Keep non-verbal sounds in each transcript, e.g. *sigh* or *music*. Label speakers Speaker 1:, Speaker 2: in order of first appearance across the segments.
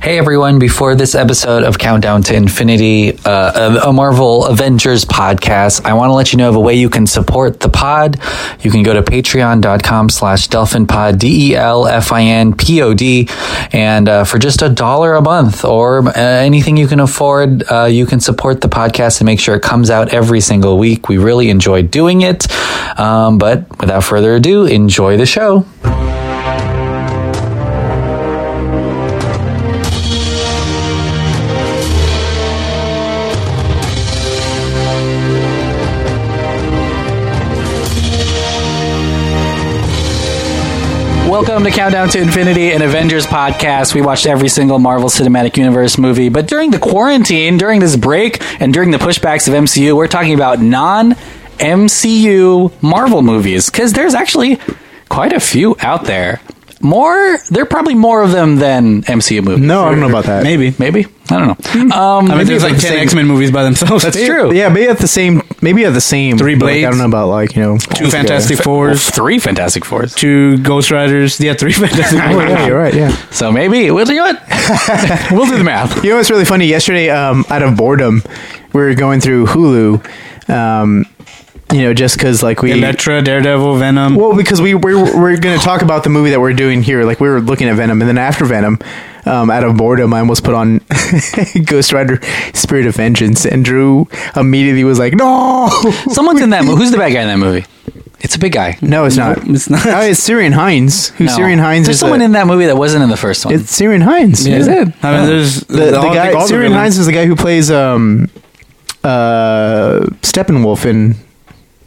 Speaker 1: Hey everyone, before this episode of Countdown to Infinity, uh, a, a Marvel Avengers podcast, I want to let you know of a way you can support the pod. You can go to patreon.com slash delphinpod, E D-E-L-F-I-N-P-O-D, and uh, for just a dollar a month or uh, anything you can afford, uh, you can support the podcast and make sure it comes out every single week. We really enjoy doing it. Um, but without further ado, enjoy the show. Welcome to Countdown to Infinity, an Avengers podcast. We watched every single Marvel Cinematic Universe movie, but during the quarantine, during this break, and during the pushbacks of MCU, we're talking about non MCU Marvel movies because there's actually quite a few out there. More, there are probably more of them than MCU movies.
Speaker 2: No, I don't know about that. Hmm.
Speaker 3: Maybe.
Speaker 1: Maybe I don't know. Um,
Speaker 3: I mean, there's like
Speaker 2: it's
Speaker 3: 10
Speaker 2: the same-
Speaker 3: X Men movies by
Speaker 1: *laughs*
Speaker 3: themselves.
Speaker 1: That's true.
Speaker 2: Yeah, maybe at the same. Maybe at the same.
Speaker 3: Three
Speaker 2: but, like, I
Speaker 3: Blades.
Speaker 2: don't know about like you know
Speaker 3: Two Fantastic
Speaker 1: Well,
Speaker 3: Fours,
Speaker 1: three Fantastic Fours.
Speaker 3: two Ghost Riders. Yeah, three *laughs* Fantastic
Speaker 2: Oh, *laughs*
Speaker 3: Fours.
Speaker 2: yeah, you're right. Yeah.
Speaker 1: So maybe we'll do
Speaker 2: *laughs*
Speaker 1: it. we'll do the math.
Speaker 2: You know what's really funny? Yesterday, um, out of boredom, we were going through Hulu. Um, you know, just because like we.
Speaker 3: Elektra, Daredevil, Venom.
Speaker 2: well, because we we we're, we're going to talk about the movie that we're doing here. Like we were looking at Venom, and then after Venom, um, out of boredom, I almost put on *laughs* Ghost Rider: Spirit of Vengeance, and Drew immediately was like,
Speaker 3: *laughs*
Speaker 2: "No,
Speaker 1: Someone's in that movie. Who's the bad guy in that movie? It's a big guy.
Speaker 2: no, it's not.
Speaker 3: it's not.
Speaker 2: Oh, it's Syrian Hines. Who
Speaker 1: No.
Speaker 2: Syrian Hines?
Speaker 1: There's
Speaker 2: is
Speaker 1: someone
Speaker 2: a-
Speaker 1: in that movie that wasn't in the first one.
Speaker 2: It's Syrian Hines.
Speaker 3: Yeah.
Speaker 2: Is it?
Speaker 3: I mean, there's
Speaker 2: The, the
Speaker 3: all-
Speaker 2: guy,
Speaker 3: all the
Speaker 2: Syrian
Speaker 3: villains.
Speaker 2: Hines is the guy who plays um, uh, Steppenwolf in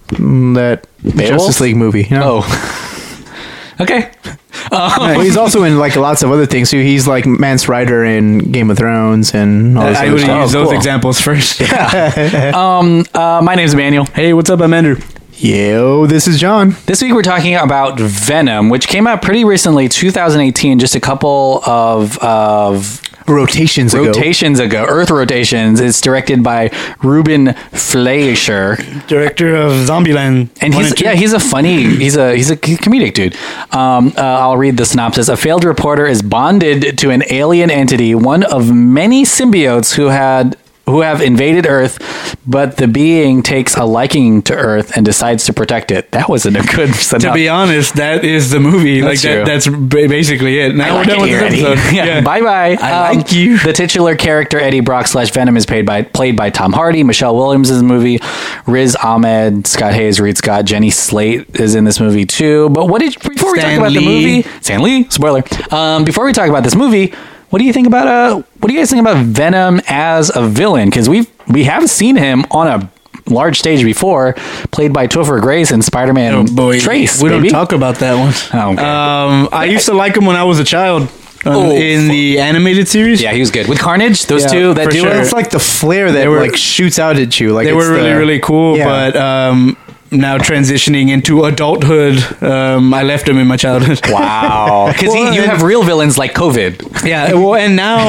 Speaker 2: mm, that Justice League movie. you know?
Speaker 1: oh. *laughs* okay.
Speaker 2: *laughs* Well, he's also in like lots of other things too. He's like Mance Rider in Game of Thrones and all this
Speaker 3: I
Speaker 2: other
Speaker 3: would
Speaker 2: stuff.
Speaker 3: use
Speaker 1: Oh,
Speaker 3: those
Speaker 1: cool. *laughs*
Speaker 3: examples first.
Speaker 2: Eh.
Speaker 1: Uh, my name's Emmanuel.
Speaker 3: Hey, what's up, Amender?
Speaker 2: Yo, oh, this is John.
Speaker 1: This week we're talking about Venom, which came out pretty recently, 2018, just a couple of of
Speaker 2: Rotations ago.
Speaker 1: rotations ago, Earth rotations. It's directed by Ruben Fleischer.
Speaker 3: Director of Zombieland.
Speaker 1: and he's yeah he's a funny he's a he's a comedic dude um, uh, i'll read the synopsis a failed reporter is bonded to an alien entity one of many symbiotes who had who have invaded earth but the being takes a liking to earth and decides to protect it that wasn't a good synopsis
Speaker 3: To be honest, that is the movie.
Speaker 1: That's
Speaker 3: like that,
Speaker 1: true.
Speaker 3: that's ba- basically it. Now
Speaker 1: like it already. *laughs*
Speaker 3: *laughs*
Speaker 1: Yeah. Bye bye.
Speaker 3: I like you.
Speaker 1: Um, The titular character Eddie Brock slash Venom is paid by played by Tom Hardy. Michelle Williams is in the movie. Riz Ahmed, Scott Hayes, Reed Scott, Jenny Slate is in this movie too. But what did before we talk
Speaker 3: Stan
Speaker 1: about the
Speaker 3: Lee.
Speaker 1: movie? Stan Lee. Spoiler. Um, before we talk about this movie, what do you think about uh? What do you guys think about Venom as a villain? Because we've we have seen him on a large stage before, played by Topher Grace and Spider Man
Speaker 3: Oh boy,
Speaker 1: Trace.
Speaker 3: We
Speaker 1: baby.
Speaker 3: don't talk about that one.
Speaker 1: Oh, okay.
Speaker 3: Um, I used to like him when I was a child um,
Speaker 1: Oh,
Speaker 3: in the animated series.
Speaker 1: Yeah, he was good with Carnage. Those
Speaker 3: Yeah,
Speaker 1: two that
Speaker 3: for
Speaker 1: duo.
Speaker 3: sure.
Speaker 2: It's like the flare that
Speaker 3: were-
Speaker 2: like shoots out at you. Like
Speaker 3: they
Speaker 2: it's
Speaker 3: were really
Speaker 2: the-
Speaker 3: really cool.
Speaker 2: Yeah.
Speaker 3: But um, now transitioning into adulthood, um, I left him in my childhood.
Speaker 1: *laughs* Wow. Because
Speaker 3: Well,
Speaker 1: you
Speaker 3: and-
Speaker 1: have real villains like COVID.
Speaker 3: *laughs* yeah. Well, and now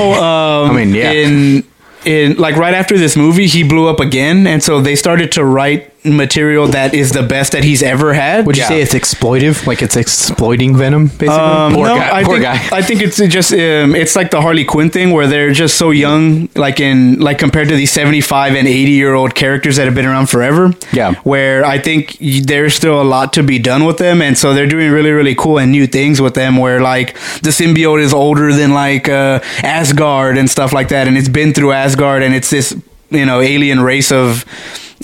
Speaker 3: um,
Speaker 2: I mean, yeah.
Speaker 3: in in like right after this movie, he blew up again, and so they started to write material that is the best that he's ever had.
Speaker 2: Would you
Speaker 1: Yeah.
Speaker 2: say it's exploitive? Like it's exploiting Venom, basically.
Speaker 3: Um,
Speaker 1: Poor
Speaker 3: no,
Speaker 1: guy-
Speaker 3: I
Speaker 1: poor
Speaker 3: think,
Speaker 1: guy.
Speaker 3: I think it's just um, it's like the Harley Quinn thing where they're just so young, like in like compared to these seventy five and eighty year old characters that have been around forever.
Speaker 1: Yeah.
Speaker 3: where I think y- there's still a lot to be done with them, and so they're doing really really cool and new things with them. Where like the symbiote is older than like uh, Asgard and stuff like that, and it's been through Asgard, and it's this you know alien race of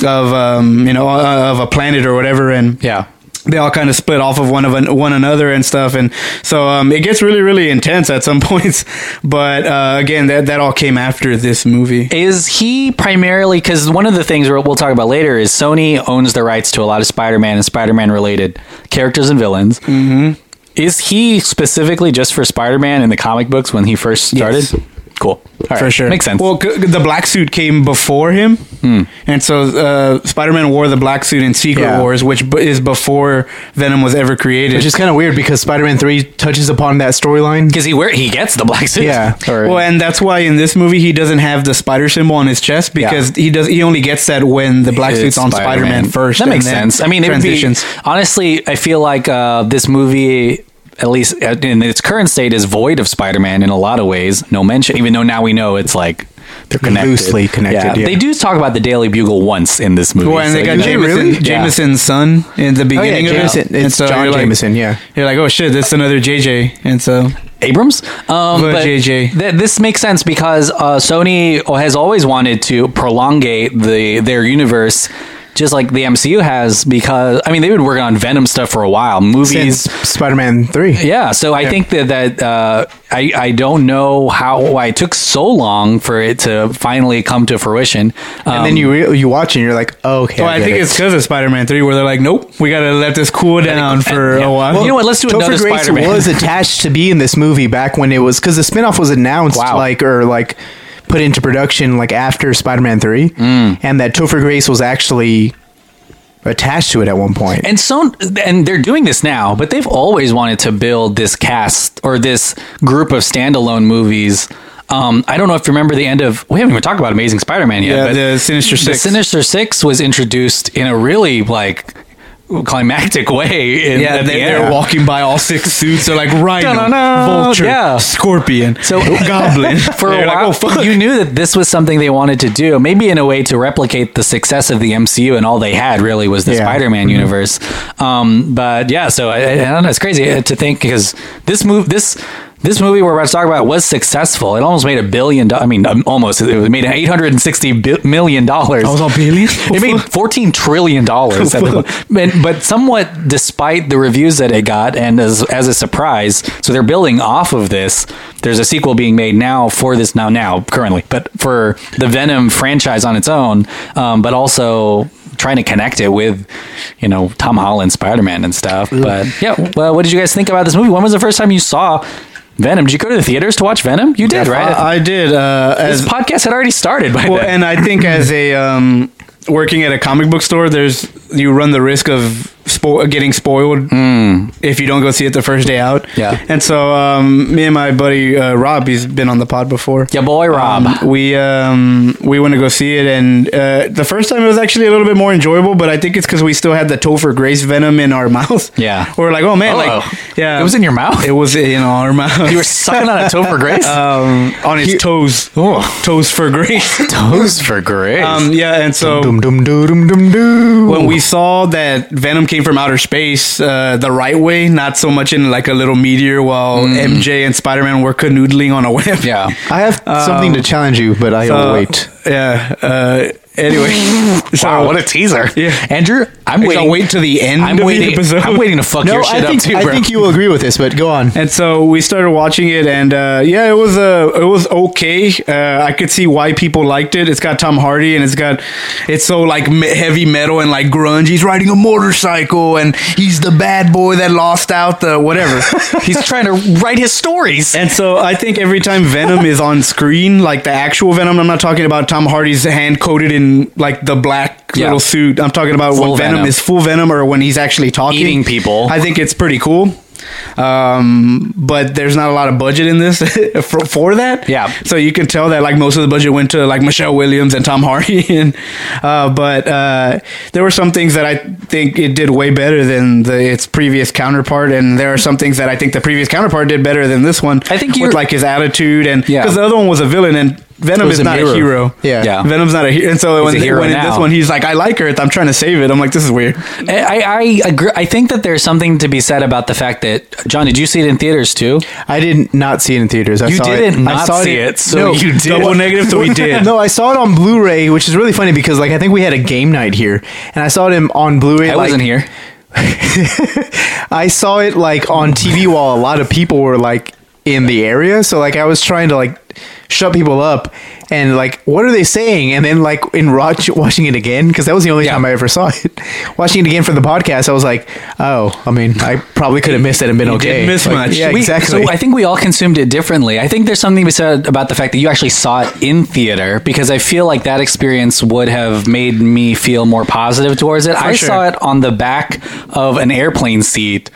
Speaker 3: of um, you know uh, of a planet or whatever, and
Speaker 1: Yeah.
Speaker 3: they all kind of split off of one of an, one another and stuff, and so um, it gets really really intense at some *laughs* points. But uh, again, that that all came after this movie.
Speaker 1: Is he primarily because one of the things we'll we'll talk about later is Sony owns the rights to a lot of Spider-Man and Spider-Man related characters and villains. Mm-hmm. Is he specifically just for Spider-Man in the comic books when he first started?
Speaker 3: Yes.
Speaker 1: Cool. All right.
Speaker 3: for sure
Speaker 1: Makes sense. Hmm.
Speaker 3: Well, c- the black suit came before him, and so uh, Spider-Man wore the black suit in Secret
Speaker 2: Yeah.
Speaker 3: Wars, which b- is before Venom was ever created.
Speaker 2: Which is kind of weird because Spider-Man Three touches upon that storyline.
Speaker 1: because he wear he gets the black suit.
Speaker 2: Yeah.
Speaker 1: *laughs* Or-
Speaker 3: well, and that's why in this movie he doesn't have the spider symbol on his chest because he does. He only gets that when the black suit's on Spider-Man, first.
Speaker 1: That
Speaker 3: and
Speaker 1: makes
Speaker 3: then
Speaker 1: sense. I mean, it would be,
Speaker 3: transitions.
Speaker 1: honestly, I feel like uh, this movie at least in its current state, is void of Spider-Man in a lot of ways. No mention, even though now we know it's like they're connected.
Speaker 2: Loosely connected, yeah.
Speaker 1: They do talk about the Daily Bugle once in this movie.
Speaker 3: Well, and they
Speaker 1: so
Speaker 3: got
Speaker 1: you know-
Speaker 3: Jameson,
Speaker 2: really?
Speaker 3: Jameson's son in the
Speaker 2: Oh yeah,
Speaker 3: beginning. of it.
Speaker 2: Jameson.
Speaker 3: And
Speaker 2: It's
Speaker 3: so
Speaker 2: John
Speaker 3: you're like-
Speaker 2: Jameson. Yeah.
Speaker 3: You're like, oh shit, that's another JJ. And so
Speaker 1: Abrams. Um,
Speaker 3: But
Speaker 1: but
Speaker 3: JJ.
Speaker 1: th- this makes sense because uh, Sony has always wanted to prolongate the their universe. Just like the MCU has, because I mean they've been working on Venom stuff for a while, movies,
Speaker 2: Since Spider-Man Three.
Speaker 1: yeah, so I think that that uh, I I don't know how why it took so long for it to finally come to fruition. Um,
Speaker 2: and then you re- you watch and you're like, oh, okay.
Speaker 3: well, I
Speaker 2: get
Speaker 3: think
Speaker 2: it.
Speaker 3: it's because of Spider-Man Three, where they're like, nope, we gotta let this cool down for
Speaker 1: yeah.
Speaker 3: a while.
Speaker 1: You know what, let's do another
Speaker 2: Grace
Speaker 1: Spider-Man.
Speaker 2: was attached to be in this movie back when it was because the spinoff was announced
Speaker 1: Wow.
Speaker 2: like or like put into production like after Spider-Man Three,
Speaker 1: Mm.
Speaker 2: and that Topher Grace was actually attached to it at one point.
Speaker 1: and so and they're doing this now, but they've always wanted to build this cast or this group of standalone movies. Um, I don't know if you remember the end of we haven't even talked about Amazing Spider-Man yet.
Speaker 3: Yeah,
Speaker 1: but
Speaker 3: the Sinister
Speaker 1: the
Speaker 3: Six.
Speaker 1: Sinister Six was introduced in a really like climactic way. In,
Speaker 3: yeah,
Speaker 1: at the
Speaker 3: they,
Speaker 1: end.
Speaker 3: they're walking by all six suits. They're like Rhino,
Speaker 1: Dun-dun-dun.
Speaker 3: Vulture,
Speaker 1: Yeah.
Speaker 3: Scorpion,
Speaker 1: So-
Speaker 3: so *laughs* Goblin.
Speaker 1: for
Speaker 3: They're
Speaker 1: a
Speaker 3: like,
Speaker 1: while,
Speaker 3: oh, fuck.
Speaker 1: you knew that this was something they wanted to do, maybe in a way to replicate the success of the MCU, and all they had really was the
Speaker 2: Yeah.
Speaker 1: Spider-Man
Speaker 3: Mm-hmm.
Speaker 1: universe. Um, but yeah, so I, I don't know. It's crazy uh, to think because this move, this this movie we're about to talk about was successful. It almost made a billion. Do- I mean, um, almost it was made eight hundred and sixty million dollars.
Speaker 3: I was on billion.
Speaker 1: *laughs* It made fourteen trillion dollars,
Speaker 3: *laughs*
Speaker 1: at the and, but somewhat despite the reviews that it got, and as as a surprise, so they're building off of this. There's a sequel being made now for this now now currently, but for the Venom franchise on its own, um, but also trying to connect it with you know Tom Holland Spider Man and stuff. But yeah, well, what did you guys think about this movie? When was the first time you saw? Venom. Did you go to the theaters to watch Venom? You did, right?
Speaker 3: I, I did. Uh, as
Speaker 1: this podcast had already started by
Speaker 3: well,
Speaker 1: then.
Speaker 3: and I think as a um, working at a comic book store, there's you run the risk of spo- getting spoiled if you don't go see it the first day out.
Speaker 1: Hmm. Yeah.
Speaker 3: and so um, me and my buddy uh, Rob, he's been on the pod before.
Speaker 1: Your boy Rob.
Speaker 3: Um, we um, we went to go see it, and uh, the first time it was actually a little bit more enjoyable, but I think it's because we still had the Topher Grace venom in our *laughs* mouth.
Speaker 1: Yeah.
Speaker 3: we're like, oh man,
Speaker 1: Uh-oh.
Speaker 3: like yeah,
Speaker 1: It was in your mouth?
Speaker 3: It was in our mouth.
Speaker 1: You were sucking on a toe for grace?
Speaker 3: *laughs* um, on his toes, toes
Speaker 1: *laughs*
Speaker 3: for grace.
Speaker 1: Toes for grace.
Speaker 3: Um, yeah, and so
Speaker 2: Dum dum dum dum dum dum.
Speaker 3: when we saw that Venom came from outer space uh, the right way, not so much in like a little meteor, while MJ and Spider Man were canoodling on a web.
Speaker 1: Mm.
Speaker 3: *laughs*
Speaker 1: yeah.
Speaker 2: I have something
Speaker 1: um,
Speaker 2: to challenge you, but I
Speaker 3: Uh,
Speaker 2: will wait.
Speaker 3: Yeah. Uh, anyway,
Speaker 1: *laughs*
Speaker 3: so
Speaker 1: Wow, what a teaser.
Speaker 3: Yeah.
Speaker 1: Andrew, I'm waiting.
Speaker 3: waiting. I'll wait to the end
Speaker 1: I'm
Speaker 3: of
Speaker 1: waiting.
Speaker 3: the episode.
Speaker 1: I'm waiting to fuck your shit
Speaker 2: I think
Speaker 1: up too,
Speaker 2: I
Speaker 1: bro.
Speaker 2: think you will agree with this, but go on.
Speaker 3: And so we started watching it, and uh, yeah, it was uh, it was okay. Uh, I could see why people liked it. It's got Tom Hardy, and it's got it's so like me- heavy metal and like grunge. He's riding a motorcycle, and he's the bad boy that lost out the whatever.
Speaker 1: *laughs* He's trying to write his stories.
Speaker 3: *laughs* and so I think every time Venom is on screen, like the actual Venom, I'm not talking about Tom Hardy's hand coated in like the black
Speaker 1: Yeah.
Speaker 3: little suit. I'm talking about
Speaker 1: Full
Speaker 3: when Venom,
Speaker 1: Venom.
Speaker 3: is full Venom or when he's actually talking
Speaker 1: Eating people.
Speaker 3: I think it's pretty cool. Um, but there's not a lot of budget in this *laughs* for, for that.
Speaker 1: Yeah.
Speaker 3: So you can tell that like most of the budget went to like Michelle Williams and Tom Hardy. *laughs* And, uh, but, uh, there were some things that I think it did way better than the, its previous counterpart. And there are some things that I think the previous counterpart did better than this one.
Speaker 1: I think you're-
Speaker 3: with like his attitude and
Speaker 1: Yeah.
Speaker 3: because the other one was a villain and Venom
Speaker 2: was
Speaker 3: is
Speaker 2: a
Speaker 3: not
Speaker 2: mirror.
Speaker 3: a hero.
Speaker 2: Yeah.
Speaker 1: Yeah.
Speaker 3: Venom's not a hero. And so when,
Speaker 1: a hero
Speaker 3: when in
Speaker 1: now.
Speaker 3: this one, he's like, I like Earth. I'm trying to save it. I'm like, this is weird.
Speaker 1: I, I agree. I think that there's something to be said about the fact that John. Did you see it in theaters too?
Speaker 2: I did not see it in theaters. I
Speaker 1: You
Speaker 2: saw
Speaker 1: didn't
Speaker 2: it. I
Speaker 1: not
Speaker 2: saw
Speaker 1: see it, so you did.
Speaker 3: Double negative,
Speaker 2: *laughs*
Speaker 3: so we did.
Speaker 2: no, I saw it on Blu-ray, which is really funny because like I think we had a game night here, and I saw it in- on Blu-ray.
Speaker 1: I
Speaker 2: like-
Speaker 1: wasn't here.
Speaker 2: *laughs* I saw it like on TV while a lot of people were like in the area, so like I was trying to like shut people up and like what are they saying and then like in *laughs* watch, watching it again because that was the only
Speaker 1: Yeah.
Speaker 2: time i ever saw it *laughs* watching it again for the podcast i was like oh i mean i probably could have missed it and been okay
Speaker 3: didn't miss
Speaker 2: Like,
Speaker 3: much.
Speaker 2: *laughs* yeah
Speaker 1: We-
Speaker 2: exactly
Speaker 1: So I think we all consumed it differently. I think there's something to be said about the fact that you actually saw it in theater because I feel like that experience would have made me feel more positive towards it. I
Speaker 3: sure.
Speaker 1: saw it on the back of an airplane seat.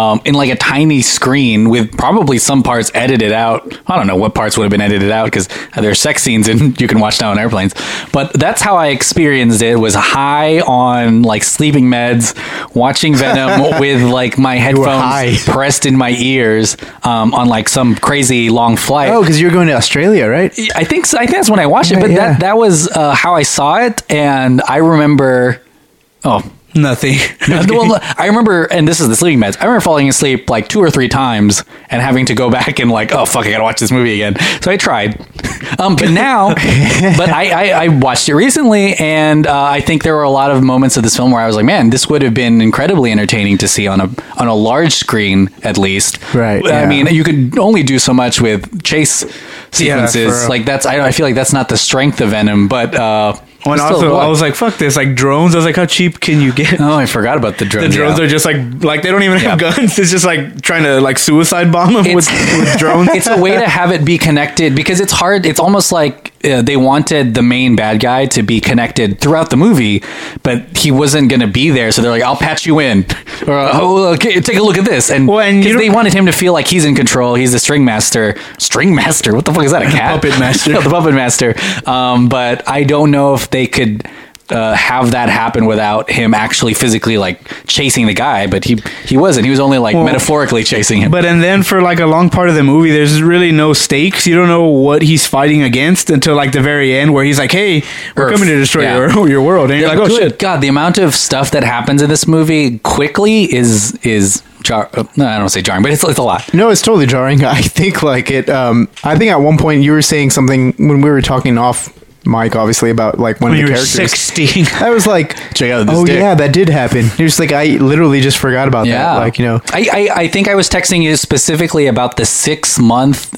Speaker 1: um, in like a tiny screen with probably some parts edited out. I don't know what parts would have been edited out because there are sex scenes and *laughs* you can watch now on airplanes. But that's how I experienced it. Was high on like sleeping meds, watching
Speaker 2: *laughs*
Speaker 1: Venom with like my
Speaker 2: high.
Speaker 1: headphones pressed in my ears um, on like some crazy long flight.
Speaker 2: Oh, because you're going to Australia, right?
Speaker 1: I think so. I think that's when I watched it,
Speaker 2: Yeah,
Speaker 1: but
Speaker 2: yeah.
Speaker 1: that that was uh, how I saw it, and I remember. Oh,
Speaker 3: Nothing. *laughs*
Speaker 1: Uh, well, I remember, and this is the sleeping meds. I remember falling asleep like two or three times and having to go back and like, oh fuck, I gotta watch this movie again. So I tried, *laughs* um, but now, but I, I I watched it recently, and uh, I think there were a lot of moments of this film where I was like, man, this would have been incredibly entertaining to see on a on a large screen at least.
Speaker 2: Right,
Speaker 1: I
Speaker 2: yeah.
Speaker 1: mean, you could only do so much with chase sequences.
Speaker 3: for a-
Speaker 1: like that's I, don't- I feel like that's not the strength of Venom, but. uh
Speaker 3: When
Speaker 1: it's still
Speaker 3: *laughs* also,
Speaker 1: a
Speaker 3: I
Speaker 1: lot.
Speaker 3: was like, fuck this. Like drones. I was like, how cheap can you get? *laughs*
Speaker 1: oh, I forgot about the
Speaker 3: The
Speaker 1: drones.
Speaker 3: drones
Speaker 1: yeah.
Speaker 3: are just like like they don't even have
Speaker 1: Yeah.
Speaker 3: guns. *laughs* It's just like trying to like suicide bomb them *laughs* with,
Speaker 1: It's-
Speaker 3: with drones.
Speaker 1: *laughs* it's a way to have it be connected because it's hard. It's almost like uh, they wanted the main bad guy to be connected throughout the movie, but he wasn't going to be there. So they're like, "I'll patch you in," or uh, "Oh, okay, take a look at this." And,
Speaker 3: Well, and you
Speaker 1: 'cause
Speaker 3: don't-
Speaker 1: they wanted him to feel like he's in control. He's the string master. String master. What the fuck is that? A cat?
Speaker 3: puppet master.
Speaker 1: Yeah, *laughs* the puppet master. Um, but I don't know if they could. Uh, have that happen without him actually physically like chasing the guy, but he he wasn't. He was only like metaphorically chasing him.
Speaker 3: But and then for like a long part of the movie, there's really no stakes. You don't know what he's fighting against until like the very end, where he's like, "Hey, we're
Speaker 1: Earth.
Speaker 3: coming to destroy
Speaker 1: Yeah.
Speaker 3: your, *laughs* your world," and you're
Speaker 1: Yeah,
Speaker 3: like, "Oh
Speaker 1: good
Speaker 3: shit!"
Speaker 1: God, the amount of stuff that happens in this movie quickly is is jar. uh, No, I don't say jarring, but it's, it's a lot.
Speaker 2: No, it's totally jarring. *laughs* I think like it. Um, I think at one point you were saying something when we were talking off mic, obviously about like one of
Speaker 3: When
Speaker 2: the
Speaker 3: you were
Speaker 1: *laughs*
Speaker 2: characters.
Speaker 3: sixteen,
Speaker 2: I was like,
Speaker 3: Check out this
Speaker 2: oh
Speaker 3: dick."
Speaker 2: yeah, that did happen. You're just like, I literally just forgot about
Speaker 1: Yeah,
Speaker 2: that. Like you know,
Speaker 1: I, I I think I was texting you specifically about the six month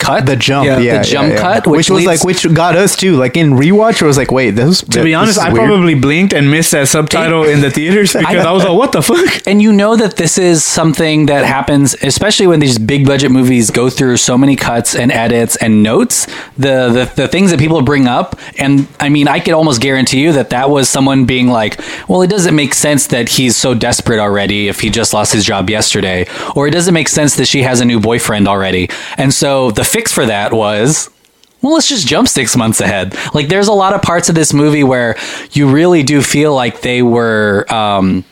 Speaker 1: cut,
Speaker 2: the jump,
Speaker 3: Yeah,
Speaker 2: yeah,
Speaker 3: the
Speaker 2: yeah,
Speaker 1: jump
Speaker 2: yeah.
Speaker 1: cut, which
Speaker 2: which, was
Speaker 1: leads-
Speaker 2: like which got us too. Like in rewatch, I was like, wait, this.
Speaker 3: *laughs* to be honest, I probably blinked and missed that subtitle in the
Speaker 1: *laughs*
Speaker 3: theaters because I was like, "What the fuck?"
Speaker 1: and you know that this is something that happens, especially when these big budget movies go through so many cuts and edits and notes. The, the the things that people bring up, and I mean, I could almost guarantee you that that was someone being like, "Well, it doesn't make sense that he's so desperate already if he just lost his job yesterday, or it doesn't make sense that she has a new boyfriend already." And so the fix for that was well, let's just jump six months ahead. Like, there's a lot of parts of this movie where you really do feel like they were, um,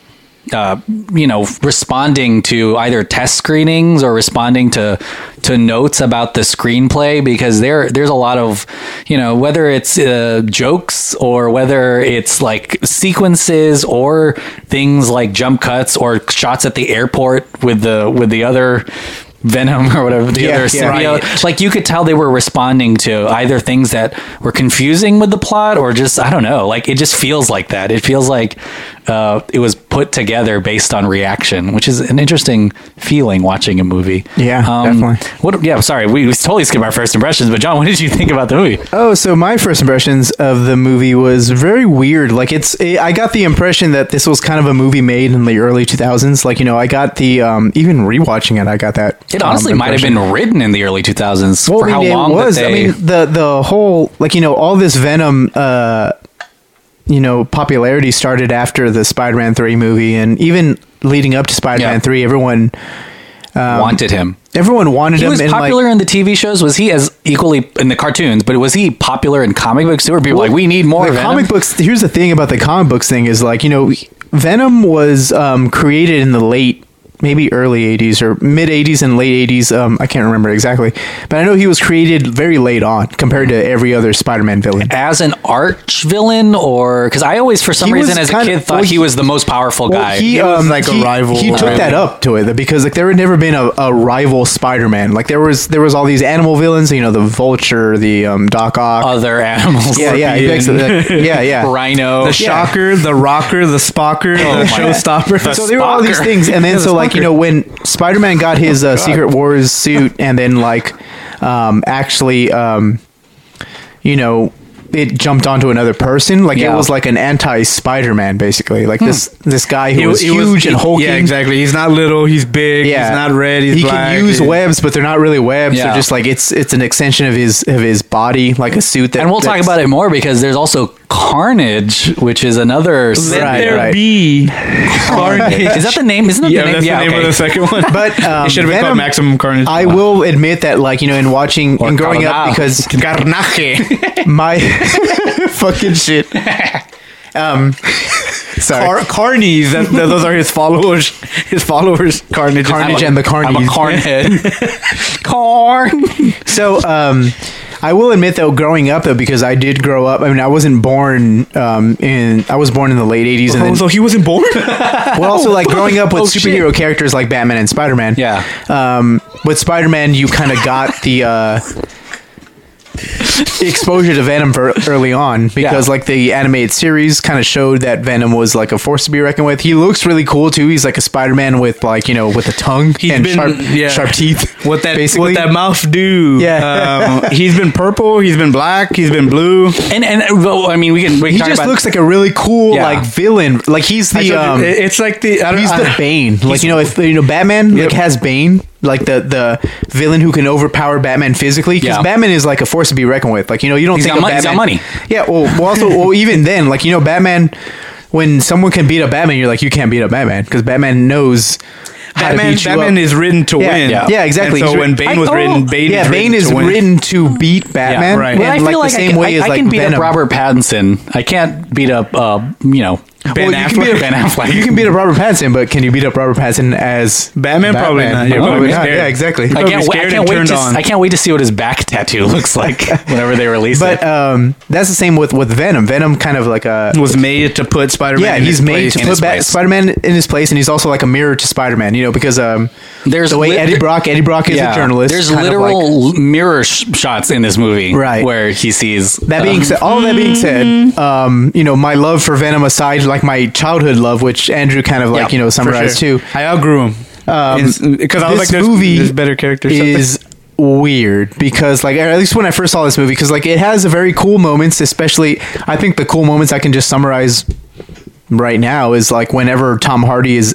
Speaker 1: uh, you know, responding to either test screenings or responding to to notes about the screenplay because there there's a lot of, you know, whether it's uh, jokes or whether it's like sequences or things like jump cuts or shots at the airport with the with the other. Venom *laughs* or whatever the
Speaker 2: Yeah,
Speaker 1: other
Speaker 2: yeah.
Speaker 1: symbiote, *laughs*
Speaker 3: Right.
Speaker 1: like you could tell they were responding to either things that were confusing with the plot or just i don't know like it just feels like that it feels like uh, it was put together based on reaction which is an interesting feeling watching a movie Um,
Speaker 2: Yeah, definitely.
Speaker 1: what yeah sorry we, we totally skipped our first impressions but john what did you think about the movie
Speaker 2: Oh, so my first impressions of the movie was very weird. Like it's, it, I got the impression that this was kind of a movie made in the early 2000s. Like you know, I got the um, even rewatching it, I got that.
Speaker 1: it
Speaker 2: um,
Speaker 1: honestly might have
Speaker 2: impression.
Speaker 1: been written in the early 2000s
Speaker 2: Well,
Speaker 1: for
Speaker 2: I mean,
Speaker 1: how long
Speaker 2: it was.
Speaker 1: that
Speaker 2: I
Speaker 1: they,
Speaker 2: mean, the the whole like you know all this Venom, uh, you know, popularity started after the Spider-Man three movie, and even leading up to Spider-Man
Speaker 1: Yeah.
Speaker 2: three, everyone
Speaker 1: wanted him
Speaker 2: everyone wanted
Speaker 1: he
Speaker 2: him.
Speaker 1: was
Speaker 2: um, and, like,
Speaker 1: popular in the TV shows. Was he as equally in the cartoons? But was he popular in comic books? There were people like, "We need more."
Speaker 2: the
Speaker 1: Venom.
Speaker 2: comic books here's the thing about the comic books thing is like you know venom was um, created in the late maybe early 80s or mid 80s and late 80s um, i can't remember exactly but i know he was created very late on compared to every other spider-man villain
Speaker 1: as an arch villain or because i always for some
Speaker 2: He was
Speaker 1: reason as a
Speaker 2: kind of-
Speaker 1: kid thought
Speaker 2: well,
Speaker 1: he,
Speaker 2: he-
Speaker 1: was the most powerful
Speaker 2: Well,
Speaker 1: guy
Speaker 2: he, um,
Speaker 3: like a
Speaker 2: he-
Speaker 3: rival
Speaker 2: He took
Speaker 3: rival.
Speaker 2: that up to it because like there had never been a, a rival Spider-Man. Like there was there was all these animal villains, you know, the Vulture, the um, Doc Ock.
Speaker 1: other animals
Speaker 2: yeah, yeah,
Speaker 1: Uh, Scorpion,
Speaker 2: yeah, yeah,
Speaker 1: *laughs*
Speaker 2: yeah.
Speaker 1: rhino
Speaker 3: The shocker, the rocker, the spocker,
Speaker 1: Oh
Speaker 3: *laughs* the showstopper.
Speaker 2: so there were all these
Speaker 1: Spocker.
Speaker 2: things,
Speaker 3: *laughs*
Speaker 2: and then
Speaker 3: the Oh,
Speaker 2: so like you
Speaker 3: Spocker.
Speaker 2: know when Spider-Man got his uh, Secret Wars suit, and then like um, actually, um, you know, it jumped onto another person. Like
Speaker 1: Yeah.
Speaker 2: it was like an anti-Spider-Man, basically. Like this this guy who was
Speaker 3: Hmm. He- he
Speaker 2: huge and hulking.
Speaker 3: Yeah, exactly. He's not little. He's big.
Speaker 2: Yeah,
Speaker 3: He's not red. He's
Speaker 2: he
Speaker 3: black.
Speaker 2: can use
Speaker 3: he-
Speaker 2: webs, but they're not really webs.
Speaker 1: Yeah.
Speaker 2: They're just like it's it's an extension of his of his body, like a suit. That,
Speaker 1: and we'll talk
Speaker 2: that's-
Speaker 1: about it more because there's also Carnage, which is another.
Speaker 2: Let Right, there right.
Speaker 3: be
Speaker 1: Is that the name? Isn't that
Speaker 3: *laughs* Yeah,
Speaker 1: the name?
Speaker 3: that's the name
Speaker 1: okay.
Speaker 3: of the second
Speaker 2: *laughs*
Speaker 3: one.
Speaker 2: But um,
Speaker 3: *laughs* it should have been
Speaker 2: Venom-
Speaker 3: called Maximum Carnage.
Speaker 2: I will admit that, like you know, in watching
Speaker 1: Or
Speaker 2: and growing
Speaker 1: Carnage.
Speaker 2: up, because
Speaker 3: *laughs* Carnage.
Speaker 2: my *laughs* fucking shit. Um, *laughs* sorry.
Speaker 3: Car- Carnies. That, that- those are his followers. *laughs* His followers. Carnage.
Speaker 2: Carnage
Speaker 3: I'm
Speaker 2: and
Speaker 3: a-
Speaker 2: the
Speaker 1: I'm
Speaker 2: Carnies.
Speaker 1: a Carnhead.
Speaker 2: *laughs*
Speaker 3: *laughs*
Speaker 1: Corn.
Speaker 2: So, um, I will admit though, growing up though, because I did grow up. I mean, I wasn't born um, in. I was born in the late '80s, and
Speaker 3: Oh,
Speaker 2: then
Speaker 3: so he
Speaker 2: *laughs*
Speaker 3: wasn't born.
Speaker 2: well,
Speaker 1: *laughs*
Speaker 2: also like growing up with
Speaker 1: Oh, shit.
Speaker 2: superhero characters like Batman and Spider Man.
Speaker 1: Yeah.
Speaker 2: Um, with Spider Man, you kind of got the uh, exposure to Venom ver- early on because
Speaker 1: Yeah.
Speaker 2: like the animated series kind of showed that Venom was like a force to be reckoned with. He looks really cool too. He's like a Spider Man with like you know with a tongue
Speaker 3: He's
Speaker 2: and
Speaker 3: been-
Speaker 2: sharp
Speaker 3: yeah.
Speaker 2: sharp teeth.
Speaker 3: what that
Speaker 2: basically
Speaker 3: what that mouth do?
Speaker 2: Yeah.
Speaker 3: Um, he's been purple. He's been black. He's been blue.
Speaker 1: And and uh, well, I mean, we can. We can
Speaker 2: he
Speaker 1: talk
Speaker 2: just
Speaker 1: about-
Speaker 2: looks like a really cool
Speaker 1: Yeah.
Speaker 2: like villain. Like he's
Speaker 3: I
Speaker 2: the
Speaker 3: told you,
Speaker 2: um,
Speaker 3: it- it's like the. I don't,
Speaker 2: He's
Speaker 3: I-
Speaker 2: the Bane. Like you know, if you know Batman like has Bane, like the the villain who can overpower Batman physically. Because
Speaker 1: Yeah.
Speaker 2: Batman is like a force to be reckoned with. Like you know, you don't
Speaker 1: He's
Speaker 2: think
Speaker 1: got
Speaker 2: of
Speaker 1: mon- he's got
Speaker 2: Batman.
Speaker 1: money.
Speaker 2: Yeah. Well, well, also,
Speaker 3: *laughs*
Speaker 2: well, even then, like you know, Batman. When someone can beat up Batman, you're like, you can't beat up Batman because Batman knows. how to
Speaker 3: Batman,
Speaker 2: beat you
Speaker 3: Batman
Speaker 2: up.
Speaker 3: is written to
Speaker 2: Yeah,
Speaker 3: win.
Speaker 2: yeah. Yeah, exactly.
Speaker 3: And
Speaker 2: He's
Speaker 3: so when
Speaker 2: written-
Speaker 3: Bane
Speaker 1: I
Speaker 3: was
Speaker 1: thought-
Speaker 3: written, Bane
Speaker 2: yeah,
Speaker 3: is written
Speaker 2: Bane is
Speaker 3: to win.
Speaker 2: written to beat Batman.
Speaker 1: right.
Speaker 2: and,
Speaker 1: Well, I
Speaker 2: like
Speaker 1: feel
Speaker 2: the
Speaker 1: like I
Speaker 2: same
Speaker 1: can,
Speaker 2: way
Speaker 1: I,
Speaker 2: as
Speaker 1: I
Speaker 2: like
Speaker 1: can beat
Speaker 2: Venom.
Speaker 1: up Robert Pattinson. I can't beat up, uh, you know,
Speaker 3: Ben
Speaker 2: you
Speaker 3: Affleck.
Speaker 2: Can beat up,
Speaker 1: Ben Affleck.
Speaker 2: *laughs* You can beat up Robert Pattinson, but can you beat up Robert Pattinson as
Speaker 3: Batman? Probably not. You're
Speaker 2: Probably
Speaker 3: probably
Speaker 2: not.
Speaker 3: scared.
Speaker 2: Yeah, exactly.
Speaker 1: I
Speaker 3: You'd
Speaker 1: can't,
Speaker 3: be
Speaker 1: wa- I
Speaker 3: scared
Speaker 1: can't
Speaker 3: and
Speaker 1: wait
Speaker 3: turned
Speaker 1: to.
Speaker 3: on.
Speaker 1: I can't wait to see what his back tattoo *laughs* looks like whenever they release
Speaker 2: But
Speaker 1: it.
Speaker 2: um, that's the same with with Venom. Venom kind of like a
Speaker 3: was made to put Spider-Man.
Speaker 2: yeah,
Speaker 3: in
Speaker 2: he's
Speaker 3: his
Speaker 2: made
Speaker 3: place.
Speaker 2: to
Speaker 3: In
Speaker 2: put
Speaker 3: his
Speaker 2: ba-
Speaker 3: place.
Speaker 2: Spider Man in his place, and he's also like a mirror to Spider Man. You know, because um,
Speaker 1: There's
Speaker 2: the way
Speaker 1: lit-
Speaker 2: Eddie Brock. Eddie Brock is a journalist.
Speaker 1: There's
Speaker 2: kind of like-
Speaker 1: literal l- mirror sh- shots in this movie,
Speaker 2: Right.
Speaker 1: Where he sees um,
Speaker 2: that
Speaker 3: um,
Speaker 2: being said, all that being said,
Speaker 3: Mm.
Speaker 2: um, you know, my love for Venom aside, like my childhood love, which Andrew kind of like
Speaker 1: Yeah,
Speaker 2: you know
Speaker 1: for
Speaker 2: summarized too.
Speaker 3: I outgrew him
Speaker 2: Um,
Speaker 3: because I was like,
Speaker 2: this
Speaker 3: there's,
Speaker 2: movie
Speaker 3: there's better characters.
Speaker 2: is weird because like at least when I first saw this movie because like it has very cool moments especially I think the cool moments I can just summarize right now is like whenever Tom Hardy is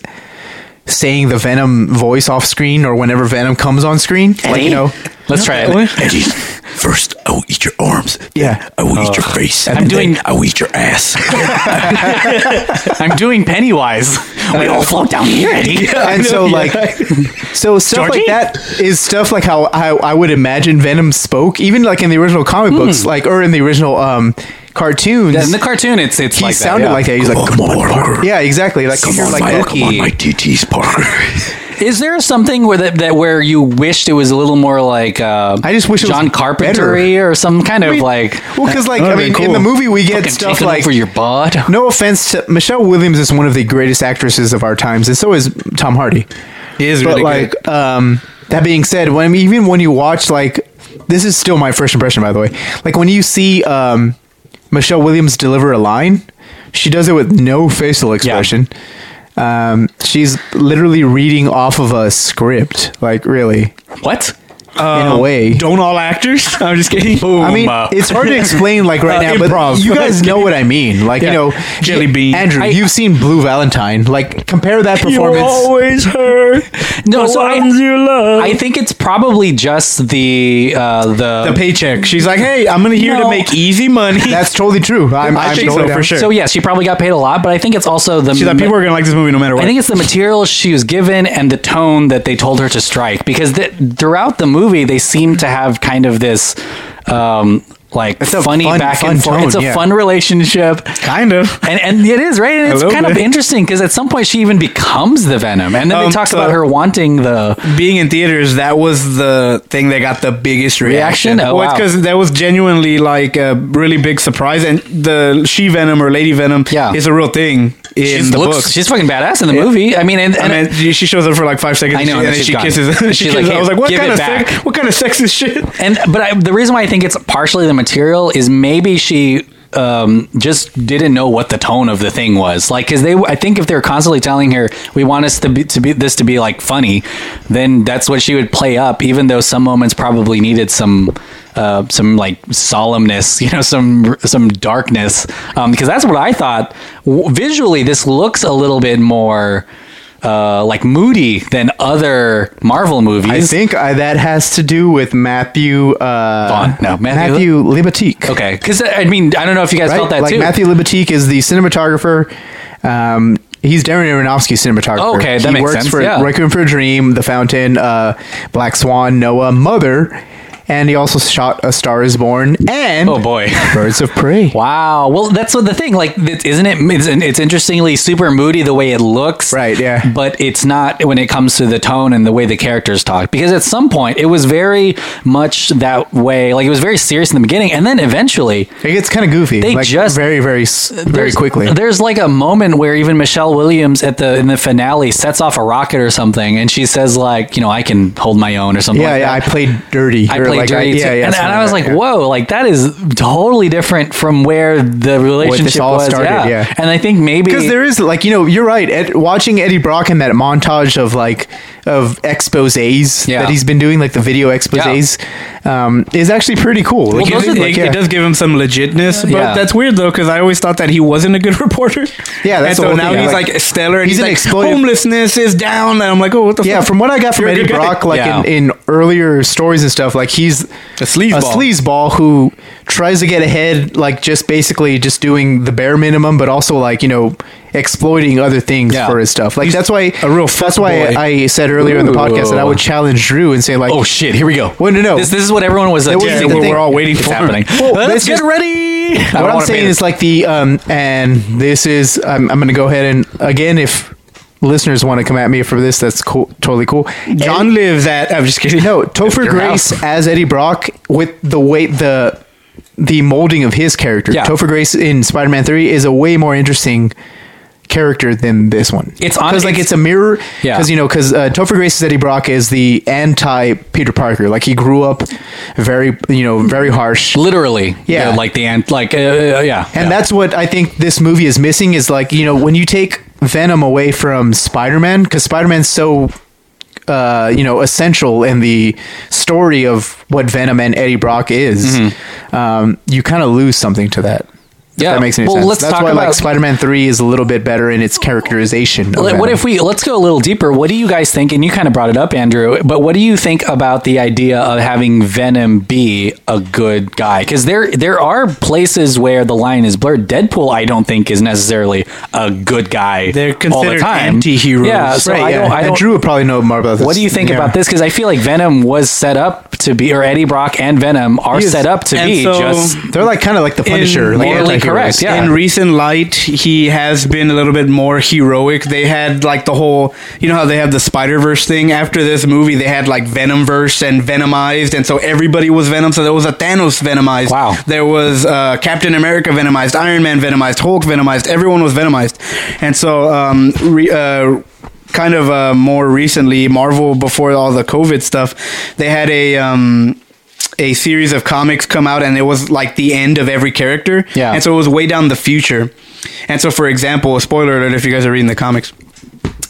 Speaker 2: saying the Venom voice off screen or whenever Venom comes on screen like you know
Speaker 1: let's try it.
Speaker 4: Eddie, first I will eat your arms.
Speaker 2: yeah
Speaker 4: I will eat your face.
Speaker 1: I'm doing-
Speaker 4: Then I will eat your ass.
Speaker 1: *laughs* I'm doing Pennywise. we all float down here, *laughs* Eddie.
Speaker 2: and so like *laughs* so stuff
Speaker 1: Georgie?
Speaker 2: like that is stuff like how, how I would imagine Venom spoke even like in the original comic books like or in the original um cartoons
Speaker 1: in the cartoon, it's it's
Speaker 2: he
Speaker 1: like
Speaker 2: sounded
Speaker 1: that, yeah.
Speaker 2: like that he's like
Speaker 4: come on, Parker.
Speaker 2: Yeah, exactly. Like
Speaker 4: Come
Speaker 2: you're
Speaker 4: on,
Speaker 2: like
Speaker 4: my,
Speaker 2: that.
Speaker 4: come on, my TT's Parker.
Speaker 1: Is there something where that, that where you wished it was a little more like uh,
Speaker 2: I just wish it was
Speaker 1: John Carpenter or some kind of like
Speaker 2: Well, because like I
Speaker 3: That'd be
Speaker 2: mean, in
Speaker 3: cool.
Speaker 2: the movie we get
Speaker 1: fucking
Speaker 2: stuff
Speaker 1: taking
Speaker 2: like
Speaker 1: over your butt.
Speaker 2: no offense, to, Michelle Williams is one of the greatest actresses of our times, and so is Tom Hardy.
Speaker 3: he is
Speaker 2: But
Speaker 3: really good.
Speaker 2: like, um, that being said, when even when you watch like this is still my first impression, by the way. Like when you see um, Michelle Williams deliver a line, she does it with no facial expression. Um, she's literally reading off of a script, like really,
Speaker 1: What?
Speaker 2: in a
Speaker 3: Um,
Speaker 2: way.
Speaker 3: *laughs* Don't
Speaker 2: *laughs*
Speaker 3: all actors? Oh, I'm just kidding.
Speaker 2: I mean,
Speaker 1: uh,
Speaker 2: it's hard to explain like
Speaker 3: *laughs*
Speaker 2: right
Speaker 3: Uh,
Speaker 2: now, but
Speaker 3: Um, improv.
Speaker 2: you guys know what I mean. Like you
Speaker 3: Yeah.
Speaker 2: know,
Speaker 3: Jelly bean.
Speaker 2: Andrew,
Speaker 1: I-
Speaker 2: you've seen Blue Valentine. Like compare that performance.
Speaker 3: hurt.
Speaker 1: No, so I,
Speaker 3: love.
Speaker 1: I think it's probably just the uh, the,
Speaker 3: the paycheck. She's like, hey, I'm gonna here
Speaker 1: No.
Speaker 3: to make easy money.
Speaker 2: That's totally true. I'm,
Speaker 3: I
Speaker 2: I'm
Speaker 3: think
Speaker 2: totally
Speaker 3: so, for
Speaker 2: down.
Speaker 3: sure.
Speaker 1: So yeah, she probably got paid a lot, but I think it's also the
Speaker 3: She's like, people are gonna like this movie no matter what.
Speaker 1: I think it's the material she was given and the tone that they told her to strike because th- throughout the movie they seem to have kind of this um, like
Speaker 2: a
Speaker 1: funny
Speaker 2: fun-
Speaker 1: back
Speaker 2: fun
Speaker 1: and forth.
Speaker 2: tone,
Speaker 1: It's a
Speaker 2: yeah.
Speaker 1: fun relationship.
Speaker 3: kind of.
Speaker 1: And, and it is right, and it's
Speaker 3: little
Speaker 1: kind of
Speaker 3: bit.
Speaker 1: interesting because at some point she even becomes the Venom, and then
Speaker 3: Um,
Speaker 1: they talk
Speaker 3: so-
Speaker 1: about her wanting the
Speaker 3: being in theaters, that was the thing that got the biggest reaction.
Speaker 1: Reaction? Oh,
Speaker 3: well, it's
Speaker 1: wow.
Speaker 3: because that was genuinely like a really big surprise, and the she venom or lady venom
Speaker 1: Yeah.
Speaker 3: is a real thing in
Speaker 1: she
Speaker 3: the
Speaker 1: looks
Speaker 3: books.
Speaker 1: she's fucking badass in the movie. I mean, and,
Speaker 3: and
Speaker 1: and
Speaker 3: then she she shows up for like five seconds.
Speaker 1: I know,
Speaker 3: and,
Speaker 1: and then
Speaker 3: then
Speaker 1: she's
Speaker 3: she
Speaker 1: gone.
Speaker 3: kisses.
Speaker 1: And
Speaker 3: she
Speaker 1: she's
Speaker 3: kisses.
Speaker 1: like,
Speaker 3: I was
Speaker 1: "Hey,
Speaker 3: like, what
Speaker 1: give
Speaker 3: kind
Speaker 1: it
Speaker 3: of sex,
Speaker 1: back."
Speaker 3: what kind of sexist shit?
Speaker 1: and but I, the reason why I think it's partially the material is maybe she um, just didn't know what the tone of the thing was like because they I think if they're constantly telling her we want us to be to be this to be like funny then that's what she would play up even though some moments probably needed some uh, some like solemnness *laughs* you know some some darkness um, because that's what I thought W- visually this looks a little bit more uh, like moody than other Marvel movies.
Speaker 2: I think I, that has to do with Matthew. Uh,
Speaker 1: Vaughn? No, Matthew-
Speaker 2: Matthew, Libatique.
Speaker 1: Okay, because I mean I don't know if you guys
Speaker 2: right?
Speaker 1: felt that
Speaker 2: like
Speaker 1: too.
Speaker 2: Matthew Libatique is the cinematographer. Um, he's Darren Aronofsky's cinematographer.
Speaker 1: Oh, Okay, that
Speaker 2: he
Speaker 1: makes
Speaker 2: works
Speaker 1: sense,
Speaker 2: for
Speaker 1: yeah.
Speaker 2: Requiem for a Dream, The Fountain, uh, Black Swan, Noah, Mother, and he also shot A Star Is Born and
Speaker 1: Oh, boy.
Speaker 2: *laughs* Birds of Prey.
Speaker 1: Wow. Well, that's what the thing. Like, it- isn't it? It's, it's interestingly super moody the way it looks.
Speaker 2: Right, yeah.
Speaker 1: But it's not when it comes to the tone and the way the characters talk. Because at some point, it was very much that way. Like, it was very serious in the beginning, and then eventually,
Speaker 2: It gets kind of goofy.
Speaker 1: They
Speaker 2: like,
Speaker 1: just- Uh,
Speaker 2: very, very, s- very
Speaker 1: there's-
Speaker 2: quickly.
Speaker 1: There's like a moment where even Michelle Williams at the in the finale sets off a rocket or something, and she says like, you know, I can hold my own or something.
Speaker 2: Yeah,
Speaker 1: like
Speaker 2: yeah.
Speaker 1: that.
Speaker 2: I played dirty.
Speaker 1: uh, I
Speaker 2: or
Speaker 1: played
Speaker 2: like,
Speaker 1: dirty too.
Speaker 2: yeah, yeah,
Speaker 1: and,
Speaker 2: something
Speaker 1: and I was
Speaker 2: that,
Speaker 1: like,
Speaker 2: yeah.
Speaker 1: whoa, like that is totally different from where the relationship
Speaker 2: all
Speaker 1: was.
Speaker 2: started,
Speaker 1: yeah.
Speaker 2: yeah.
Speaker 1: and I think maybe
Speaker 2: because there is like you know you're right Ed, watching eddie brock in that montage of like of exposes
Speaker 1: Yeah.
Speaker 2: that he's been doing like the video exposes um, is actually pretty cool Like,
Speaker 1: those
Speaker 2: you
Speaker 3: It,
Speaker 1: are
Speaker 2: think,
Speaker 1: the-
Speaker 2: like,
Speaker 3: it-
Speaker 2: yeah.
Speaker 3: it does give him some legitness, but
Speaker 1: Yeah.
Speaker 3: that's weird though because I always thought that he wasn't a good *laughs* reporter.
Speaker 2: Yeah, that's
Speaker 3: and
Speaker 2: the
Speaker 3: so
Speaker 2: whole
Speaker 3: now
Speaker 2: thing,
Speaker 3: he's
Speaker 2: like-
Speaker 3: like, stellar. And
Speaker 2: He's
Speaker 3: he's,
Speaker 2: an
Speaker 3: like
Speaker 2: exploitive-
Speaker 3: homelessness is down, and I'm like, oh, what the
Speaker 2: yeah
Speaker 3: fuck?
Speaker 2: from what i got from
Speaker 3: You're a
Speaker 2: eddie
Speaker 3: good guy.
Speaker 2: brock like
Speaker 1: Yeah.
Speaker 2: in, in earlier stories and stuff like he's
Speaker 3: A sleazeball.
Speaker 2: a sleazeball who tries to get ahead like just basically just doing the bare minimum but also like you know exploiting other things
Speaker 1: Yeah.
Speaker 2: for his stuff like that's why
Speaker 3: a real
Speaker 2: that's why
Speaker 3: fuckboy.
Speaker 2: i said earlier in the podcast that i
Speaker 1: Ooh.
Speaker 2: would challenge drew and say like
Speaker 1: oh shit, here we go.
Speaker 2: Well, no, no.
Speaker 1: This, this is what everyone was. Uh,
Speaker 2: That was
Speaker 1: teasing.
Speaker 2: the
Speaker 1: We're-
Speaker 2: thing.
Speaker 1: we're all waiting
Speaker 2: It's
Speaker 1: for
Speaker 2: happening.
Speaker 1: Well,
Speaker 2: Let's
Speaker 1: let's get
Speaker 2: just-
Speaker 1: ready. I
Speaker 2: what
Speaker 1: don't
Speaker 2: I'm
Speaker 1: wanna
Speaker 2: saying
Speaker 1: be-
Speaker 2: is like the um, and this is I'm, I'm going to go ahead and again if listeners want to come at me for this, that's cool, totally cool.
Speaker 3: John
Speaker 2: Eddie-
Speaker 3: lives at. I'm just
Speaker 1: *laughs*
Speaker 3: kidding.
Speaker 2: no Topher
Speaker 1: Your
Speaker 2: Grace
Speaker 1: house.
Speaker 2: as Eddie Brock with the way the the molding of his character.
Speaker 1: Yeah.
Speaker 2: Topher Grace in Spider-Man Three is a way more interesting character than this one.
Speaker 1: It's on-
Speaker 2: because like
Speaker 1: it's-
Speaker 2: it's a mirror.
Speaker 1: Yeah.
Speaker 2: because you know because uh, Topher Grace's Eddie Brock is the anti Peter Parker. Like he grew up very you know very harsh.
Speaker 1: literally,
Speaker 2: Yeah.
Speaker 1: like the ant, like uh, uh, yeah,
Speaker 2: And
Speaker 1: yeah.
Speaker 2: that's what I think this movie is missing is like, you know, when you take Venom away from Spider Man, because Spider Man's so, uh, you know, essential in the story of what Venom and Eddie Brock is, um, you kind of lose something to that. If
Speaker 1: Mm-hmm. Yeah.
Speaker 2: that makes any
Speaker 1: Well,
Speaker 2: sense.
Speaker 1: let's
Speaker 2: That's
Speaker 1: talk
Speaker 2: why,
Speaker 1: about-
Speaker 2: like, Spider Man 3 is a little bit better in its characterization. Of
Speaker 1: Let-
Speaker 2: Venom.
Speaker 1: What if we let's go a little deeper? What do you guys think? And you kind of brought it up, Andrew. But what do you think about the idea of having Venom be a good guy? Because there there are places where the line is blurred. Deadpool, I don't think, is necessarily a good guy.
Speaker 3: They're
Speaker 1: all the
Speaker 3: considered
Speaker 1: time.
Speaker 3: anti-heroes.
Speaker 1: Yeah. So
Speaker 2: Right,
Speaker 1: I
Speaker 2: yeah.
Speaker 1: don't. I
Speaker 2: and
Speaker 1: don't
Speaker 2: Drew would probably know more about this.
Speaker 1: what do you think
Speaker 2: Yeah.
Speaker 1: about this? Because I feel like Venom was set up to be, or Eddie Brock and Venom are
Speaker 2: He is-
Speaker 1: set up to
Speaker 3: and
Speaker 1: be
Speaker 3: so-
Speaker 1: just
Speaker 2: They're like kind of like the Punisher, like
Speaker 1: morally
Speaker 2: anti-heroes.
Speaker 1: correct, yeah.
Speaker 3: In recent light, he has been a little bit more heroic. They had like the whole, you know how they have the Spider Verse thing. After this movie, they had like Venom Verse and Venomized, and so everybody was Venom. So there was a Thanos Venomized.
Speaker 1: Wow.
Speaker 3: There was uh, Captain America Venomized, Iron Man Venomized, Hulk Venomized. Everyone was Venomized, and so um, re, uh, kind of uh, more recently, Marvel before all the COVID stuff, they had a. Um, a series of comics come out and it was like the end of every character.
Speaker 2: Yeah.
Speaker 3: And so it was way down the future. And so, for example, spoiler alert if you guys are reading the comics.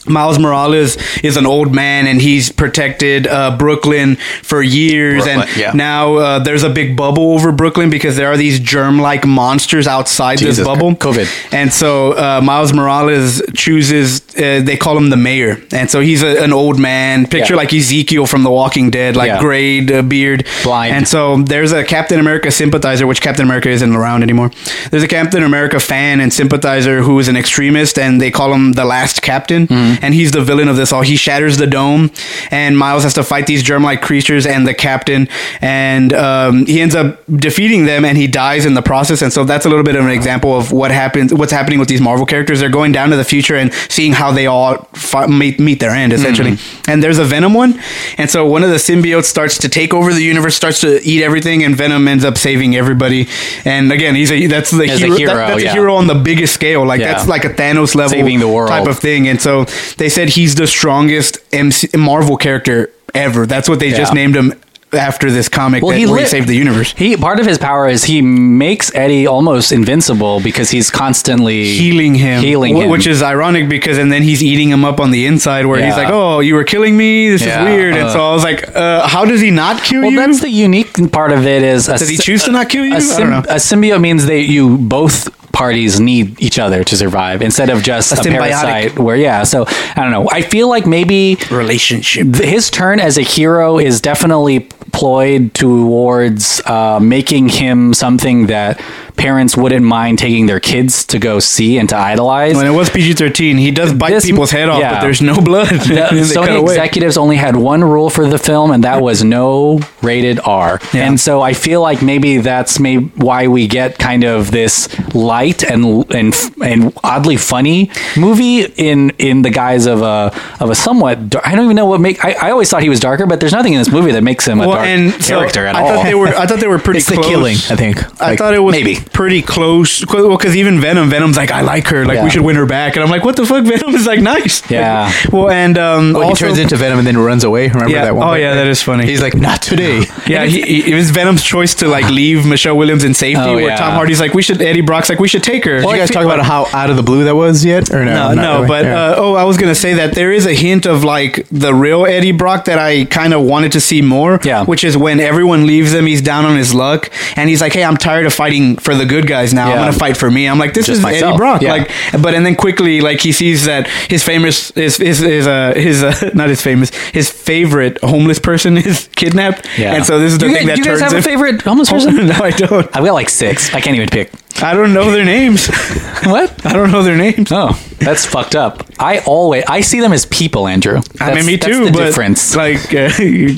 Speaker 3: Miles Morales is an old man and he's protected uh, Brooklyn for years. and
Speaker 4: Brooklyn, yeah.
Speaker 3: now uh, there's a big bubble over Brooklyn because there are these germ like monsters outside
Speaker 4: Jesus,
Speaker 3: this bubble.
Speaker 4: COVID.
Speaker 3: And so uh, Miles Morales chooses, uh, they call him the mayor. And so he's a, an old man. Picture
Speaker 1: Yeah.
Speaker 3: like Ezekiel from The Walking Dead, like
Speaker 1: Yeah.
Speaker 3: grayed uh, beard.
Speaker 1: Blind.
Speaker 3: And so there's a Captain America sympathizer, which Captain America isn't around anymore. There's a Captain America fan and sympathizer who is an extremist, and they call him the last captain. And he's the villain of this all. He shatters the dome, and Miles has to fight these germ like creatures and the captain. And um, he ends up defeating them, and he dies in the process. And so that's a little bit of an example of what happens, what's happening with these Marvel characters. They're going down to the future and seeing how they all fi- meet, meet their end, essentially.
Speaker 1: Mm-hmm.
Speaker 3: And there's a Venom one. And so one of the symbiotes starts to take over the universe, starts to eat everything, and Venom ends up saving everybody. And again, he's a that's the
Speaker 1: As a
Speaker 3: hero,
Speaker 1: hero,
Speaker 3: that- that's
Speaker 1: yeah.
Speaker 3: a hero on the biggest scale. Like
Speaker 1: Yeah.
Speaker 3: that's like a Thanos level
Speaker 1: Saving the world.
Speaker 3: type of thing. And so they said he's the strongest MC, Marvel character ever. That's what they just
Speaker 1: Yeah.
Speaker 3: named him after this comic that, where he
Speaker 1: lit-
Speaker 3: saved the universe.
Speaker 1: He part of his power is he makes Eddie almost invincible because he's constantly
Speaker 3: healing him,
Speaker 1: healing
Speaker 3: wh-
Speaker 1: him,
Speaker 3: which is ironic because and then he's eating him up on the inside where
Speaker 1: Yeah.
Speaker 3: he's like, "Oh, you were killing me. This
Speaker 1: Yeah,
Speaker 3: is weird." And
Speaker 1: uh.
Speaker 3: so I was like, uh, "How does he not kill
Speaker 1: well,
Speaker 3: you?"
Speaker 1: that's the unique part of it is a
Speaker 3: does he
Speaker 1: sy-
Speaker 3: choose to not kill you?
Speaker 1: a,
Speaker 3: I
Speaker 1: sym-
Speaker 3: don't know.
Speaker 1: a symbiote means that you both parties need each other to survive instead of just a,
Speaker 3: A symbiotic.
Speaker 1: parasite where yeah so i don't know i feel like maybe
Speaker 3: Relationship.
Speaker 1: th- his turn as a hero is definitely ployed towards uh, making him something that parents wouldn't mind taking their kids to go see and to idolize
Speaker 3: When it was PG thirteen, he does bite
Speaker 1: This-
Speaker 3: people's head off,
Speaker 1: yeah.
Speaker 3: but there's no blood.
Speaker 1: the
Speaker 3: *laughs* They cut
Speaker 1: Sony
Speaker 3: away.
Speaker 1: executives only had one rule for the film, and that was no rated R.
Speaker 3: Yeah.
Speaker 1: And so I feel like maybe that's maybe why we get kind of this light and and and oddly funny movie in in the guise of a of a somewhat. Dark, I don't even know what make. I, I always thought he was darker, but there's nothing in this movie that makes him a
Speaker 3: Well,
Speaker 1: dark
Speaker 3: and so
Speaker 1: character at
Speaker 3: I
Speaker 1: all.
Speaker 3: thought they were. I thought they were pretty
Speaker 2: It's the
Speaker 3: close.
Speaker 2: killing, I think.
Speaker 3: I
Speaker 2: Like,
Speaker 3: thought it was
Speaker 1: maybe.
Speaker 3: pretty close. Well, because even Venom, Venom's like, I like her. Like
Speaker 1: Yeah.
Speaker 3: we should win her back. And I'm like, what the fuck? *laughs* Venom is like nice.
Speaker 1: Yeah. Oh,
Speaker 3: well, and um,
Speaker 2: Well,
Speaker 3: also,
Speaker 2: he turns into Venom and then runs away. Remember
Speaker 3: Yeah.
Speaker 2: that one?
Speaker 3: Oh,
Speaker 2: part?
Speaker 3: yeah, that is funny.
Speaker 2: He's like, not today.
Speaker 3: yeah, he, he- it was Venom's choice to like leave Michelle Williams in safety.
Speaker 1: Oh,
Speaker 3: where
Speaker 1: yeah.
Speaker 3: Tom Hardy's like, we should. Eddie Brock's like, we should take her.
Speaker 2: Did you guys talk about how out of the blue that was yet, or no?
Speaker 3: No,
Speaker 2: Not
Speaker 3: no,
Speaker 2: really.
Speaker 3: but
Speaker 2: Yeah.
Speaker 3: uh, oh, I was gonna say that there is a hint of like the real Eddie Brock that I kind of wanted to see more.
Speaker 1: Yeah.
Speaker 3: which is when everyone leaves him, he's down on his luck, and he's like, "Hey, I'm tired of fighting for the good guys now. I'm
Speaker 1: Yeah.
Speaker 3: gonna fight for me." I'm like, "This
Speaker 1: Just
Speaker 3: is
Speaker 1: myself.
Speaker 3: Eddie Brock."
Speaker 1: Yeah.
Speaker 3: Like, but and then quickly, like he sees that his famous his his his, uh, his uh, *laughs* not his famous his favorite homeless person *laughs* is kidnapped,
Speaker 1: *laughs* Yeah.
Speaker 3: and so this is the
Speaker 1: Do you
Speaker 3: thing
Speaker 1: guys-
Speaker 3: that
Speaker 1: do you guys
Speaker 3: turns.
Speaker 1: have a
Speaker 3: him- Oh.
Speaker 1: favorite homeless
Speaker 3: *laughs*
Speaker 1: person?
Speaker 3: no, I don't.
Speaker 1: I've got like six. I can't even pick.
Speaker 3: I don't know their names.
Speaker 1: *laughs* What?
Speaker 3: I don't know their names.
Speaker 1: Oh, that's fucked up. I always I see them as people, Andrew.
Speaker 3: I mean,
Speaker 1: That's-
Speaker 3: me
Speaker 1: that's
Speaker 3: too.
Speaker 1: the
Speaker 3: but
Speaker 1: difference.
Speaker 3: like, uh,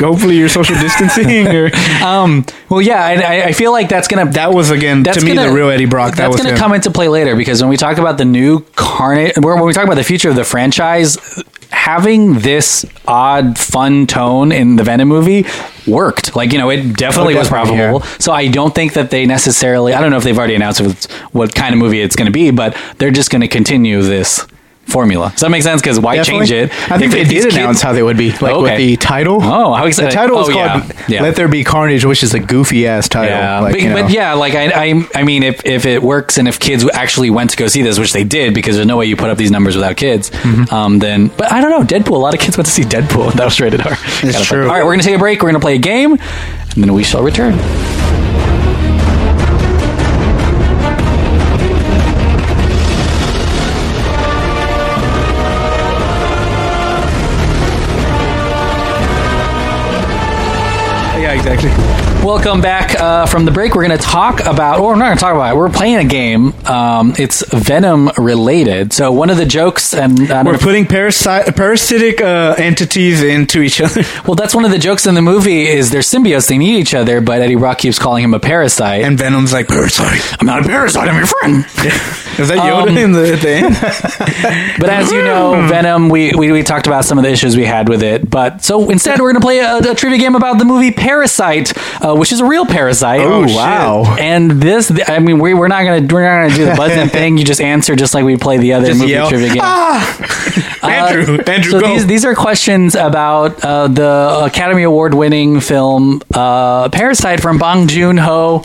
Speaker 3: *laughs* hopefully, you're social distancing.
Speaker 1: *laughs*
Speaker 3: Or
Speaker 1: Um. Well, yeah, and I, I feel like that's gonna
Speaker 3: that was again
Speaker 1: that's
Speaker 3: to me
Speaker 1: gonna-
Speaker 3: the real Eddie Brock. That
Speaker 1: that's
Speaker 3: was
Speaker 1: gonna
Speaker 3: him.
Speaker 1: come into play later because when we talk about the new Carnage, when we talk about the future of the franchise, having this odd, fun tone in the Venom movie worked. Like you know, it definitely
Speaker 2: Oh,
Speaker 1: was
Speaker 2: definitely,
Speaker 1: profitable. So I don't think that they necessarily. I don't know if they've already announced if it's- what kind of movie it's going to be, but they're just going to continue this formula. Does that make sense? Because why
Speaker 2: Definitely.
Speaker 1: change it?
Speaker 2: I think
Speaker 1: If
Speaker 2: they
Speaker 1: these
Speaker 2: did
Speaker 1: kids-
Speaker 2: announce how they would be, like
Speaker 1: Okay.
Speaker 2: with the title.
Speaker 1: Oh, how exciting!
Speaker 2: The title is
Speaker 1: Oh, yeah.
Speaker 2: called
Speaker 1: Yeah.
Speaker 2: "Let There Be Carnage," which is a goofy ass title.
Speaker 1: Yeah,
Speaker 2: like,
Speaker 1: but,
Speaker 2: you know.
Speaker 1: but yeah, like I, I, I mean, if if it works and if kids actually went to go see this, which they did, because there's no way you put up these numbers without kids, um, then. But I don't know, Deadpool. A lot of kids went to see Deadpool. That was rated R. Kinda fun.
Speaker 3: true.
Speaker 1: All right, we're gonna take a break. We're gonna play a game, and then we shall return.
Speaker 3: yeah, exactly.
Speaker 1: Welcome back uh, from the break. We're going to talk about, or we're not going to talk about it. We're playing a game. Um, it's Venom related. So one of the jokes, and I don't know
Speaker 3: We're
Speaker 1: if-
Speaker 3: putting parasite, parasitic uh, entities into each other. *laughs*
Speaker 1: well, that's one of the jokes in the movie is they're symbiotes. They need each other, but Eddie Brock keeps calling him a parasite.
Speaker 3: And Venom's like,
Speaker 4: Parasite.
Speaker 1: I'm not a parasite. I'm your friend.
Speaker 3: is that Yoda
Speaker 1: Um,
Speaker 3: in the at the end?
Speaker 1: But as you
Speaker 3: Hmm.
Speaker 1: know, Venom, we, we, we talked about some of the issues we had with it. But so instead, we're going to play a, a trivia game about the movie Parasite, uh, which is a real parasite.
Speaker 2: Oh, Oh, shit. wow.
Speaker 1: And this, I mean, we, we're not going to we're not going to do the buzzing thing. You just answer just like we play the other movie
Speaker 3: yell, *laughs* Ah,
Speaker 1: trivia game. Uh,
Speaker 3: Andrew, Andrew,
Speaker 1: so
Speaker 3: go.
Speaker 1: these these are questions about uh, the Academy Award winning film uh, Parasite from Bong Joon Ho.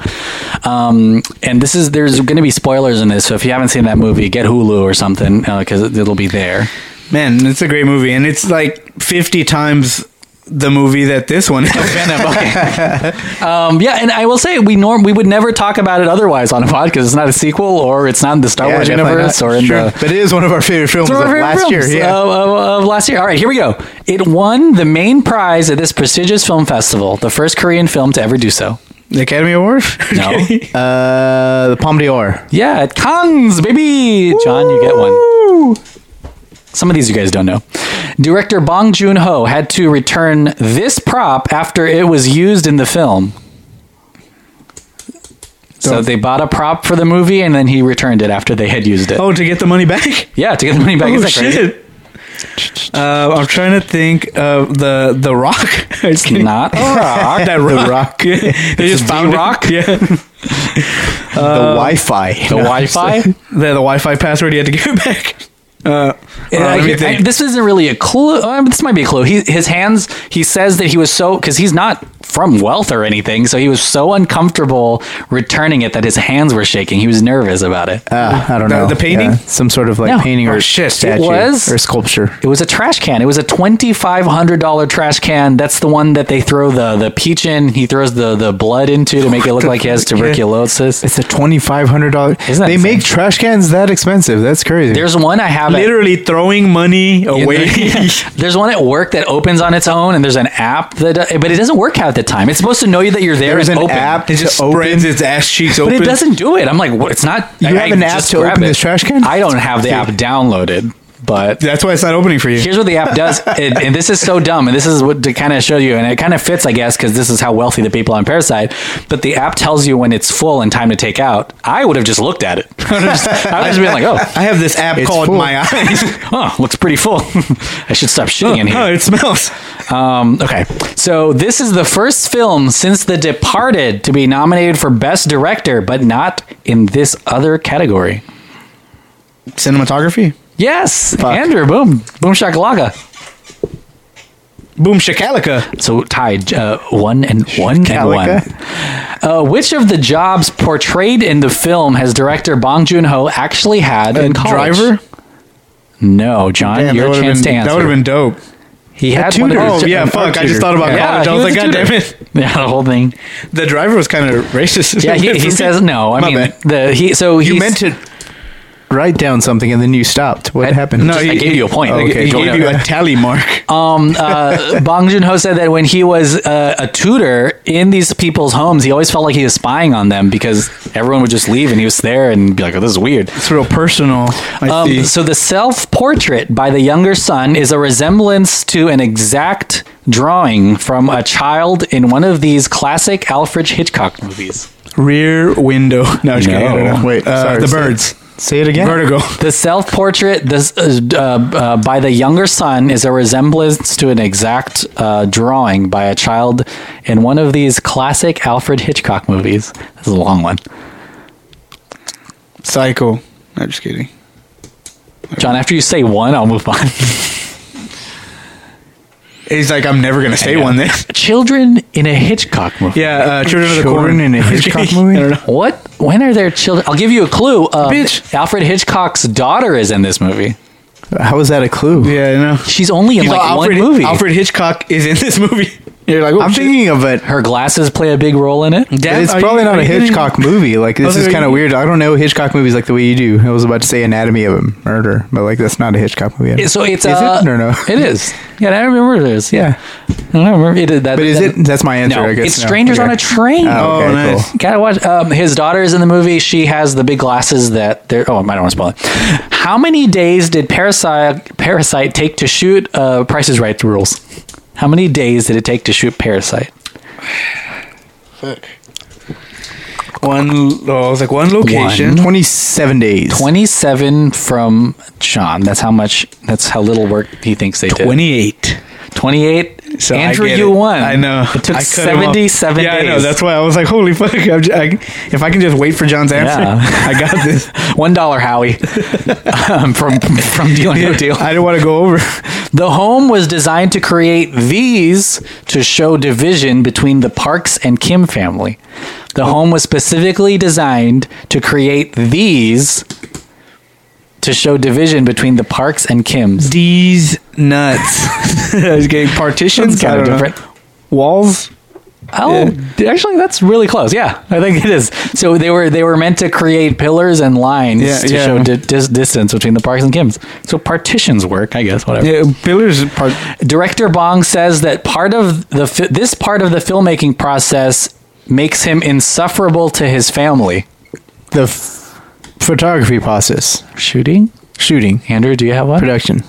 Speaker 1: Um, and this is there's going to be spoilers in this, so if you haven't seen that movie, get Hulu or something because it'll be there.
Speaker 3: Man, it's a great movie, and it's like 50 times the movie that this
Speaker 1: *laughs*
Speaker 3: one is.
Speaker 1: Um, yeah, and I will say we norm we would never talk about it otherwise on a podcast. It's not a sequel, or it's not in the Star
Speaker 2: Yeah,
Speaker 1: Wars
Speaker 2: definitely
Speaker 1: universe,
Speaker 2: not.
Speaker 1: or in
Speaker 2: Sure.
Speaker 1: the
Speaker 2: But it is one of our favorite films
Speaker 1: It's
Speaker 2: of
Speaker 1: one of our
Speaker 2: last
Speaker 1: favorite films, Uh,
Speaker 2: year. Yeah.
Speaker 1: of- of- of last year. All right, here we go. It won the main prize at this prestigious film festival, the first Korean film to ever do so.
Speaker 3: the Academy Award?
Speaker 1: No.
Speaker 2: *laughs* Uh, the Palme d'Or.
Speaker 1: Yeah, at Cannes, baby. John, you get one. Some of these you guys don't know. Director Bong Joon Ho had to return this prop after it was used in the film. So
Speaker 3: Don't-
Speaker 1: they bought a prop for the movie and then he returned it after they had used it.
Speaker 3: *laughs* Oh, to get the money back?
Speaker 1: Yeah, to get the money back.
Speaker 3: Oh,
Speaker 1: Isn't that crazy?
Speaker 3: shit. Uh, I'm trying to think of the the Rock. *laughs* It's
Speaker 1: *laughs*
Speaker 3: *laughs*
Speaker 1: Not a
Speaker 2: *laughs*
Speaker 1: rock.
Speaker 3: that Rock.
Speaker 1: *laughs*
Speaker 3: they just
Speaker 1: the
Speaker 3: found it.
Speaker 1: Rock?
Speaker 3: Yeah, the,
Speaker 2: the Wi-Fi.
Speaker 1: The Wi Fi? *laughs*
Speaker 3: the Wi-Fi password. You had to give it back. Uh,
Speaker 1: And
Speaker 3: hold on,
Speaker 1: I-
Speaker 3: let me
Speaker 1: I-
Speaker 3: think.
Speaker 1: this isn't really a clue. Um, this might be a clue. He, his hands. He says that he was so because he's not from wealth or anything, so he was so uncomfortable returning it that his hands were shaking. He was nervous about it.
Speaker 2: Uh, I don't
Speaker 3: The-
Speaker 2: know.
Speaker 3: the painting?
Speaker 2: some sort of like
Speaker 1: No.
Speaker 2: painting or
Speaker 1: Oh,
Speaker 3: shit. It
Speaker 2: statue
Speaker 1: was-
Speaker 2: or sculpture.
Speaker 1: It was a trash can. It was a twenty five hundred dollar trash can. That's the one that they throw the the peach in. He throws the the blood into to make
Speaker 3: *laughs*
Speaker 1: it look like he has tuberculosis.
Speaker 2: It's a twenty five hundred dollar. They
Speaker 1: that insane?
Speaker 2: make trash cans that expensive? That's crazy.
Speaker 1: There's one I have. at-
Speaker 3: literally throwing money away.
Speaker 1: *laughs* There's one at work that opens on its own, and there's an app that, but it doesn't work at the time. It's supposed to know you that you're there.
Speaker 2: There's
Speaker 1: and
Speaker 2: an
Speaker 1: open.
Speaker 2: app
Speaker 3: it just
Speaker 2: to open.
Speaker 3: spreads its ass cheeks
Speaker 1: but
Speaker 3: open.
Speaker 1: it doesn't do it. I'm like, what? It's not.
Speaker 2: You have an app
Speaker 1: just
Speaker 2: to
Speaker 1: grab
Speaker 2: open
Speaker 1: it.
Speaker 2: this trash can?
Speaker 1: I don't have the app downloaded, but.
Speaker 3: That's why it's not opening for you.
Speaker 1: Here's what the app does, *laughs* and, and this is so dumb, and this is what to kind of show you, and it kind of fits, I guess, because this is how wealthy the people on Parasite. But the app tells you when it's full and time to take out. I would have just looked at it. *laughs* I would have just, I would have just been like, oh,
Speaker 3: I have this app
Speaker 2: It's
Speaker 3: called
Speaker 2: full.
Speaker 1: *laughs*
Speaker 3: My Eyes.
Speaker 1: huh, looks pretty full. *laughs* I should stop shitting in here.
Speaker 3: Oh, it smells.
Speaker 1: Um, okay, so this is the first film since The Departed to be nominated for Best Director, but not in this other category.
Speaker 3: Cinematography.
Speaker 1: Yes, Andrew, boom, boom shakalaka.
Speaker 3: Boom shakalaka.
Speaker 1: So tied uh, one and one and one. Uh, which of the jobs portrayed in the film has director Bong Joon Ho actually had in college?
Speaker 3: Driver.
Speaker 1: No, John,
Speaker 3: Damn, that
Speaker 1: your
Speaker 3: would've
Speaker 1: chance
Speaker 3: been-
Speaker 1: to answer.
Speaker 3: That would have been dope.
Speaker 1: he had
Speaker 2: tutor.
Speaker 1: One of
Speaker 3: Oh
Speaker 1: his,
Speaker 3: yeah,
Speaker 2: a
Speaker 3: fuck! I just
Speaker 2: tutor.
Speaker 3: thought about
Speaker 1: Yeah,
Speaker 3: college. I
Speaker 1: he
Speaker 3: was
Speaker 1: was
Speaker 3: like,
Speaker 1: a
Speaker 3: God damn
Speaker 1: tutor.
Speaker 3: it!
Speaker 1: yeah, the whole thing.
Speaker 3: The driver was kind of
Speaker 1: *laughs*
Speaker 3: racist. *laughs*
Speaker 1: Yeah, he, he says no. I
Speaker 3: My
Speaker 1: mean,
Speaker 3: bad.
Speaker 1: the he so
Speaker 2: You
Speaker 1: he's-
Speaker 2: meant to write down something and then you stopped. What happened?
Speaker 3: no,
Speaker 1: Just- I
Speaker 3: he-
Speaker 1: gave you a point. He
Speaker 3: okay, he
Speaker 1: gave
Speaker 3: gave
Speaker 1: you
Speaker 3: you a tally mark.
Speaker 1: Um, uh, Bong Joon Ho said that when he was uh, a tutor in these people's homes, he always felt like he was spying on them because everyone would just leave and he was there and be like, "Oh, this is weird."
Speaker 3: It's real personal. I
Speaker 1: Um,
Speaker 3: see.
Speaker 1: so the self-portrait by the younger son is a resemblance to an exact drawing from a child in one of these classic Alfred Hitchcock movies.
Speaker 3: Rear window. *laughs* No, just kidding. I don't know.
Speaker 2: Wait,
Speaker 3: Uh,
Speaker 2: sorry,
Speaker 3: the
Speaker 2: say-
Speaker 3: birds.
Speaker 2: Say it again.
Speaker 3: Vertigo.
Speaker 1: The self-portrait this, uh, uh, uh, by the younger son is a resemblance to an exact uh, drawing by a child in one of these classic Alfred Hitchcock movies. This is a long one.
Speaker 3: Psycho. No, just kidding.
Speaker 1: John, after you say one, I'll move on. *laughs*
Speaker 3: He's like, I'm never gonna say one. Then. *laughs*
Speaker 1: Children in a Hitchcock movie.
Speaker 3: Yeah, uh, children of the
Speaker 2: Children
Speaker 3: corn. *laughs*
Speaker 2: in a Hitchcock movie?
Speaker 3: I don't know.
Speaker 1: What? When are there children? I'll give you a clue. Um,
Speaker 3: Bitch.
Speaker 1: Alfred Hitchcock's daughter is in this movie.
Speaker 2: How is that a clue?
Speaker 3: Yeah, I know.
Speaker 1: She's only in
Speaker 3: You
Speaker 1: like
Speaker 3: thought
Speaker 1: one
Speaker 3: Alfred,
Speaker 1: movie.
Speaker 3: Alfred Hitchcock is in this movie. You're like, oh,
Speaker 2: I'm
Speaker 3: shit.
Speaker 2: thinking of it.
Speaker 1: Her glasses play a big role in it.
Speaker 3: Dad,
Speaker 2: it's
Speaker 3: are
Speaker 2: probably
Speaker 3: you-
Speaker 2: not
Speaker 3: are
Speaker 2: a
Speaker 3: you kidding?
Speaker 2: Hitchcock movie. Like this
Speaker 3: Okay,
Speaker 2: is
Speaker 3: are
Speaker 2: kind of
Speaker 3: you-
Speaker 2: weird. I don't know Hitchcock movies like the way you do. I was about to say Anatomy of a Murder, but like that's not a Hitchcock movie.
Speaker 1: So it's
Speaker 2: is
Speaker 1: uh,
Speaker 2: it or no?
Speaker 1: It is. Yeah, I remember it is. Yeah,
Speaker 2: *laughs* yeah,
Speaker 1: I remember it. That,
Speaker 2: but is
Speaker 1: that-
Speaker 2: it? That's my answer.
Speaker 1: No,
Speaker 2: I guess
Speaker 1: it's
Speaker 2: No.
Speaker 1: Strangers
Speaker 2: Okay.
Speaker 1: on a Train.
Speaker 2: Oh, okay,
Speaker 3: Oh, nice.
Speaker 2: cool.
Speaker 1: Gotta watch. Um, his daughter is in the movie. She has the big glasses that they're. Oh, I don't want to spoil it. How many days did Parasite Parasite take to shoot uh, Price is Right rules? How many days did it take to shoot Parasite?
Speaker 3: One, oh, I was like one location.
Speaker 2: Twenty-seven days.
Speaker 1: 27 from Sean. That's how much, that's how little work he thinks they did.
Speaker 3: Twenty-eight.
Speaker 1: 28.
Speaker 3: So I
Speaker 1: Andrew,
Speaker 3: get
Speaker 1: you
Speaker 3: it.
Speaker 1: won.
Speaker 3: I know.
Speaker 2: *laughs*
Speaker 1: It took
Speaker 3: I cut him off.
Speaker 1: 77
Speaker 3: Yeah,
Speaker 1: days.
Speaker 3: I know. That's why I was like, holy fuck! I'm just, I, if I can just wait for John's answer,
Speaker 1: Yeah. *laughs*
Speaker 3: I got this.
Speaker 1: One dollar, Howie, *laughs* um, from
Speaker 2: *laughs*
Speaker 1: from Deal or No Deal.
Speaker 3: I don't want to go over.
Speaker 1: The home was designed to create these to show division between the Parks and Kim family. The home was specifically designed to create these to show division between the Parks and Kims.
Speaker 3: These nuts. *laughs* I was getting
Speaker 1: That's
Speaker 3: partitions.
Speaker 1: kinda
Speaker 3: I don't know.
Speaker 1: different.
Speaker 3: Walls.
Speaker 1: Oh, actually, that's really close. Yeah, I think it is. So they were they were meant to create pillars and lines
Speaker 3: Yeah,
Speaker 1: to
Speaker 3: yeah.
Speaker 1: show di- dis- distance between the Parks and Kims. So partitions work, I guess. Whatever.
Speaker 3: Yeah, pillars. Part.
Speaker 1: Director Bong says that part of the fi- this part of the filmmaking process makes him insufferable to his family.
Speaker 2: The f- photography process,
Speaker 1: Shooting,
Speaker 2: shooting,
Speaker 1: Andrew, do you have one?
Speaker 2: production.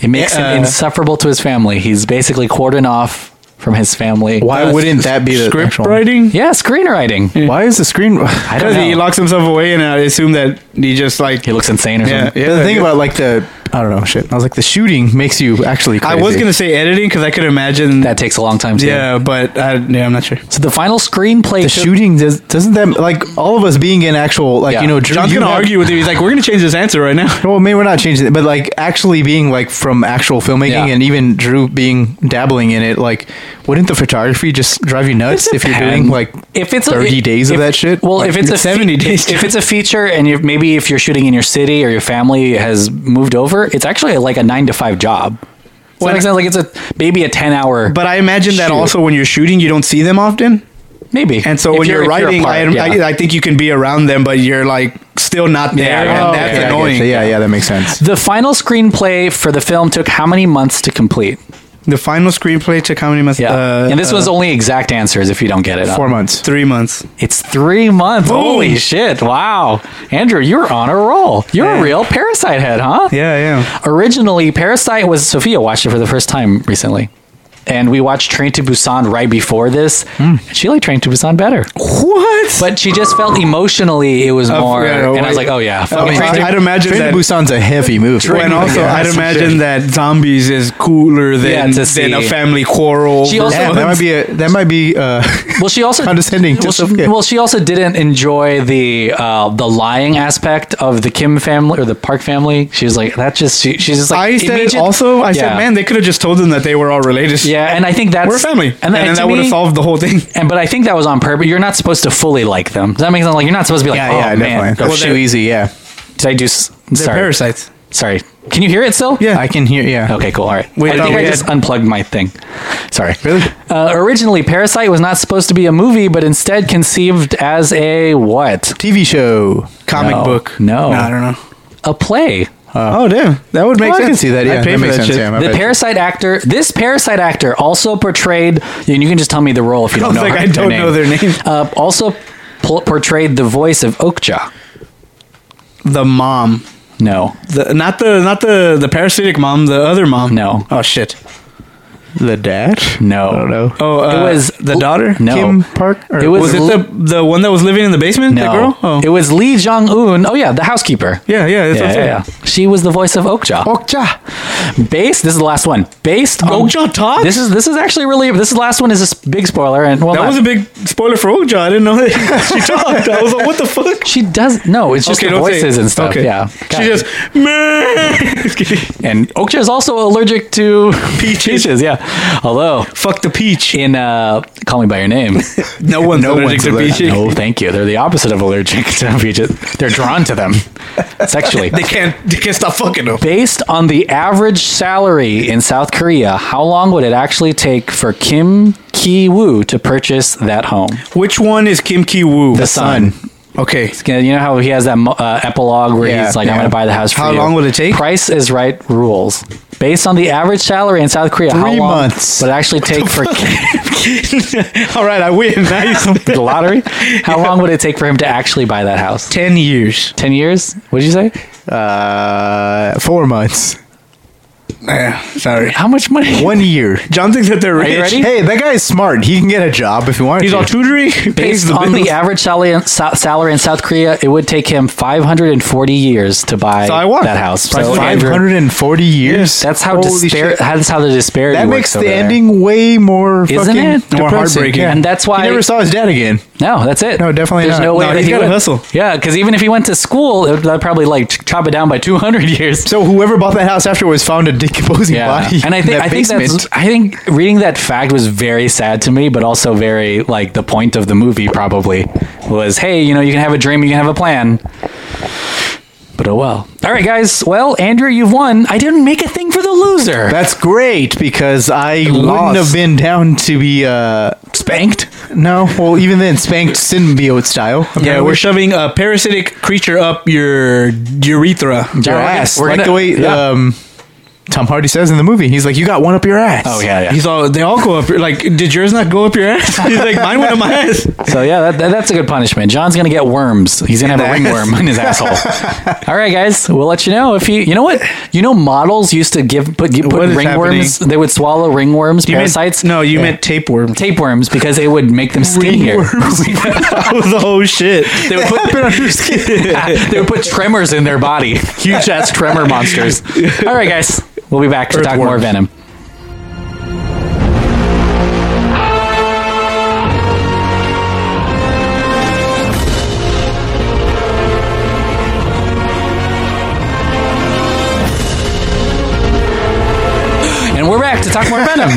Speaker 1: It makes
Speaker 3: Yeah.
Speaker 1: him insufferable to his family. He's basically cordoned off from his family.
Speaker 2: Why
Speaker 3: Uh,
Speaker 2: wouldn't that be the
Speaker 3: script
Speaker 2: actual-
Speaker 3: writing?
Speaker 1: Yeah, screenwriting.
Speaker 2: Why is the screen? *laughs*
Speaker 1: I don't
Speaker 3: Because
Speaker 1: know.
Speaker 3: he locks himself away, and I assume that he just like
Speaker 1: he looks insane or
Speaker 3: Yeah,
Speaker 1: something.
Speaker 2: the thing
Speaker 3: yeah.
Speaker 2: about like the I don't know. Shit. I was like, the shooting makes you actually.
Speaker 3: I
Speaker 2: Crazy.
Speaker 3: was gonna say editing because I could imagine
Speaker 1: That takes a long time. Too.
Speaker 3: Yeah, but I, yeah, I'm not sure.
Speaker 1: So the final screenplay.
Speaker 2: The
Speaker 1: took-
Speaker 2: shooting does, doesn't that like all of us being in actual like
Speaker 1: Yeah.
Speaker 2: you know Drew,
Speaker 3: John's
Speaker 2: you
Speaker 3: gonna
Speaker 2: have-
Speaker 3: argue with you. He's like, we're gonna change this answer right now.
Speaker 2: Well, maybe we're not changing it, but like actually being like from actual filmmaking
Speaker 1: Yeah.
Speaker 2: and even Drew being dabbling in it, like wouldn't the photography just drive you nuts if you're doing like
Speaker 1: if it's a-
Speaker 2: thirty days
Speaker 1: if-
Speaker 2: of that shit?
Speaker 1: Well,
Speaker 2: Like,
Speaker 1: if it's a
Speaker 3: 70
Speaker 1: fe-
Speaker 3: days.
Speaker 1: if it's a feature, and you maybe if you're shooting in your city or your family has moved over, it's actually like a nine to five job. So
Speaker 3: Well,
Speaker 1: that makes sense. Like it's a maybe a ten hour,
Speaker 3: *laughs* But I imagine that
Speaker 1: Shoot.
Speaker 3: also when you're shooting, you don't see them often,
Speaker 1: maybe.
Speaker 3: and so
Speaker 1: If
Speaker 3: when you're,
Speaker 1: if
Speaker 3: writing,
Speaker 1: apart,
Speaker 3: I,
Speaker 1: yeah.
Speaker 3: I, I think you can be around them, but you're like still not there,
Speaker 1: Yeah,
Speaker 3: and
Speaker 1: yeah,
Speaker 3: that's
Speaker 2: okay, I get
Speaker 3: annoying.
Speaker 2: you. Yeah, yeah, that makes sense.
Speaker 1: the final screenplay for the film took how many months to complete?
Speaker 3: The final screenplay took how many months?
Speaker 1: Yeah,
Speaker 3: Uh,
Speaker 1: and this
Speaker 3: uh,
Speaker 1: was only exact answers. If you don't get it,
Speaker 2: Four months.
Speaker 3: three months.
Speaker 1: It's three months. Holy shit! Wow, Andrew, you're on a roll. You're a
Speaker 3: Yeah.
Speaker 1: real parasite head, huh?
Speaker 3: Yeah, yeah.
Speaker 1: Originally, Parasite was Sophia watched it for the first time recently, and we watched Train to Busan right before this.
Speaker 3: Hmm.
Speaker 1: And she liked Train to Busan better,
Speaker 3: What?
Speaker 1: but she just felt emotionally it was more.
Speaker 3: yeah,
Speaker 1: and I was
Speaker 3: wait.
Speaker 1: like, oh yeah, fuck
Speaker 3: I mean,
Speaker 1: it.
Speaker 3: I'd imagine
Speaker 2: Train to
Speaker 3: that-
Speaker 2: Busan's a heavy movie.
Speaker 3: Well, and also,
Speaker 2: Yeah,
Speaker 3: I'd
Speaker 2: that's
Speaker 3: imagine
Speaker 2: shit.
Speaker 3: that zombies is cooler than
Speaker 1: Yeah, to
Speaker 3: than a
Speaker 1: see.
Speaker 3: family quarrel.
Speaker 1: She
Speaker 3: over
Speaker 1: also-
Speaker 2: Yeah, that might be a, that might be uh, *laughs*
Speaker 1: well, she also
Speaker 2: condescending to
Speaker 1: Well, she,
Speaker 2: Sophia.
Speaker 1: well, she also didn't enjoy the uh, the lying aspect of the Kim family or the Park family. She was like, that just she, she's just like
Speaker 3: I said
Speaker 1: immediate-
Speaker 3: also. I
Speaker 1: Yeah.
Speaker 3: said, man, they could have just told them that they were all related.
Speaker 1: Yeah, and I think that's
Speaker 3: we're a family, and,
Speaker 1: and,
Speaker 3: then that would have
Speaker 1: solved.
Speaker 3: solved the whole
Speaker 1: *laughs*
Speaker 3: thing.
Speaker 1: And but I think that was on purpose. You're not supposed to fully like them. Does that make sense? Like you're not supposed to be like,
Speaker 2: yeah,
Speaker 1: oh
Speaker 2: yeah,
Speaker 1: man,
Speaker 2: definitely.
Speaker 3: Well,
Speaker 2: That's too
Speaker 3: they're-
Speaker 2: easy. Yeah,
Speaker 1: did I do? s-
Speaker 3: They're
Speaker 1: Sorry,
Speaker 3: parasites.
Speaker 1: sorry. Can you hear it still?
Speaker 3: Yeah.
Speaker 2: I can hear. Yeah,
Speaker 1: Okay, cool. All right.
Speaker 3: We
Speaker 1: I
Speaker 3: thought
Speaker 1: think I
Speaker 3: we
Speaker 1: just
Speaker 3: had-
Speaker 1: unplugged my thing. Sorry.
Speaker 2: really.
Speaker 1: Uh, originally, Parasite was not supposed to be a movie, but instead conceived as a what?
Speaker 2: TV show.
Speaker 3: Comic
Speaker 1: No.
Speaker 3: book.
Speaker 1: No. Uh,
Speaker 3: I don't know.
Speaker 1: A play.
Speaker 3: oh damn, that would make
Speaker 2: Well, I
Speaker 3: sense.
Speaker 2: can see that. Yeah,
Speaker 3: I'd pay
Speaker 2: that
Speaker 3: for
Speaker 2: makes
Speaker 3: that
Speaker 2: sense.
Speaker 3: shit.
Speaker 2: Yeah, my
Speaker 1: The
Speaker 2: bad.
Speaker 1: Parasite actor, this Parasite actor also portrayed, and you can just tell me the role if you
Speaker 3: I
Speaker 1: don't
Speaker 3: was
Speaker 1: know.
Speaker 3: like,
Speaker 1: her-
Speaker 3: I don't know their name.
Speaker 1: *laughs* Uh, also pl- portrayed the voice of Okja.
Speaker 3: The mom,
Speaker 1: No.
Speaker 3: the not the not the the parasitic mom, the other mom.
Speaker 1: No.
Speaker 3: Oh shit.
Speaker 2: The dad?
Speaker 1: No.
Speaker 2: I don't know.
Speaker 3: Oh, uh,
Speaker 1: It was
Speaker 3: the daughter.
Speaker 1: No.
Speaker 2: Kim Park? Or
Speaker 1: It was-
Speaker 3: Was it
Speaker 1: L-
Speaker 3: the the one that was living in the basement?
Speaker 1: No.
Speaker 3: That girl. Oh.
Speaker 1: It was Lee Jong Un. Oh yeah, the housekeeper.
Speaker 3: yeah, yeah, that's
Speaker 1: Yeah,
Speaker 3: what I'm
Speaker 1: yeah,
Speaker 3: saying.
Speaker 1: yeah. She was the voice of Okja.
Speaker 2: Okja.
Speaker 1: Based. This is the last one. Based. on-
Speaker 3: Okja talks?
Speaker 1: This is this is actually really. This is the last one is a s- big spoiler and well,
Speaker 3: That
Speaker 1: not-
Speaker 3: was a big spoiler for Oja. I didn't know that *laughs* she talked. I was like, what the fuck?
Speaker 1: She does no. It's just the
Speaker 3: don't say-
Speaker 1: voices and stuff.
Speaker 3: okay.
Speaker 1: Yeah.
Speaker 3: She
Speaker 1: God.
Speaker 3: just "Meh."
Speaker 1: and Okja is also allergic to peaches. yeah. Although
Speaker 3: *laughs* fuck the peach.
Speaker 1: in uh, Call Me by Your
Speaker 3: *laughs*
Speaker 1: Name,
Speaker 3: No one's no allergic
Speaker 2: one's
Speaker 3: to
Speaker 2: allergic.
Speaker 3: peaches.
Speaker 1: no, thank you. They're the opposite of allergic *laughs* to peaches. They're drawn to them sexually.
Speaker 3: *laughs* They can't. They can't stop fucking them.
Speaker 1: Based on the average salary in South Korea, how long would it actually take for Kim Ki Woo to purchase that home?
Speaker 3: Which one is Kim Ki Woo?
Speaker 1: The son.
Speaker 3: Okay.
Speaker 1: You know how he has that mo- uh, epilogue where
Speaker 2: Yeah,
Speaker 1: he's like, "I'm
Speaker 2: yeah.
Speaker 1: going to buy the house." For
Speaker 3: How
Speaker 1: you.
Speaker 3: long would it take?
Speaker 1: Price is right rules. Based on the average salary in South Korea, how
Speaker 2: Three
Speaker 1: long
Speaker 2: months.
Speaker 1: would it actually take for
Speaker 3: All right, I win.
Speaker 2: *laughs*
Speaker 3: Nice.
Speaker 1: the lottery? How long would it take for him to actually buy that house?
Speaker 3: Ten years.
Speaker 1: Ten years? What did you say?
Speaker 2: Uh, four months.
Speaker 3: Eh, sorry.
Speaker 1: How much money?
Speaker 2: One year.
Speaker 3: John thinks that they're
Speaker 1: Are you
Speaker 3: rich.
Speaker 1: ready?
Speaker 2: Hey, that guy's smart. He can get a job if he wanted
Speaker 3: He's
Speaker 2: to.
Speaker 3: all tutoring. Pays
Speaker 1: Based
Speaker 3: the
Speaker 1: on
Speaker 3: bills.
Speaker 1: the average salary in, so- salary in South Korea, it would take him 540 years to buy
Speaker 3: So I won.
Speaker 1: that house.
Speaker 3: Price
Speaker 1: So
Speaker 3: of
Speaker 1: Andrew,
Speaker 2: 540 years.
Speaker 1: that's how
Speaker 2: Holy
Speaker 1: dispar-
Speaker 2: shit.
Speaker 1: that's how the disparity.
Speaker 2: That
Speaker 1: works
Speaker 2: makes
Speaker 1: over
Speaker 2: the
Speaker 1: there.
Speaker 2: ending way more
Speaker 1: Isn't
Speaker 2: fucking
Speaker 1: it?
Speaker 2: more
Speaker 1: Depressing.
Speaker 2: heartbreaking.
Speaker 1: And that's why-
Speaker 2: he never saw his dad again.
Speaker 1: No, that's it.
Speaker 2: No, definitely
Speaker 1: There's
Speaker 2: not.
Speaker 1: no way
Speaker 3: No,
Speaker 1: that
Speaker 3: he's
Speaker 1: he
Speaker 3: gotta
Speaker 1: would-
Speaker 3: hustle.
Speaker 1: Yeah, because even if he went to school, it would that'd probably like ch- chop it down by 200 *laughs* years.
Speaker 2: So whoever bought that house afterwards found a decomposing
Speaker 1: Yeah,
Speaker 2: body.
Speaker 1: and I
Speaker 2: in
Speaker 1: think
Speaker 2: that
Speaker 1: I think that's,
Speaker 2: basement.
Speaker 1: I think reading that fact was very sad to me, but also very like the point of the movie probably was, hey, you know, you can have a dream, you can have a plan. But oh well. All right, guys. Well, Andrew, you've won. I didn't make a thing for the loser.
Speaker 2: That's great because I wouldn't
Speaker 3: Lost.
Speaker 2: have been down to be uh
Speaker 1: spanked.
Speaker 2: no, well even then spanked symbiote style.
Speaker 3: Yeah,
Speaker 2: Apparently.
Speaker 3: we're shoving a parasitic creature up your urethra.
Speaker 1: Yeah,
Speaker 2: your
Speaker 1: we're gonna-
Speaker 2: ass.
Speaker 1: we're
Speaker 2: like
Speaker 1: gonna-
Speaker 2: the way
Speaker 1: yeah.
Speaker 2: um Tom Hardy says in the movie. He's like, "You got one up your ass."
Speaker 1: Oh yeah, yeah.
Speaker 3: He's all they all go up. your- Like, did yours not go up your ass? *laughs* He's like, mine went up my ass.
Speaker 1: So yeah, that, that- that's a good punishment. John's gonna get worms. He's gonna have a ringworm in his asshole. All right, guys, we'll let you know if you you know what you know. Models used to give put give,
Speaker 3: What
Speaker 1: put
Speaker 3: is
Speaker 1: ringworms. They would swallow ringworms,
Speaker 3: You meant-
Speaker 1: *laughs* parasites.
Speaker 3: no, you meant tapeworm.
Speaker 1: tapeworms because it would make them
Speaker 3: *laughs*
Speaker 1: skinnier.
Speaker 3: that was the whole shit.
Speaker 1: They would, put, *laughs* they would put tremors in their body. Huge ass tremor monsters. All right, guys, we'll be back to talk more
Speaker 3: Earthworms.
Speaker 1: venom. And we're back to talk more venom.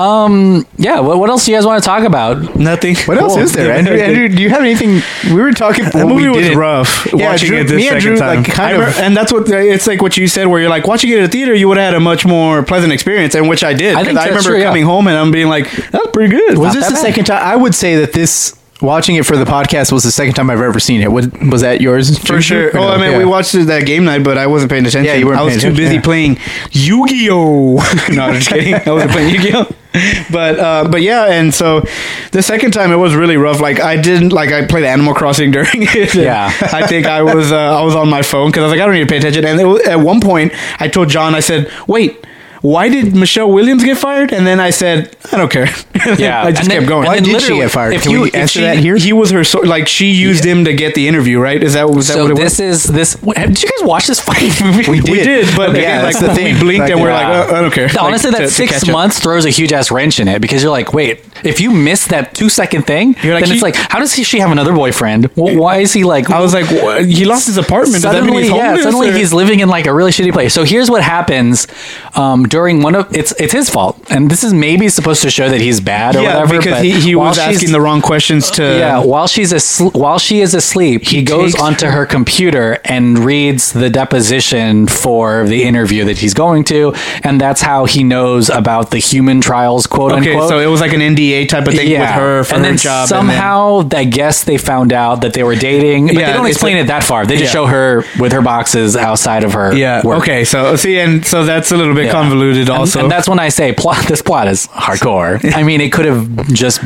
Speaker 1: um, yeah. What, what else do you guys want to talk about?
Speaker 3: *laughs* Nothing.
Speaker 2: What else
Speaker 3: Cool.
Speaker 2: is *laughs*
Speaker 3: *laughs*
Speaker 2: there, Andrew? Andrew, do you have anything? We were talking.
Speaker 3: That
Speaker 2: well, we
Speaker 3: movie was
Speaker 2: didn't.
Speaker 3: rough.
Speaker 2: Yeah,
Speaker 3: watching
Speaker 2: Drew-
Speaker 3: it this
Speaker 2: me and
Speaker 3: second
Speaker 2: Drew,
Speaker 3: time,
Speaker 2: like, kind
Speaker 3: I
Speaker 2: of-
Speaker 3: and that's what uh, it's like. What you said, where you're like watching it at a theater, you would have had a much more pleasant experience, and which I did.
Speaker 1: I
Speaker 3: 'cause I,
Speaker 1: think that's
Speaker 3: remember
Speaker 1: true, yeah.
Speaker 3: coming home and I'm being like, "That's pretty good."
Speaker 2: Was
Speaker 1: Not
Speaker 2: this
Speaker 1: that
Speaker 2: the
Speaker 1: bad.
Speaker 2: second time? I would say that this watching it for the podcast was the second time I've ever seen it. What, was that yours?
Speaker 3: for sure? Oh, I mean, we watched it that game night, but I wasn't paying attention.
Speaker 2: Yeah, you weren't
Speaker 3: I was
Speaker 2: paying
Speaker 3: too busy
Speaker 2: attention,
Speaker 3: playing Yu-Gi-Oh. *laughs* no, I'm just kidding. I wasn't playing Yu-Gi-Oh. *laughs* But uh, but yeah, and so the second time it was really rough. Like I didn't like I played Animal Crossing *laughs* during it.
Speaker 1: Yeah.
Speaker 3: *laughs* I think I was uh, I was on my phone because I was like I don't need to pay attention. And it was, at one point, I told John, I said, "Wait, why did Michelle Williams get fired?" And then I said, "I don't care." *laughs*
Speaker 1: Yeah.
Speaker 3: I just
Speaker 1: And then-
Speaker 3: kept going.
Speaker 1: and
Speaker 2: Why
Speaker 1: then
Speaker 2: did she
Speaker 1: literally,
Speaker 2: get fired?
Speaker 1: if
Speaker 2: Can
Speaker 1: you-
Speaker 2: we
Speaker 1: if
Speaker 2: answer
Speaker 1: she-
Speaker 2: that here?
Speaker 3: He was her so like she used him to get the interview, right? Is that was that
Speaker 1: So
Speaker 3: what it was?
Speaker 1: this is this. what- Did you guys watch this fighting movie?
Speaker 2: We did.
Speaker 3: *laughs* We did, but
Speaker 2: Okay,
Speaker 3: yeah,
Speaker 2: that's
Speaker 3: like
Speaker 2: the thing.
Speaker 3: we blinked
Speaker 2: Like,
Speaker 3: and we're
Speaker 1: Yeah.
Speaker 3: like, oh, I don't care. Like,
Speaker 1: Honestly,
Speaker 3: to-
Speaker 1: that
Speaker 3: to
Speaker 1: six
Speaker 3: catch up.
Speaker 1: months throws a huge ass wrench in it because you're like, wait, if you miss that two second thing,
Speaker 3: You're like,
Speaker 1: then it's
Speaker 3: he-
Speaker 1: like, how does he, she have another boyfriend? Wh- why is he like?
Speaker 3: I was like, what? he lost his apartment. Does that mean
Speaker 1: Suddenly,
Speaker 3: he's
Speaker 1: yeah,
Speaker 3: homeless?
Speaker 1: suddenly
Speaker 3: or-
Speaker 1: he's living in like a really shitty place. So here's what happens um, during one of it's it's his fault, and this is maybe supposed to show that he's bad or
Speaker 3: yeah,
Speaker 1: whatever.
Speaker 3: because
Speaker 1: but
Speaker 3: he, he
Speaker 1: while
Speaker 3: was
Speaker 1: she's-
Speaker 3: asking the wrong questions to.
Speaker 1: yeah, while she's asl- while she is asleep, he, goes
Speaker 3: takes
Speaker 1: onto her computer and reads the deposition for the interview that he's going to, and that's how he knows about the human trials, quote
Speaker 3: Okay,
Speaker 1: unquote.
Speaker 3: so it was like an NDA type of thing with her for
Speaker 1: and
Speaker 3: her
Speaker 1: then
Speaker 3: job. and then-
Speaker 1: somehow I guess they found out that they were dating. But they
Speaker 3: Yeah,
Speaker 1: don't
Speaker 3: it's
Speaker 1: explain
Speaker 3: a-
Speaker 1: it that far. They just
Speaker 3: Yeah.
Speaker 1: show her with her boxes outside of her.
Speaker 3: yeah.
Speaker 1: work.
Speaker 3: Okay. So see, and so that's a little bit
Speaker 1: Yeah.
Speaker 3: convoluted.
Speaker 1: And-
Speaker 3: Also,
Speaker 1: and, that's when I say plot. This plot is
Speaker 3: *laughs*
Speaker 1: hardcore. I mean, it could have just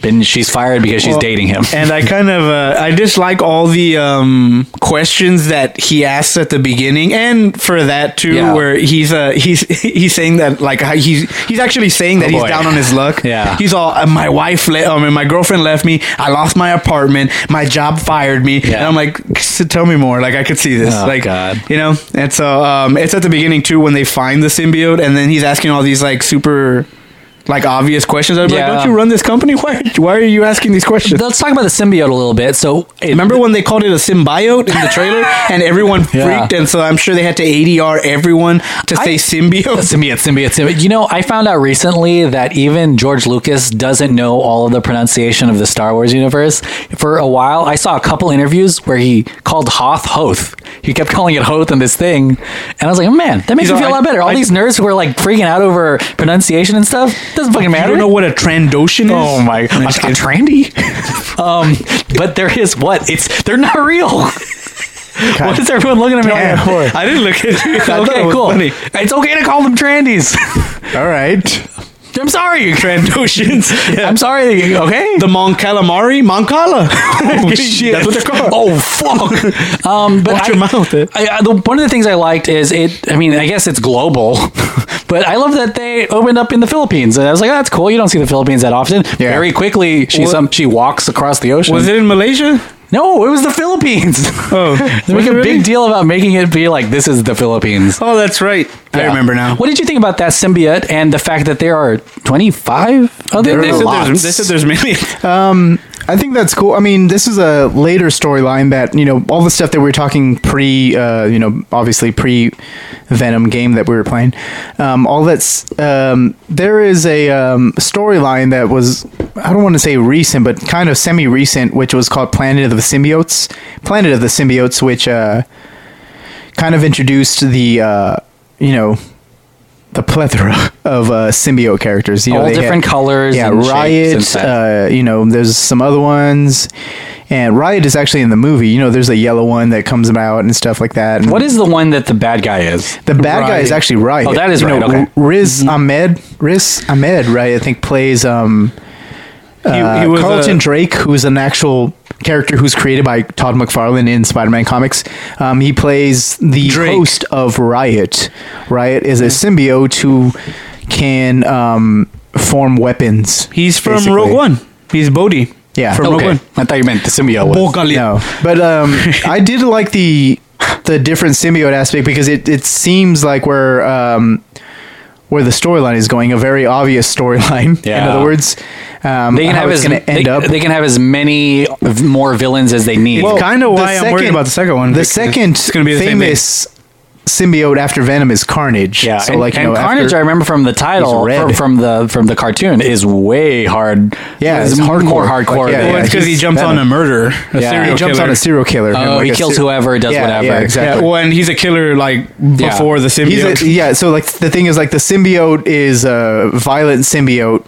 Speaker 1: been she's fired because she's
Speaker 3: Well,
Speaker 1: dating him.
Speaker 3: and I kind of uh, I dislike all the um, questions that he asks at the beginning, and for that too,
Speaker 1: Yeah.
Speaker 3: where he's uh, he's *laughs* he's saying that like how he's he's actually saying
Speaker 1: Oh,
Speaker 3: that he's
Speaker 1: boy.
Speaker 3: down on his luck.
Speaker 1: *laughs* Yeah.
Speaker 3: he's all "Uh, my wife le- I mean, my girlfriend left me. I lost my apartment. My job fired me.
Speaker 1: Yeah.
Speaker 3: And I'm like, "S- tell me more. Like I could see this.
Speaker 1: Oh,
Speaker 3: like
Speaker 1: God.
Speaker 3: you know. And so um, it's at the beginning too when they find the symbiote, and then he's asking all these like super. Like obvious questions. I'd be
Speaker 1: Yeah.
Speaker 3: like, don't you run this company? *laughs* Why, why are you asking these questions?
Speaker 1: let's talk about the symbiote a little bit. So it-
Speaker 3: Remember when they called it a symbiote in the trailer and everyone
Speaker 1: Yeah.
Speaker 3: freaked? And so I'm sure they had to ADR everyone to
Speaker 1: I- *laughs*
Speaker 3: say symbiote.
Speaker 1: symbiote, symbiote, symbiote. You know, I found out recently that even George Lucas doesn't know all of the pronunciation of the Star Wars universe. For a while, I saw a couple interviews where he called Hoth Hoth. He kept calling it Hoth in this thing, and I was like, oh, man, that makes
Speaker 3: He's
Speaker 1: me feel a
Speaker 3: like,
Speaker 1: lot better. All
Speaker 3: I-
Speaker 1: these nerds who are like freaking out over pronunciation and stuff doesn't fucking
Speaker 3: I
Speaker 1: matter.
Speaker 3: don't know what a Trandoshan is.
Speaker 1: Oh my! A,
Speaker 3: I'm just
Speaker 1: a trendy, um, but there is what it's. They're not real. *laughs* what is everyone looking at me?
Speaker 2: Damn.
Speaker 1: like that for?
Speaker 3: I didn't look at you. *laughs* I thought it
Speaker 1: okay,
Speaker 3: was
Speaker 1: cool.
Speaker 3: funny.
Speaker 1: It's okay to call them *laughs* trandies.
Speaker 2: All right.
Speaker 1: I'm sorry, you
Speaker 3: Trandoshans. *laughs* Yeah.
Speaker 1: I'm sorry. Okay.
Speaker 3: The Mon Calamari? Moncala. *laughs* oh,
Speaker 1: *laughs* shit.
Speaker 3: That's what they're called.
Speaker 1: Oh
Speaker 3: *laughs*
Speaker 1: fuck! Um, but
Speaker 3: Watch
Speaker 1: I,
Speaker 3: your mouth, eh?
Speaker 1: I- I- the, one of the things I liked is it. I mean, I guess it's global, *laughs* but I love that they opened up in the Philippines, and I was like, oh, that's cool. You don't see the Philippines that often.
Speaker 2: Yeah.
Speaker 1: Very quickly, she
Speaker 3: Well-
Speaker 1: some she walks across the ocean.
Speaker 3: Was it in Malaysia?
Speaker 1: No, it was the Philippines. *laughs*
Speaker 3: *laughs* Oh.
Speaker 1: they make
Speaker 3: Was it
Speaker 1: a
Speaker 3: really?
Speaker 1: big deal about making it be like this is the Philippines.
Speaker 3: Oh, that's right. I
Speaker 1: Yeah.
Speaker 3: remember now.
Speaker 1: What did you think about that symbiote and the fact that there are 25 other
Speaker 3: They said, there's,
Speaker 1: lots?
Speaker 3: they said there's many. *laughs*
Speaker 2: Um, I think that's cool. I mean, this is a later storyline that you know all the stuff that we were talking pre, uh, you know, obviously pre Venom game that we were playing. Um, all that's um, there is a um, storyline that was I don't want to say recent, but kind of semi recent, which was called Planet of the Symbiotes. Planet of the Symbiotes, which uh, kind of introduced the uh, you know the plethora *laughs* of uh, symbiote characters. You know,
Speaker 1: All
Speaker 2: they had-
Speaker 1: different colors
Speaker 2: Yeah,
Speaker 1: and shapes and
Speaker 2: Riot.
Speaker 1: stuff.
Speaker 2: Uh, you know, there's some other ones, and Riot is actually in the movie. You know, there's a yellow one that comes out and stuff like that. And
Speaker 1: What is the one that the bad guy is?
Speaker 2: the bad guy is
Speaker 3: Riot.
Speaker 2: actually Riot.
Speaker 1: Oh, that is
Speaker 2: you
Speaker 1: Riot, okay.
Speaker 3: Mm-hmm.
Speaker 2: Riz Ahmed. Riz Ahmed, right? I think plays um, uh,
Speaker 3: he was
Speaker 2: Carlton
Speaker 3: a-
Speaker 2: Drake, who's an actual character who's created by Todd McFarlane in Spider-Man comics. Um, he plays the
Speaker 3: Drake. Mm-hmm.
Speaker 2: host of Riot. Riot is a symbiote who can um, form weapons.
Speaker 3: He's from
Speaker 2: basically.
Speaker 3: Rogue One. He's Bodhi.
Speaker 2: Yeah.
Speaker 3: From
Speaker 2: Okay.
Speaker 3: Rogue One.
Speaker 1: I thought you meant the symbiote. was-
Speaker 3: Bogali.
Speaker 2: No, but um, I did like the the different symbiote aspect because it, it seems like where um, where the storyline is going, a very obvious storyline. *laughs* In
Speaker 1: Yeah.
Speaker 2: other words, um,
Speaker 1: They can
Speaker 2: how
Speaker 1: have
Speaker 2: it's
Speaker 1: as
Speaker 2: going to end
Speaker 1: they,
Speaker 2: up.
Speaker 1: they can have as many v- more villains as they need.
Speaker 3: Well, kinda
Speaker 2: the
Speaker 3: why I'm worried about the second one,
Speaker 2: The
Speaker 3: because
Speaker 2: second
Speaker 3: it's gonna be the same
Speaker 2: famous symbiote after Venom is Carnage.
Speaker 1: yeah,
Speaker 2: so
Speaker 1: and,
Speaker 2: like you
Speaker 1: and
Speaker 2: know,
Speaker 1: Carnage,
Speaker 2: after-
Speaker 1: I remember from the title,
Speaker 2: He's red.
Speaker 1: from, from the from the cartoon, is way hard.
Speaker 2: Yeah,
Speaker 1: it's
Speaker 2: it's
Speaker 1: more
Speaker 2: hardcore.
Speaker 1: hardcore.
Speaker 2: Like, yeah,
Speaker 1: than-
Speaker 3: Well, it's because he
Speaker 2: he's
Speaker 3: jumps
Speaker 2: Venom.
Speaker 3: on a murderer. A
Speaker 1: Yeah.
Speaker 3: serial
Speaker 2: he jumps
Speaker 3: killer.
Speaker 2: on a serial killer. and,
Speaker 1: Oh,
Speaker 2: like,
Speaker 1: he
Speaker 2: a
Speaker 1: kills
Speaker 2: ser-
Speaker 1: whoever, does
Speaker 2: Yeah,
Speaker 1: whatever.
Speaker 2: Yeah, exactly.
Speaker 3: Yeah, well, and he's a killer like before the
Speaker 2: He's
Speaker 3: symbiote.
Speaker 2: a, yeah, so like the thing is like the symbiote is a violent symbiote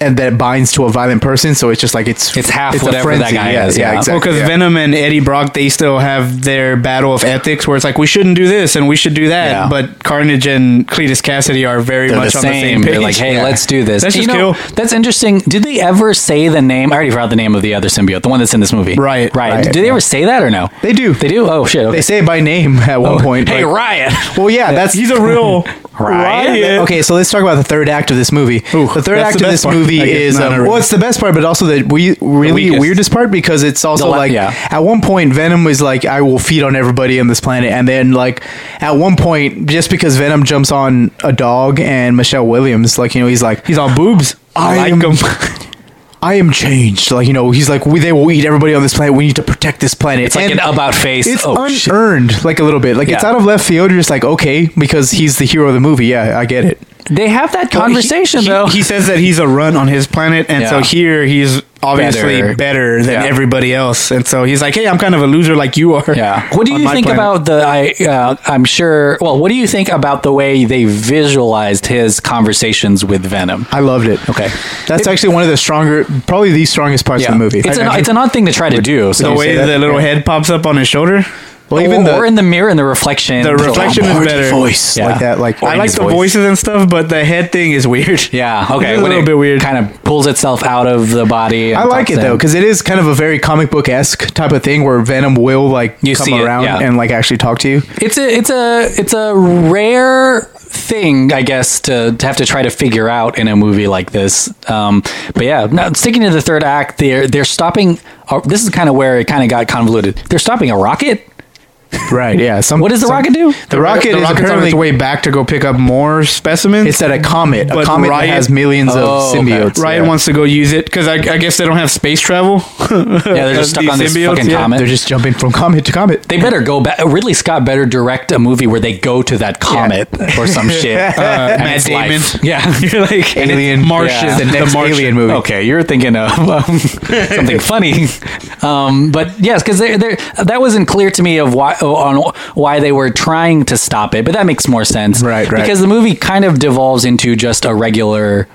Speaker 2: and that binds to a violent person, so it's just like it's
Speaker 1: It's half
Speaker 2: a
Speaker 1: whatever that
Speaker 2: frenzy.
Speaker 1: guy
Speaker 2: yeah,
Speaker 1: is,
Speaker 2: Yeah,
Speaker 1: yeah.
Speaker 2: exactly.
Speaker 3: Well, because
Speaker 2: yeah.
Speaker 3: Venom and Eddie Brock, they still have their battle of ethics, where it's like we shouldn't do this and we should do that.
Speaker 1: Yeah.
Speaker 3: But Carnage and Cletus Cassidy are very
Speaker 1: They're
Speaker 3: much
Speaker 1: the
Speaker 3: on
Speaker 1: same.
Speaker 3: the same page.
Speaker 1: They're like, hey,
Speaker 3: Yeah.
Speaker 1: let's do this.
Speaker 3: Let's
Speaker 1: You
Speaker 3: just
Speaker 1: know,
Speaker 3: kill.
Speaker 1: That's interesting. Did they ever say the name? I already forgot the name of the other symbiote, the one that's in this movie.
Speaker 3: Riot.
Speaker 1: Right.
Speaker 2: Riot,
Speaker 1: Did they ever say that or no?
Speaker 2: They do.
Speaker 1: They do. Oh shit. Okay.
Speaker 2: They say it by name at
Speaker 3: Oh,
Speaker 2: one point.
Speaker 1: Hey,
Speaker 2: like-
Speaker 1: Riot. *laughs*
Speaker 2: Well, yeah, that's
Speaker 3: He's
Speaker 2: *laughs*
Speaker 3: a real
Speaker 1: Riot.
Speaker 3: riot.
Speaker 2: Okay, so let's talk about the third act of this movie.
Speaker 3: Ooh,
Speaker 2: the third
Speaker 3: that's
Speaker 2: act
Speaker 3: the
Speaker 2: of
Speaker 3: best
Speaker 2: this
Speaker 3: part.
Speaker 2: movie
Speaker 3: I guess
Speaker 2: is
Speaker 3: not
Speaker 2: um,
Speaker 3: a-
Speaker 2: well, it's the best part, but also the we really
Speaker 3: weakest.
Speaker 2: weirdest part because it's also
Speaker 1: The la-
Speaker 2: like
Speaker 1: yeah.
Speaker 2: at one point Venom was like, "I will feed on everybody on this planet," and then like at one point, just because Venom jumps on a dog and Michelle Williams, like you know, he's like,
Speaker 3: He's all boobs.
Speaker 2: I
Speaker 3: I like
Speaker 2: am-
Speaker 3: him.
Speaker 2: "I am changed," like you know, he's like, we, "They will eat everybody on this planet. We need to protect this planet."
Speaker 1: It's like
Speaker 2: And-
Speaker 1: an about face.
Speaker 2: it's
Speaker 1: oh shit.
Speaker 2: unearned, like a little bit. Like it's
Speaker 1: Yeah.
Speaker 2: out of left field. You're just like, okay, because he's the hero of the movie. Yeah, I get it.
Speaker 1: They have that conversation
Speaker 3: he,
Speaker 1: though.
Speaker 3: He, says that he's a run on his planet, and so
Speaker 1: Yeah.
Speaker 3: here he's obviously
Speaker 1: Better.
Speaker 3: better, than
Speaker 1: Yeah.
Speaker 3: everybody else. And so he's like, hey, I'm kind of a
Speaker 2: *laughs*
Speaker 3: loser like you are.
Speaker 1: yeah. What do
Speaker 3: on
Speaker 1: you
Speaker 3: my
Speaker 1: think
Speaker 3: planet.
Speaker 1: about the? I uh, I'm sure. Well, what do you think about the way they visualized his conversations with Venom?
Speaker 2: I loved it.
Speaker 1: Okay.
Speaker 2: That's actually one of the stronger, probably the strongest parts of the movie.
Speaker 1: It's
Speaker 2: I-
Speaker 1: an
Speaker 2: I-
Speaker 1: it's an odd thing to try to do. So
Speaker 3: the way
Speaker 2: that?
Speaker 3: the little
Speaker 2: Yeah.
Speaker 3: head pops up on his shoulder?
Speaker 2: well, even
Speaker 1: or,
Speaker 2: the,
Speaker 1: or in the mirror and the reflection.
Speaker 3: The reflection is
Speaker 4: Lombardi
Speaker 3: better.
Speaker 4: voice.
Speaker 1: Yeah.
Speaker 2: like that, like
Speaker 3: I like
Speaker 1: his
Speaker 3: the
Speaker 1: voice.
Speaker 3: voices and stuff, but the head thing is weird.
Speaker 1: Yeah. Okay.
Speaker 3: It's a
Speaker 1: when
Speaker 3: little bit weird.
Speaker 1: Kind of pulls itself out of the body. and
Speaker 2: I like
Speaker 1: tucks
Speaker 2: it
Speaker 1: in.
Speaker 2: though because it is kind of a very comic book esque type of thing where Venom will like
Speaker 1: You
Speaker 2: come
Speaker 1: see it,
Speaker 2: around
Speaker 1: yeah.
Speaker 2: and like actually talk to you.
Speaker 1: it's a it's a it's a rare thing, I guess, to, to have to try to figure out in a movie like this. Um, but yeah, now sticking to the third act, they're they're stopping. Uh, this is kind of where it kind of got convoluted. They're stopping a rocket.
Speaker 2: Right? Yeah. Some,
Speaker 1: What does the
Speaker 2: some-
Speaker 1: rocket do?
Speaker 2: The rocket
Speaker 3: the
Speaker 2: is
Speaker 3: rocket's on
Speaker 2: apparently
Speaker 3: its way back to go pick up more specimens.
Speaker 2: it's at a comet. A
Speaker 3: But
Speaker 2: comet that
Speaker 3: Riot-
Speaker 2: has millions
Speaker 1: Oh, okay.
Speaker 2: of symbiotes.
Speaker 3: Ryan
Speaker 2: yeah.
Speaker 3: wants to go use it because I, I guess they don't have space travel. yeah,
Speaker 2: *laughs*
Speaker 1: they're just stuck on this fucking comet.
Speaker 2: They're just jumping from comet to comet.
Speaker 1: They better go back. Ridley Scott better direct a movie where they go to that comet or
Speaker 2: *laughs*
Speaker 1: some shit.
Speaker 3: Uh,
Speaker 1: And
Speaker 3: Matt
Speaker 1: it's
Speaker 3: Damon.
Speaker 1: life. Yeah.
Speaker 3: You're like
Speaker 2: Alien.
Speaker 3: Martian.
Speaker 1: Yeah.
Speaker 2: The next
Speaker 3: Martian.
Speaker 2: Alien movie.
Speaker 1: Okay, you're thinking of um, something funny, um, but yes, because that wasn't clear to me of why on why they were trying to stop it, but that makes more sense,
Speaker 2: Right, right.
Speaker 1: Because the movie kind of devolves into just a regular.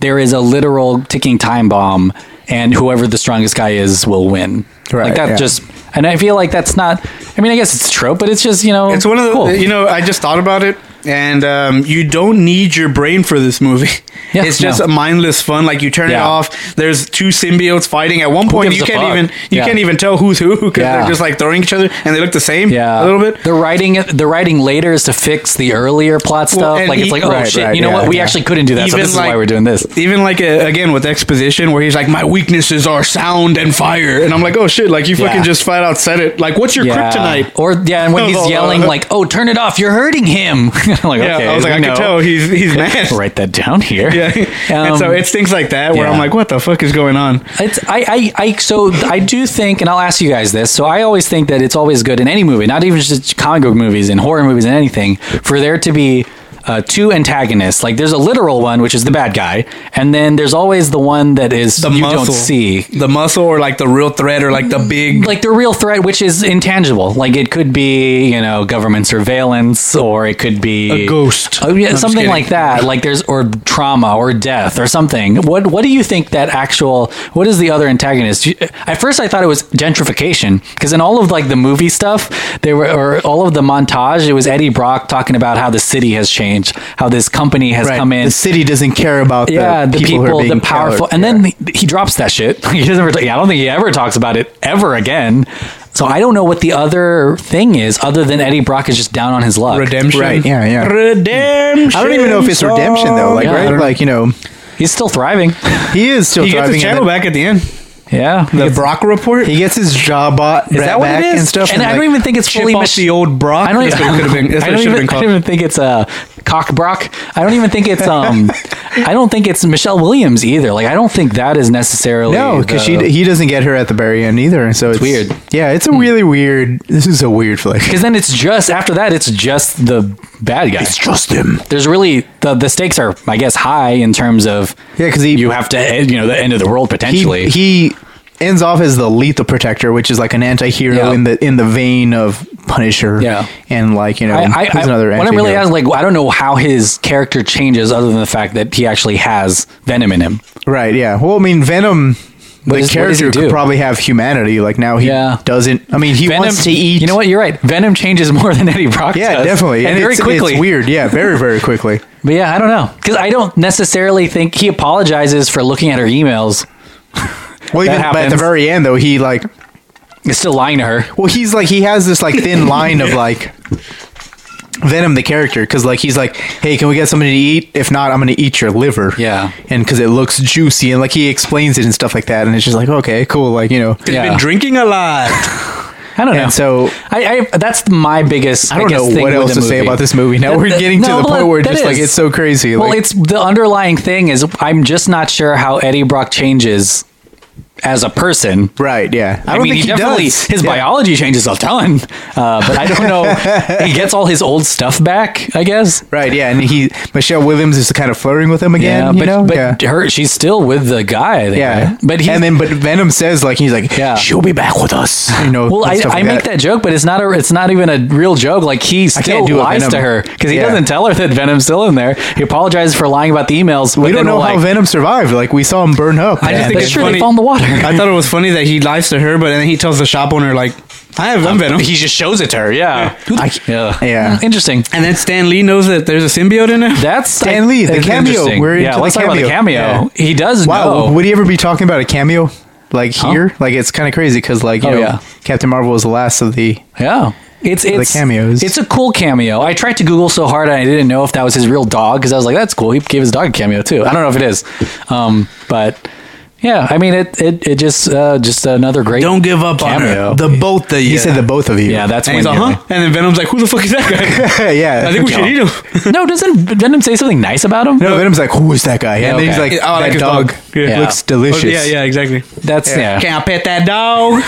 Speaker 1: There is a literal ticking time bomb, and whoever the strongest guy is will win.
Speaker 2: Right,
Speaker 1: like that
Speaker 2: yeah.
Speaker 1: just, and I feel like that's not. I mean, I guess it's trope, but it's just you know,
Speaker 3: It's one of the
Speaker 1: Oh, cool.
Speaker 3: you know. I just thought about it, and um, you don't need your brain for this movie.
Speaker 1: *laughs* Yeah,
Speaker 3: it's just
Speaker 1: no.
Speaker 3: a mindless fun. Like you turn it
Speaker 1: Yeah.
Speaker 3: off. There's two symbiotes fighting. At one point,
Speaker 1: gives
Speaker 3: you
Speaker 1: a
Speaker 3: can't
Speaker 1: fuck?
Speaker 3: even you
Speaker 1: Yeah.
Speaker 3: can't even tell who's who because
Speaker 1: Yeah.
Speaker 3: they're just like throwing each other, and they look the same.
Speaker 1: Yeah,
Speaker 3: a little bit.
Speaker 1: The writing, the writing later is to fix the earlier plot stuff.
Speaker 3: Well, and
Speaker 1: like it's
Speaker 3: he-
Speaker 1: like, oh
Speaker 2: right,
Speaker 1: shit,
Speaker 2: right,
Speaker 1: you know
Speaker 2: yeah,
Speaker 1: what? We
Speaker 2: yeah.
Speaker 1: actually couldn't do that, so
Speaker 3: Even
Speaker 1: this is
Speaker 3: like-
Speaker 1: why we're doing this.
Speaker 3: Even like a, again with exposition, where he's like, "My weaknesses are sound and fire," and I'm like, "Oh shit!" Like you
Speaker 1: Yeah.
Speaker 3: fucking just flat out said it. Like, what's your kryptonite?
Speaker 1: Or yeah, and when he's
Speaker 3: *laughs* Oh,
Speaker 1: yelling
Speaker 3: uh,
Speaker 1: like, "Oh, turn it off! You're hurting him!" *laughs* I'm like,
Speaker 3: yeah,
Speaker 1: okay,
Speaker 3: I was like,
Speaker 1: we
Speaker 3: I
Speaker 1: know.
Speaker 3: can tell he's
Speaker 1: *laughs*
Speaker 3: he's mad.
Speaker 1: Write that down here.
Speaker 3: *laughs* Yeah,
Speaker 1: Um,
Speaker 3: and so it's things like that where
Speaker 1: yeah.
Speaker 3: I'm like, "What the fuck is going on?"
Speaker 1: It's I, I I so I do think, and I'll ask you guys this. So I always think that it's always good in any movie, not even just comic book movies and horror movies and anything, for there to be uh, two antagonists. Like there's a literal one, which is the bad guy, and then there's always the one that is
Speaker 3: The
Speaker 1: you
Speaker 3: muscle.
Speaker 1: don't see.
Speaker 3: The muscle or like the real threat or like the big.
Speaker 1: Like the real threat, which is intangible. Like it could be, you know, government surveillance, or it could be
Speaker 3: A ghost.
Speaker 1: Oh, yeah,
Speaker 3: I'm just
Speaker 1: something
Speaker 3: kidding.
Speaker 1: like that. Like there's or trauma or death or something. What What do you think that actual? What is the other antagonist? You- At first, I thought it was gentrification because in all of like the movie stuff, they were or all of the montage, it was Eddie Brock talking about how the city has changed, how this company has
Speaker 2: Right.
Speaker 1: come in,
Speaker 2: The city doesn't care about
Speaker 1: yeah,
Speaker 2: the, people, who are being
Speaker 1: the powerful,
Speaker 2: killed.
Speaker 1: and then he- he drops that shit. *laughs* he doesn't. Ever, I don't think he ever talks about it ever again. So I don't know what the other thing is, other than Eddie Brock is just down on his luck.
Speaker 3: Redemption.
Speaker 2: Right, yeah, yeah.
Speaker 3: Redemption.
Speaker 2: I don't even know if it's redemption though. Like
Speaker 1: Yeah, I
Speaker 2: right,
Speaker 1: don't-
Speaker 2: like you know,
Speaker 1: He's still thriving. *laughs*
Speaker 2: he is still
Speaker 3: he gets
Speaker 2: driving.
Speaker 3: his channel back at the end.
Speaker 1: yeah,
Speaker 3: The Brock report.
Speaker 2: He gets his jaw bought
Speaker 1: is that
Speaker 2: right
Speaker 1: what
Speaker 2: back
Speaker 1: it is?
Speaker 2: and stuff.
Speaker 1: And, I
Speaker 2: like,
Speaker 1: don't even think it's
Speaker 3: Chip
Speaker 1: fully.
Speaker 3: off
Speaker 1: mach-
Speaker 3: the old Brock.
Speaker 1: I don't,
Speaker 3: That's what it could have been.
Speaker 1: *laughs*
Speaker 3: That's
Speaker 1: I
Speaker 3: what
Speaker 1: don't
Speaker 3: it should have
Speaker 1: even,
Speaker 3: been
Speaker 1: I
Speaker 3: called.
Speaker 1: don't even think it's a cock Brock. I don't even think it's um. I don't think it's Michelle Williams either. Like I don't think that is necessarily
Speaker 2: no, because she
Speaker 1: the-
Speaker 2: he doesn't get her at the very end either. So it's,
Speaker 1: weird.
Speaker 2: Yeah, it's a really weird. This is a weird flick.
Speaker 1: Because then it's just after that, it's just the bad guy.
Speaker 4: It's just them.
Speaker 1: there's really the the stakes are I guess high in terms of
Speaker 2: Yeah, 'cause he-
Speaker 1: you have to you know the end of the world potentially.
Speaker 2: He, he ends off as the lethal protector, which is like an anti-hero
Speaker 1: Yeah.
Speaker 2: in the in the vein of Punisher.
Speaker 1: Yeah.
Speaker 2: and like you know,
Speaker 1: I, I,
Speaker 2: he's
Speaker 1: I,
Speaker 2: another.
Speaker 1: what I'm really
Speaker 2: anti-hero.
Speaker 1: asking, like, I don't know how his character changes other than the fact that he actually has venom in him.
Speaker 2: Right. Yeah. Well, I mean, Venom. The
Speaker 1: does- what does he
Speaker 2: character
Speaker 1: do?
Speaker 2: could probably have humanity. Like now, he
Speaker 1: Yeah.
Speaker 2: doesn't. I mean, he
Speaker 1: venom
Speaker 2: wants to eat.
Speaker 1: You know what? You're right. Venom changes *laughs* more than Eddie Brock
Speaker 2: Yeah,
Speaker 1: does.
Speaker 2: definitely.
Speaker 1: and, very
Speaker 2: it's,
Speaker 1: quickly.
Speaker 2: It's weird. Yeah, very very quickly.
Speaker 1: But yeah, I don't know because I don't necessarily think he apologizes for looking at her emails.
Speaker 2: Well,
Speaker 1: That
Speaker 2: even but at the
Speaker 1: happens.
Speaker 2: very end, though, he like.
Speaker 1: He's still lying to her.
Speaker 2: Well, he's like he has this like thin
Speaker 1: *laughs*
Speaker 2: line of like. Venom the character because like he's like hey can we get somebody to eat if not I'm gonna eat your liver
Speaker 1: Yeah.
Speaker 2: and because it looks juicy and like he explains it and stuff like that and it's just like okay cool like you know
Speaker 3: He's
Speaker 1: Yeah.
Speaker 3: been drinking a lot.
Speaker 1: I don't know.
Speaker 2: and so
Speaker 1: I, I that's my biggest.
Speaker 2: I don't
Speaker 1: guess,
Speaker 2: know
Speaker 1: thing
Speaker 2: what
Speaker 1: with
Speaker 2: else
Speaker 1: the
Speaker 2: to say
Speaker 1: movie.
Speaker 2: about this movie now
Speaker 1: That- *laughs*
Speaker 2: we're
Speaker 1: that-
Speaker 2: getting
Speaker 1: no,
Speaker 2: to the point where
Speaker 1: that
Speaker 2: just like
Speaker 1: is.
Speaker 2: it's so crazy
Speaker 1: Well,
Speaker 2: like,
Speaker 1: it's the underlying thing is I'm just not sure how Eddie Brock changes as a person.
Speaker 2: right yeah
Speaker 1: I, mean, he, definitely his
Speaker 2: Yeah.
Speaker 1: biology changes a ton, uh, but I don't
Speaker 2: *laughs*
Speaker 1: know. he gets all his old stuff back, I guess.
Speaker 2: right yeah and he Michelle Williams is kind of flirting with him again
Speaker 1: Yeah,
Speaker 2: you
Speaker 1: but
Speaker 2: know?
Speaker 1: but
Speaker 2: yeah.
Speaker 1: her she's still with the guy. I think,
Speaker 2: Yeah,
Speaker 1: right? but he's,
Speaker 2: and then but Venom says like he's like
Speaker 1: Yeah.
Speaker 2: she'll be back with us. You know,
Speaker 1: Well,
Speaker 2: and
Speaker 1: I,
Speaker 2: stuff
Speaker 1: I
Speaker 2: like
Speaker 1: make that joke, but it's not a it's not even a real joke. Like he still
Speaker 2: can't do a
Speaker 1: lies to
Speaker 2: Venom.
Speaker 1: her because he
Speaker 2: Yeah.
Speaker 1: doesn't tell her that Venom's still in there. He apologizes for lying about the emails.
Speaker 2: We don't know how Venom survived. Like we saw him burn up.
Speaker 3: I just
Speaker 2: man.
Speaker 3: think
Speaker 1: That's
Speaker 3: it's
Speaker 1: true. They
Speaker 3: funny.
Speaker 1: fall in the water.
Speaker 3: I thought it was funny that he lies to her, but then he tells the shop owner like, "I have one venom."
Speaker 1: He just shows it to her. *laughs* Yeah.
Speaker 2: I-
Speaker 1: yeah.
Speaker 2: Yeah.
Speaker 1: Hmm, Interesting.
Speaker 3: and then Stan Lee knows that there's a symbiote in there.
Speaker 1: That's
Speaker 2: Stan Lee, the
Speaker 1: it's
Speaker 2: cameo.
Speaker 1: interesting.
Speaker 2: We're
Speaker 1: yeah.
Speaker 2: into
Speaker 1: Let's
Speaker 2: the
Speaker 1: talk about the cameo.
Speaker 2: cameo.
Speaker 1: He does
Speaker 2: wow,
Speaker 1: know.
Speaker 2: would he ever be talking about a cameo like here? Like it's kind of crazy because like you
Speaker 1: Oh,
Speaker 2: know
Speaker 1: yeah.
Speaker 2: Captain Marvel was the last of the.
Speaker 1: Yeah. It's it's
Speaker 2: cameos.
Speaker 1: It's a cool cameo. I tried to Google so hard and I didn't know if that was his real dog because I was like, that's cool. He gave his dog a cameo too. I don't know if it is, um, but yeah. I mean, it it, it just uh, just another great.
Speaker 3: Don't give up on
Speaker 1: Cameo.
Speaker 3: her. The both of you.
Speaker 2: He said the both of you.
Speaker 1: yeah, that's
Speaker 3: And
Speaker 1: when
Speaker 3: he's
Speaker 1: you-
Speaker 3: uh huh. And then Venom's like, "Who the fuck is that
Speaker 2: *laughs*
Speaker 3: guy?"
Speaker 2: yeah.
Speaker 3: I think we should eat
Speaker 1: *laughs*
Speaker 3: him.
Speaker 1: No, doesn't Venom say something nice about him?
Speaker 2: No, Venom's like, who is that guy? And
Speaker 1: okay.
Speaker 2: then he's like,
Speaker 3: Yeah, Oh, I like
Speaker 2: that
Speaker 3: his
Speaker 2: dog,
Speaker 3: dog. Yeah. Oh,
Speaker 2: looks
Speaker 1: Yeah.
Speaker 2: delicious.
Speaker 3: Yeah, yeah, exactly.
Speaker 1: that's yeah.
Speaker 3: Can I pet that *laughs* dog?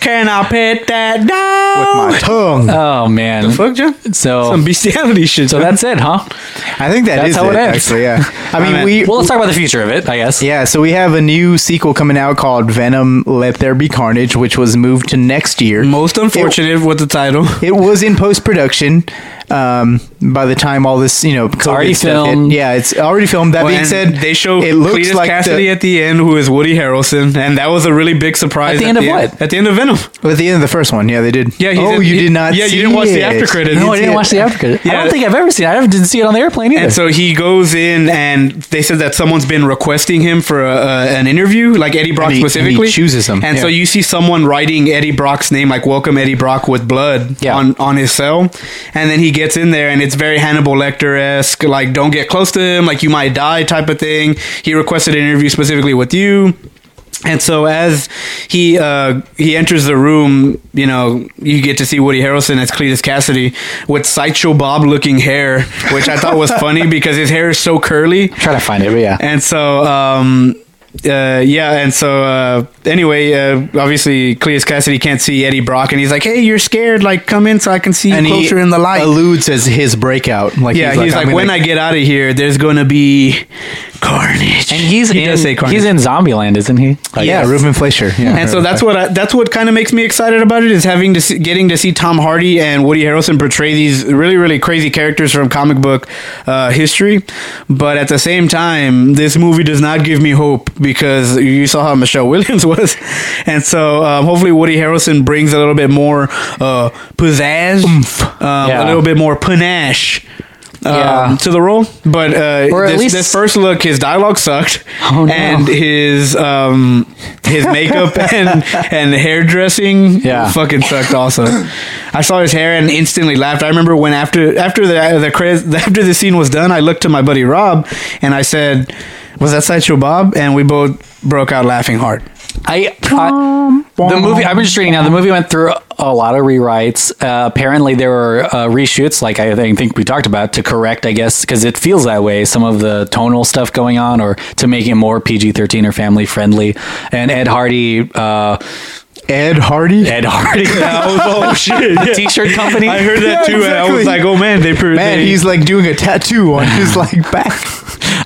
Speaker 3: Can I pet that dog?
Speaker 2: My tongue.
Speaker 1: Oh man.
Speaker 3: fuck, John.
Speaker 1: So-
Speaker 3: *laughs* some bestiality shit.
Speaker 1: so that's it, huh?
Speaker 2: I think
Speaker 1: that's
Speaker 2: that's
Speaker 1: how
Speaker 2: how
Speaker 1: it ends.
Speaker 2: Actually, yeah. I mean,
Speaker 3: mean,
Speaker 2: we
Speaker 1: Well, let's talk about the future of it. I guess.
Speaker 2: Yeah, so we have a new sequel coming out called Venom Let There Be Carnage, which was moved to next year.
Speaker 3: *laughs* most unfortunate with the title.
Speaker 2: It was in post production um, by the time all this, you know, it's
Speaker 1: already filmed.
Speaker 2: yeah, it's already filmed. That
Speaker 3: Well,
Speaker 2: being
Speaker 3: and
Speaker 2: said,
Speaker 3: they show
Speaker 2: it looks
Speaker 3: Cletus
Speaker 2: like
Speaker 3: Cassidy at the end, who is Woody Harrelson, and that was a really big surprise.
Speaker 1: At the end of what?
Speaker 3: At the end of Venom.
Speaker 2: the, at the end of the first one. Yeah, they did.
Speaker 3: Yeah, he's
Speaker 2: oh,
Speaker 3: in-
Speaker 2: you
Speaker 3: he-
Speaker 2: did not.
Speaker 3: yeah, you
Speaker 2: see
Speaker 3: didn't watch the
Speaker 2: it.
Speaker 3: after credits.
Speaker 1: No, I
Speaker 2: see
Speaker 1: didn't
Speaker 2: it.
Speaker 1: watch the after. I don't
Speaker 3: Yeah.
Speaker 1: think I've ever seen. it. I didn't see it on the airplane either.
Speaker 3: And so he goes in, and they said that someone's been requesting him for a, uh, an interview, like Eddie Brock
Speaker 2: And he- and he
Speaker 3: specifically.
Speaker 2: chooses him,
Speaker 3: and so
Speaker 2: yeah.
Speaker 3: you see someone writing Eddie Brock's name, like "Welcome Eddie Brock" with blood
Speaker 1: Yeah.
Speaker 3: on on his cell, and then he gets in there, and it's very Hannibal Lecter esque, like "Don't get close to him, like you might die" type of thing. He requested an interview specifically with you. And so as he uh, he enters the room, you know, you get to see Woody Harrelson as Cletus Cassidy with sideshow Bob looking hair, which I thought was funny because his hair is so curly.
Speaker 1: Try to find it, but yeah.
Speaker 3: And so um, uh, yeah, and so uh, anyway, uh, obviously Cleus Cassidy can't see Eddie Brock, and he's like, "Hey, you're scared? Like, come in so I can see you
Speaker 2: and
Speaker 3: closer in the light."
Speaker 2: alludes as his breakout. Like
Speaker 3: yeah, he's, like,
Speaker 2: I'm
Speaker 3: "When
Speaker 2: gonna-
Speaker 3: I get out of here, there's gonna be carnage."
Speaker 1: And he's
Speaker 3: He
Speaker 1: in
Speaker 3: does say carnage.
Speaker 1: he's in Zombieland, isn't he? Like,
Speaker 2: yeah, Ruben Fleischer. Yeah,
Speaker 3: and so that's what I, that's what kind of makes me excited about it is having to see, getting to see Tom Hardy and Woody Harrelson portray these really really crazy characters from comic book uh, history. But at the same time, this movie does not give me hope because you saw how Michelle *laughs* Williams was, and so um, hopefully Woody Harrelson brings a little bit more uh, pizzazz, um,
Speaker 1: Yeah.
Speaker 3: a little bit more panache. Um,
Speaker 1: Yeah.
Speaker 3: to the role, but uh,
Speaker 1: Or at
Speaker 3: this,
Speaker 1: least-
Speaker 3: this first look, his dialogue sucked,
Speaker 1: Oh, no.
Speaker 3: and his um his *laughs* makeup and and hairdressing
Speaker 1: Yeah.
Speaker 3: fucking sucked also i saw his hair and instantly laughed i remember when after after the the cra- *laughs* after the scene was done i looked to my buddy rob and i said was that sideshow bob and we both broke out laughing hard
Speaker 1: I, I the movie. I'm just reading now. The movie went through a lot of rewrites. Uh, apparently, there were uh, reshoots, like I think, think we talked about, to correct. I guess because it feels that way. Some of the tonal stuff going on, or to make it more PG-13 or family friendly. And Ed Hardy, uh,
Speaker 2: Ed Hardy.
Speaker 1: Ed Hardy, *laughs*
Speaker 3: *laughs* oh shit
Speaker 1: the T-shirt company.
Speaker 3: i heard that
Speaker 2: Yeah,
Speaker 3: too
Speaker 1: *laughs*
Speaker 3: and i was
Speaker 2: exactly.
Speaker 3: like oh man they proved
Speaker 2: Man, he's like doing a tattoo on his *laughs* like back.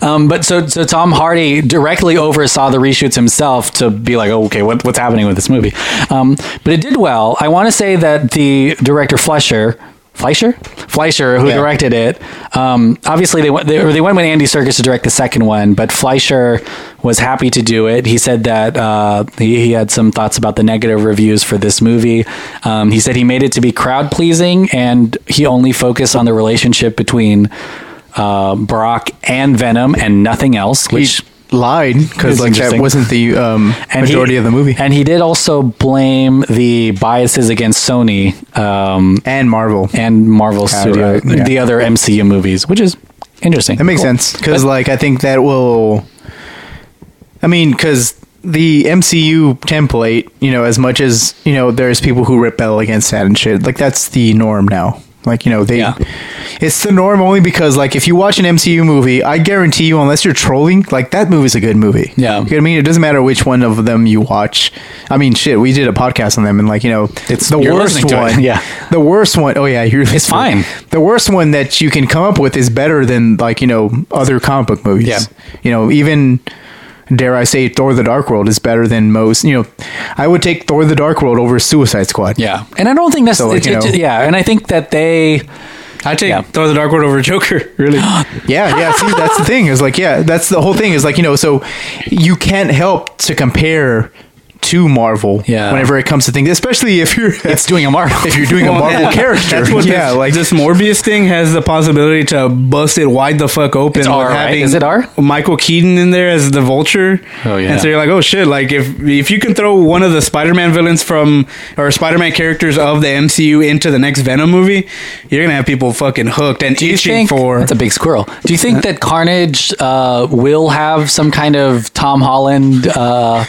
Speaker 1: Um, but so so Tom Hardy directly oversaw the reshoots himself to be like, oh, okay, what, what's happening with this movie? Um, but it did well. I want to say that the director Fleischer. Fleischer, Fleischer, who
Speaker 2: Yeah.
Speaker 1: directed it, um, obviously they went they, or they went with Andy Serkis to direct the second one, but Fleischer was happy to do it. He said that uh, he, he had some thoughts about the negative reviews for this movie. Um, he said he made it to be crowd pleasing, and he only focused on the relationship between uh, Brock and Venom and nothing else. Which
Speaker 2: he lied because
Speaker 1: It's
Speaker 2: like that
Speaker 1: interesting.
Speaker 2: wasn't the um,
Speaker 1: and he-
Speaker 2: majority of the movie and,
Speaker 1: and he did also blame the biases against Sony um,
Speaker 2: Marvel.
Speaker 1: and Marvel
Speaker 2: Kinda
Speaker 1: Studio,
Speaker 2: right, yeah.
Speaker 1: the other MCU movies, which is interesting.
Speaker 2: That makes
Speaker 1: Cool.
Speaker 2: sense. 'Cause sense because
Speaker 1: But-
Speaker 2: like I think that will. I mean, because the MCU template, you know, as much as you know, there's people who rebel against that and shit. Like that's the norm now. Like you know, they.
Speaker 1: Yeah.
Speaker 2: It's the norm only because like if you watch an MCU movie, I guarantee you, unless you're trolling, like that movie's a good movie.
Speaker 1: Yeah.
Speaker 2: You know what I mean, it doesn't matter which one of them you watch. I mean, shit, we did a podcast on them, and like you know, it's the
Speaker 1: you're
Speaker 2: worst
Speaker 1: listening to it, *laughs*
Speaker 2: one.
Speaker 1: yeah.
Speaker 2: the worst one. Oh yeah, you're
Speaker 1: It's fine.
Speaker 2: the worst one that you can come up with is better than like you know other comic book movies.
Speaker 1: Yeah.
Speaker 2: You know, even dare I say, Thor: The Dark World is better than most. You know, I would take Thor: The Dark World over Suicide Squad.
Speaker 1: Yeah, and I don't think that's
Speaker 2: So, like,
Speaker 1: it's-
Speaker 2: you
Speaker 1: it's-
Speaker 2: know-
Speaker 1: yeah, and I think that they
Speaker 3: i take
Speaker 1: Yeah.
Speaker 3: throw the dark world over joker *gasps* really
Speaker 2: yeah, yeah. See, that's the thing. Is like, yeah, that's the whole thing. Is like, you know, so you can't help to compare to Marvel.
Speaker 1: Yeah.
Speaker 2: Whenever it comes to things, especially if you're
Speaker 1: it's doing a Marvel.
Speaker 2: *laughs* if you're doing a
Speaker 3: Well,
Speaker 1: *laughs*
Speaker 2: Marvel
Speaker 3: yeah.
Speaker 2: character.
Speaker 3: That's what
Speaker 2: yeah,
Speaker 3: this,
Speaker 2: like
Speaker 3: this Morbius thing has the possibility to bust it wide the fuck open.
Speaker 1: It's R,
Speaker 3: with
Speaker 1: right?
Speaker 3: having
Speaker 1: Is it R?
Speaker 3: Michael Keaton in there as the Vulture.
Speaker 1: Oh, yeah.
Speaker 3: And so you're like, oh shit! Like if if you can throw one of the Spider-Man villains from or Spider-Man characters of the MCU into the next Venom movie, you're gonna have people fucking hooked and
Speaker 1: Do you
Speaker 3: itching
Speaker 1: think
Speaker 3: for.
Speaker 1: that's a big squirrel? Do you
Speaker 2: Uh.
Speaker 1: think that Carnage uh, will have some kind of Tom Holland
Speaker 2: *laughs*
Speaker 1: uh,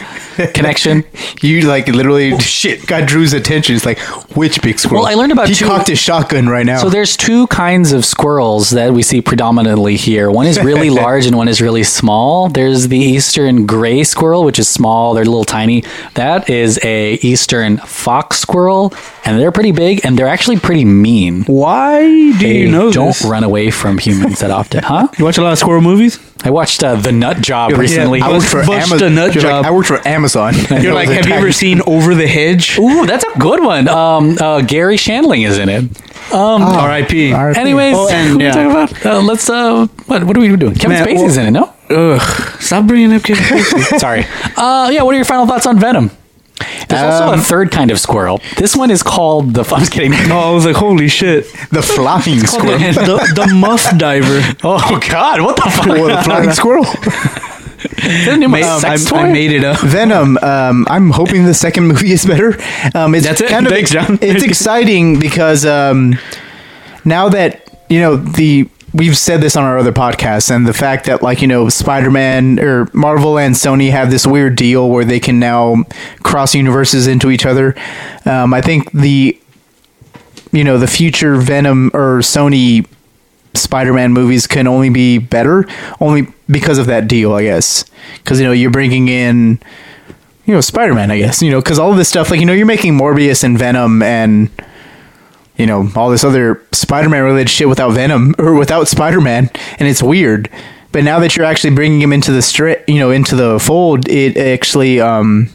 Speaker 1: connection?
Speaker 2: you like literally *laughs* shit got Drew's attention. It's like which big squirrel?
Speaker 1: Well, I learned about
Speaker 2: he
Speaker 1: two-
Speaker 2: cocked his shotgun right now.
Speaker 1: So there's two kinds of squirrels that we see predominantly here. One is
Speaker 3: *laughs*
Speaker 1: really large and one is really small. There's the eastern gray squirrel, which is small. They're little tiny. That is a eastern fox squirrel, and they're pretty big and they're actually pretty mean.
Speaker 3: Why do
Speaker 1: They
Speaker 3: you know
Speaker 1: don't
Speaker 3: this? *laughs*
Speaker 1: run away from humans that often, huh?
Speaker 3: You watch a lot of squirrel movies.
Speaker 1: I watched uh, The Nut Job recently.
Speaker 2: I worked for
Speaker 3: Bust a
Speaker 2: Amazon.
Speaker 3: nut
Speaker 2: You're like,
Speaker 3: job.
Speaker 2: I worked for Amazon.
Speaker 3: *laughs* You're like, have you ever seen Over the Hedge?
Speaker 1: Ooh, that's a good one. Um, uh, Gary Shandling is in it. Um,
Speaker 3: R.I.P.
Speaker 2: R.I.P.
Speaker 1: anyways,
Speaker 3: Oh,
Speaker 1: what
Speaker 3: and,
Speaker 1: are we
Speaker 3: yeah.
Speaker 1: talking about? Uh, let's. Uh, what, what are we doing? Kevin
Speaker 3: Man,
Speaker 1: Spacey's
Speaker 3: well-
Speaker 1: in it. No.
Speaker 3: Ugh! Stop bringing up Kevin
Speaker 1: *laughs*
Speaker 3: Spacey.
Speaker 1: Sorry. Uh, yeah. What are your final thoughts on Venom? There's also a third kind of squirrel. This one is called the. *laughs* I'm just kidding.
Speaker 3: Oh, I was like, holy shit. *laughs*
Speaker 2: the flying squirrel?
Speaker 3: the, the muff diver.
Speaker 1: Oh God! What the fuck?
Speaker 2: Well, the flying
Speaker 3: *laughs*
Speaker 2: squirrel.
Speaker 1: Isn't it my
Speaker 3: Um,
Speaker 1: sex
Speaker 3: I, I
Speaker 1: toy?
Speaker 3: made it up.
Speaker 2: Venom. Um, I'm hoping the second *laughs* movie is better. Um, it's
Speaker 3: That's it?
Speaker 2: Kind of,
Speaker 3: Thanks, John. *laughs*
Speaker 2: It's exciting because um, now that you know the we've said this on our other podcasts, and the fact that like you know Spider-Man or Marvel and Sony have this weird deal where they can now cross universes into each other. Um, I think the you know the future Venom or Sony Spider-Man movies can only be better only because of that deal, I guess. Because you know you're bringing in, you know, Spider-Man, I guess. You know, because all of this stuff, like you know, you're making Morbius and Venom and, you know, all this other Spider-Man related shit without Venom or without Spider-Man, and it's weird. But now that you're actually bringing him into the stri- you know, into the fold, it actually um,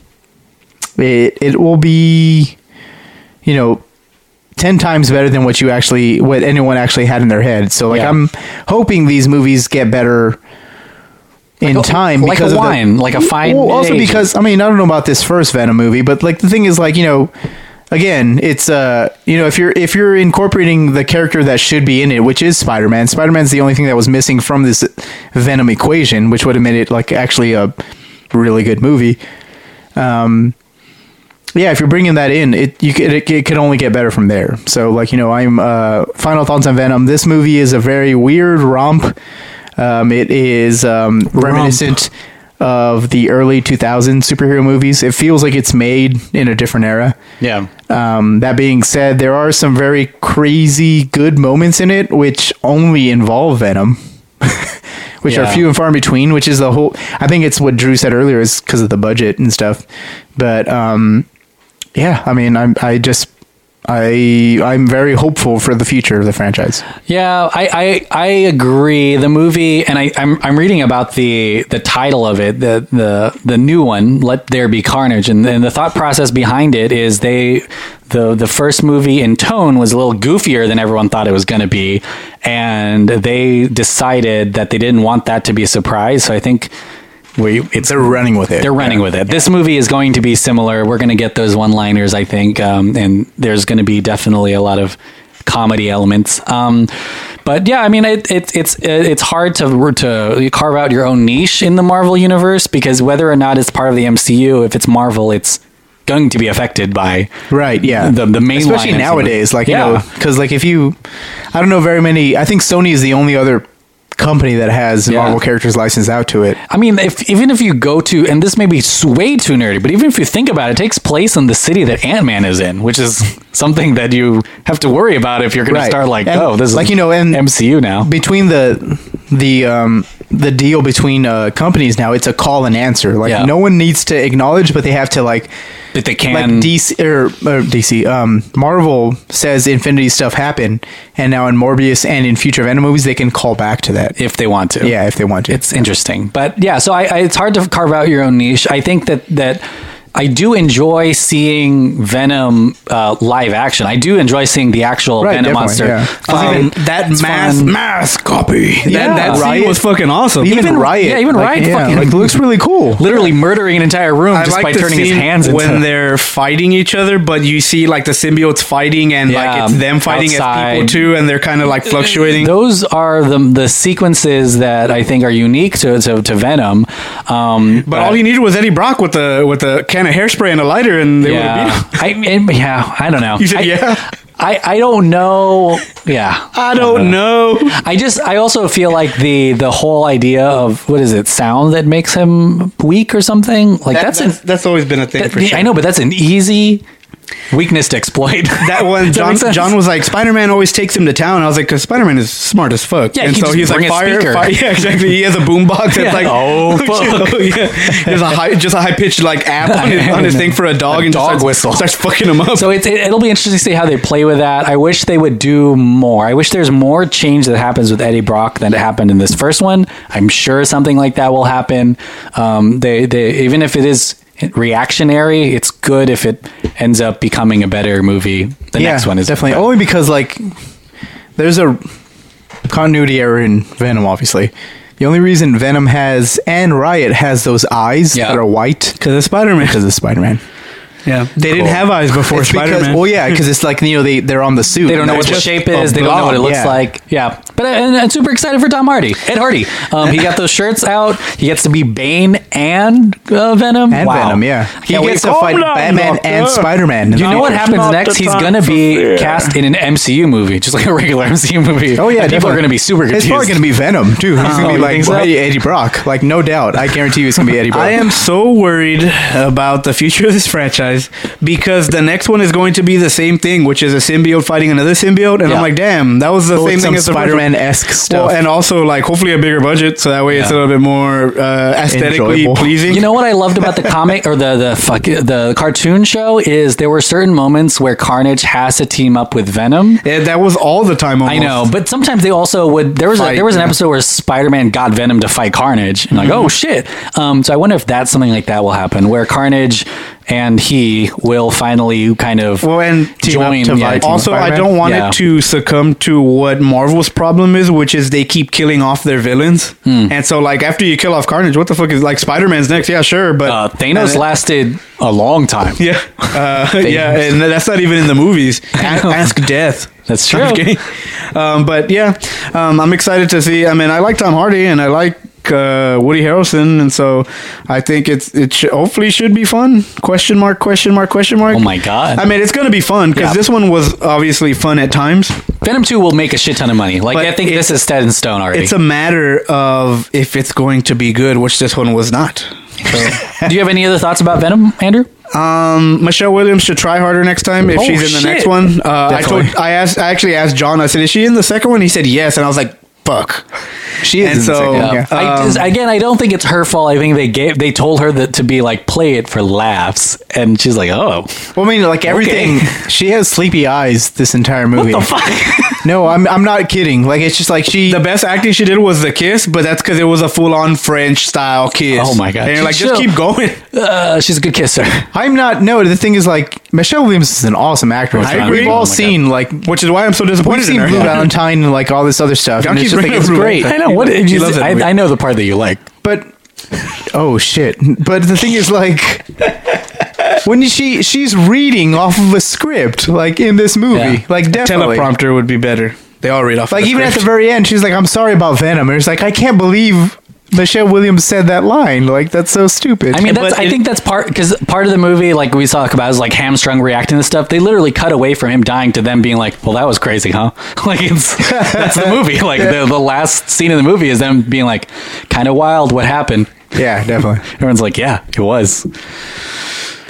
Speaker 2: it it will be, you know, 10 times better than what you actually what anyone actually had in their head so like
Speaker 1: Yeah.
Speaker 2: i'm hoping these movies get better in
Speaker 1: a-
Speaker 2: time
Speaker 1: like
Speaker 2: because
Speaker 1: a
Speaker 2: of the-
Speaker 1: wine, like a fine
Speaker 2: well, also
Speaker 1: agent.
Speaker 2: because i mean i don't know about this first venom movie but like the thing is like you know again it's uh you know if you're if you're incorporating the character that should be in it which is spider-man spider-man's the only thing that was missing from this venom equation which would have made it like actually a really good movie yeah, if you're bringing that in, it you could, it, it could only get better from there. So like you know, I'm uh, final thoughts on Venom. This movie is a very weird romp. Um, it is um, reminiscent of the early 2000 superhero movies. It feels like it's made in a different era.
Speaker 1: Yeah.
Speaker 2: Um, that being said, there are some very crazy good moments in it, which only involve Venom, *laughs* which
Speaker 1: Yeah.
Speaker 2: are few and far in between. Which is the whole. I think it's what Drew said earlier is because of the budget and stuff. But um, yeah, I mean, I'm I just I I'm very hopeful for the future of the franchise.
Speaker 1: Yeah, I, I I agree. The movie, and I, I'm I'm reading about the the title of it, the the the new one, "Let There Be Carnage," and, and the thought process behind it is they the the first movie in tone was a little goofier than everyone thought it was going to be, and they decided that they didn't want that to be a surprise. So I think we it's
Speaker 2: They're running with it.
Speaker 1: they're running with it. This movie is going to be similar. We're going to get those one-liners, I think, um, and there's going to be definitely a lot of comedy elements. Um, but yeah, I mean, it, it, it's it, it's hard to to carve out your own niche in the Marvel universe because whether or not it's part of the MCU, if it's Marvel, it's going to be affected by
Speaker 2: Right. Yeah.
Speaker 1: the the main
Speaker 2: especially
Speaker 1: line of the-
Speaker 2: nowadays, like you
Speaker 1: Yeah.
Speaker 2: know, because like if you, I don't know very many. I think Sony is the only other company that has
Speaker 1: Yeah.
Speaker 2: Marvel characters licensed out to it.
Speaker 1: I mean, if even if you go to, and this may be s- way too nerdy, but even if you think about it, it takes place in the city that Ant Man is in, which is *laughs* something that you have to worry about if you're going to
Speaker 2: Right.
Speaker 1: start like,
Speaker 2: And,
Speaker 1: oh, this is
Speaker 2: like, you know, and-
Speaker 1: MCU now.
Speaker 2: between the the um the deal between uh companies now it's a call and answer like
Speaker 1: Yeah.
Speaker 2: no one needs to acknowledge but they have to like
Speaker 1: That they
Speaker 2: like er,
Speaker 1: can.
Speaker 2: dc or, or dc um marvel says infinity stuff happened and now in morbius and in future venom movies they can call back to that
Speaker 1: if they want to.
Speaker 2: yeah if they want to
Speaker 1: it's interesting but yeah so I, I it's hard to carve out your own niche i think that that i do enjoy seeing venom uh, live action i do enjoy seeing the actual
Speaker 2: Right,
Speaker 1: venom
Speaker 2: definitely,
Speaker 1: monster
Speaker 2: yeah.
Speaker 3: 'Cause
Speaker 1: Um,
Speaker 3: even that
Speaker 1: it's
Speaker 3: mass
Speaker 1: fun.
Speaker 3: mass copy.
Speaker 2: Mm. Yeah.
Speaker 3: That, that scene
Speaker 2: Riot.
Speaker 3: was fucking awesome.
Speaker 2: even,
Speaker 1: even-
Speaker 2: riot
Speaker 1: yeah, even
Speaker 2: like,
Speaker 1: Riot fucking-
Speaker 2: like looks really *laughs* cool
Speaker 1: literally murdering an entire room
Speaker 3: I
Speaker 1: just
Speaker 3: like
Speaker 1: by
Speaker 3: the
Speaker 1: turning his
Speaker 3: scene
Speaker 1: hands into *laughs*
Speaker 3: when they're fighting each other, but you see like the symbiotes fighting and
Speaker 1: Yeah,
Speaker 3: like it's them fighting
Speaker 1: outside.
Speaker 3: as people too, and they're kind of like fluctuating.
Speaker 1: *laughs*
Speaker 3: *laughs*
Speaker 1: Those are the the sequences that I think are unique to to, to Venom. Um,
Speaker 3: But all you needed was Eddie Brock with the with a can of hairspray and a lighter, and they would have beat
Speaker 1: yeah,
Speaker 3: him. *laughs*
Speaker 1: I, I- yeah, I don't know.
Speaker 3: You said
Speaker 1: I,
Speaker 3: yeah?
Speaker 1: I, I don't know. Yeah,
Speaker 3: I don't know.
Speaker 1: I just I also feel like the the whole idea of what is it sound that makes him weak or something like
Speaker 3: That-
Speaker 1: that's,
Speaker 3: that's,
Speaker 1: an
Speaker 3: that's always been a thing
Speaker 1: that-
Speaker 3: for sure.
Speaker 1: I know, but that's an easy weakness to exploit.
Speaker 3: That
Speaker 1: *laughs*
Speaker 3: one,
Speaker 1: Does that
Speaker 3: John,
Speaker 1: make sense?
Speaker 3: John was like, Spider Man always takes him to town. I was like, because Spider Man is smart as fuck.
Speaker 1: Yeah,
Speaker 3: and
Speaker 1: he
Speaker 3: so
Speaker 1: just
Speaker 3: he's
Speaker 1: bring a
Speaker 3: like, fire,
Speaker 1: speaker."
Speaker 3: fire. *laughs* Yeah, exactly. He has a boombox that's
Speaker 1: Yeah.
Speaker 3: like, *laughs*
Speaker 1: Oh, fuck.
Speaker 3: yeah.
Speaker 1: *laughs*
Speaker 3: There's a high, just a high pitched like app on his, on his thing for a dog and just
Speaker 1: dog
Speaker 3: starts,
Speaker 1: whistle.
Speaker 3: starts fucking him up.
Speaker 1: So it's, it, it'll be interesting to see how they play with that. I wish they would do more. I wish there's more change that happens with Eddie Brock than happened in this first one. I'm sure something like that will happen. Um, they, they even if it is reactionary, it's good if it ends up becoming a better movie. The next one is
Speaker 2: definitely only because like there's a continuity error in Venom. Obviously, the only reason Venom has and Riot has those eyes
Speaker 1: Yeah.
Speaker 2: that are white
Speaker 3: Because of Spider Man.
Speaker 2: because of Spider Man.
Speaker 3: Yeah. They didn't
Speaker 2: Cool.
Speaker 3: have eyes before
Speaker 2: It's
Speaker 3: Spider
Speaker 2: because
Speaker 3: Man.
Speaker 2: well, yeah, because it's like you know they they're on the suit.
Speaker 1: They don't know what
Speaker 2: It's
Speaker 1: the
Speaker 2: just
Speaker 1: shape
Speaker 2: a
Speaker 1: is. They don't know what it
Speaker 2: blob,
Speaker 1: looks
Speaker 2: yeah.
Speaker 1: like. Yeah, but I- and I'm super excited for Tom Hardy, Ed Hardy. Um, he got those shirts out. He gets to be Bane and uh, Venom.
Speaker 2: And
Speaker 1: Wow.
Speaker 2: Venom, um, yeah,
Speaker 1: I
Speaker 2: he
Speaker 1: can't wait
Speaker 2: gets
Speaker 1: to
Speaker 2: to fight Batman and Spider Man.
Speaker 1: You know what happens next? He's gonna be cast in an MCU movie, just like a regular *laughs* MCU movie.
Speaker 2: Oh yeah,
Speaker 1: And people are
Speaker 2: definitely.
Speaker 1: gonna be super confused.
Speaker 2: It's probably gonna be Venom too. He's gonna
Speaker 1: Oh,
Speaker 2: be
Speaker 1: you
Speaker 2: like
Speaker 1: think so?
Speaker 2: Eddie, Eddie Brock, like no doubt. I guarantee you, it's gonna be Eddie Brock.
Speaker 3: I am so worried about the future of this franchise guys because the next one is going to be the same thing, which is a symbiote fighting another symbiote, and
Speaker 1: Yeah.
Speaker 3: I'm like, damn, that was the
Speaker 2: But
Speaker 3: same
Speaker 2: with
Speaker 3: thing
Speaker 2: some
Speaker 3: as the first one.
Speaker 2: Spider-Man esque stuff.
Speaker 3: Well, and also like hopefully a bigger budget, so that way it's a
Speaker 1: Yeah.
Speaker 3: little bit more uh, aesthetically
Speaker 2: Enjoyable.
Speaker 3: pleasing.
Speaker 1: You know what I loved about the comic or the the fuck the cartoon show is there were certain moments where Carnage has to team up with Venom.
Speaker 3: Yeah, that was all the time. Almost.
Speaker 1: I know, but sometimes they also would. There was a,
Speaker 3: Fight,
Speaker 1: there was an
Speaker 3: yeah.
Speaker 1: episode where Spider Man got Venom to fight Carnage, and like, oh shit. Um, so I wonder if that's something like that will happen, where Carnage and he will finally kind of
Speaker 3: Well, and
Speaker 2: Team up
Speaker 1: join.
Speaker 2: to
Speaker 1: yeah,
Speaker 2: fight.
Speaker 1: team-
Speaker 3: also, I
Speaker 2: Spider-Man?
Speaker 3: don't want
Speaker 1: Yeah.
Speaker 3: it to succumb to what Marvel's problem is, which is they keep killing off their villains.
Speaker 1: Hmm.
Speaker 3: And so, like after you kill off Carnage, what the fuck is like Spider Man's next? Yeah, sure, but
Speaker 1: uh, Thanos
Speaker 3: and-
Speaker 1: lasted a long time.
Speaker 3: Yeah, *laughs* uh, yeah, and that's not even in the
Speaker 1: *laughs*
Speaker 3: movies. A- Ask Death.
Speaker 1: That's
Speaker 3: *laughs* I'm
Speaker 1: true.
Speaker 3: kidding. Um, but yeah, um, I'm excited to see. I mean, I like Tom Hardy and I like uh, Woody Harrelson, and so I think it's it sh- hopefully should be fun. Question mark? Question mark? Question mark?
Speaker 1: Oh my God.
Speaker 3: I mean, it's gonna be fun because
Speaker 1: Yeah.
Speaker 3: this one was obviously fun at times.
Speaker 1: Venom two will make a shit ton of money. Like
Speaker 3: But
Speaker 1: I think this is set in stone already.
Speaker 3: It's a matter of if it's going to be good, which this one was not. *laughs*
Speaker 1: Do you have any other thoughts about Venom, Andrew?
Speaker 3: Um, Michelle Williams should try harder next time if
Speaker 1: Oh,
Speaker 3: she's in the
Speaker 1: shit.
Speaker 3: next one. Uh, I told,
Speaker 2: Definitely.
Speaker 3: I asked, I actually asked John. I said, "Is she in the second one?" He said, "Yes," and I was like, "Fuck."
Speaker 2: she
Speaker 3: and
Speaker 2: is in the
Speaker 3: so-
Speaker 2: second one,
Speaker 3: Yeah.
Speaker 2: yeah.
Speaker 1: Um, I just, again, I don't think it's her fault. I think they gave they told her that to be like play it for laughs, and she's like, oh,
Speaker 2: Well, I mean, like everything. *laughs* She has sleepy eyes this entire movie.
Speaker 1: the fuck. *laughs*
Speaker 2: No, I'm I'm not kidding. Like it's just like she.
Speaker 3: The best acting she did was the kiss, but that's because it was a full on French style kiss.
Speaker 1: Oh my God.
Speaker 3: And you're like,
Speaker 1: Chill.
Speaker 3: just keep going. *laughs*
Speaker 1: Uh, she's a good kisser.
Speaker 2: I'm not. No, the thing is, like Michelle Williams is an awesome actress.
Speaker 1: I
Speaker 2: Like,
Speaker 1: agree.
Speaker 2: We've
Speaker 1: Oh
Speaker 2: all
Speaker 1: my God.
Speaker 2: seen like
Speaker 3: Which is why I'm so disappointed
Speaker 2: we've seen
Speaker 3: in her.
Speaker 2: Blue Valentine and like all this other stuff.
Speaker 3: Y'all
Speaker 2: And it's
Speaker 3: keep
Speaker 2: just like
Speaker 3: bringing
Speaker 2: it's
Speaker 3: up Blue
Speaker 2: great.
Speaker 1: I know what
Speaker 3: She
Speaker 1: you
Speaker 3: loves that movie.
Speaker 1: I, I know the part that you like.
Speaker 2: But oh shit! But the thing is, like when she she's reading off of a script, like in this movie,
Speaker 1: Yeah.
Speaker 2: like definitely.
Speaker 3: Teleprompter would be better. They all read off.
Speaker 2: Like
Speaker 3: the
Speaker 2: even at the
Speaker 3: script.
Speaker 2: very end, she's like, "I'm sorry about Venom," and it's like, "I can't believe." Michelle Williams said that line. Like that's so stupid.
Speaker 1: I mean, that's,
Speaker 3: But
Speaker 1: I
Speaker 3: it-
Speaker 1: think that's part because part of the movie, like we talk about, is like hamstrung reacting to stuff. They literally cut away from him dying to them being like, "Well, that was crazy, huh?" *laughs* like it's that's
Speaker 3: *laughs*
Speaker 1: the movie. Like the, the last scene in the movie is them being like, "Kind of wild, what happened?"
Speaker 2: yeah, definitely.
Speaker 1: Everyone's like, "Yeah, it was."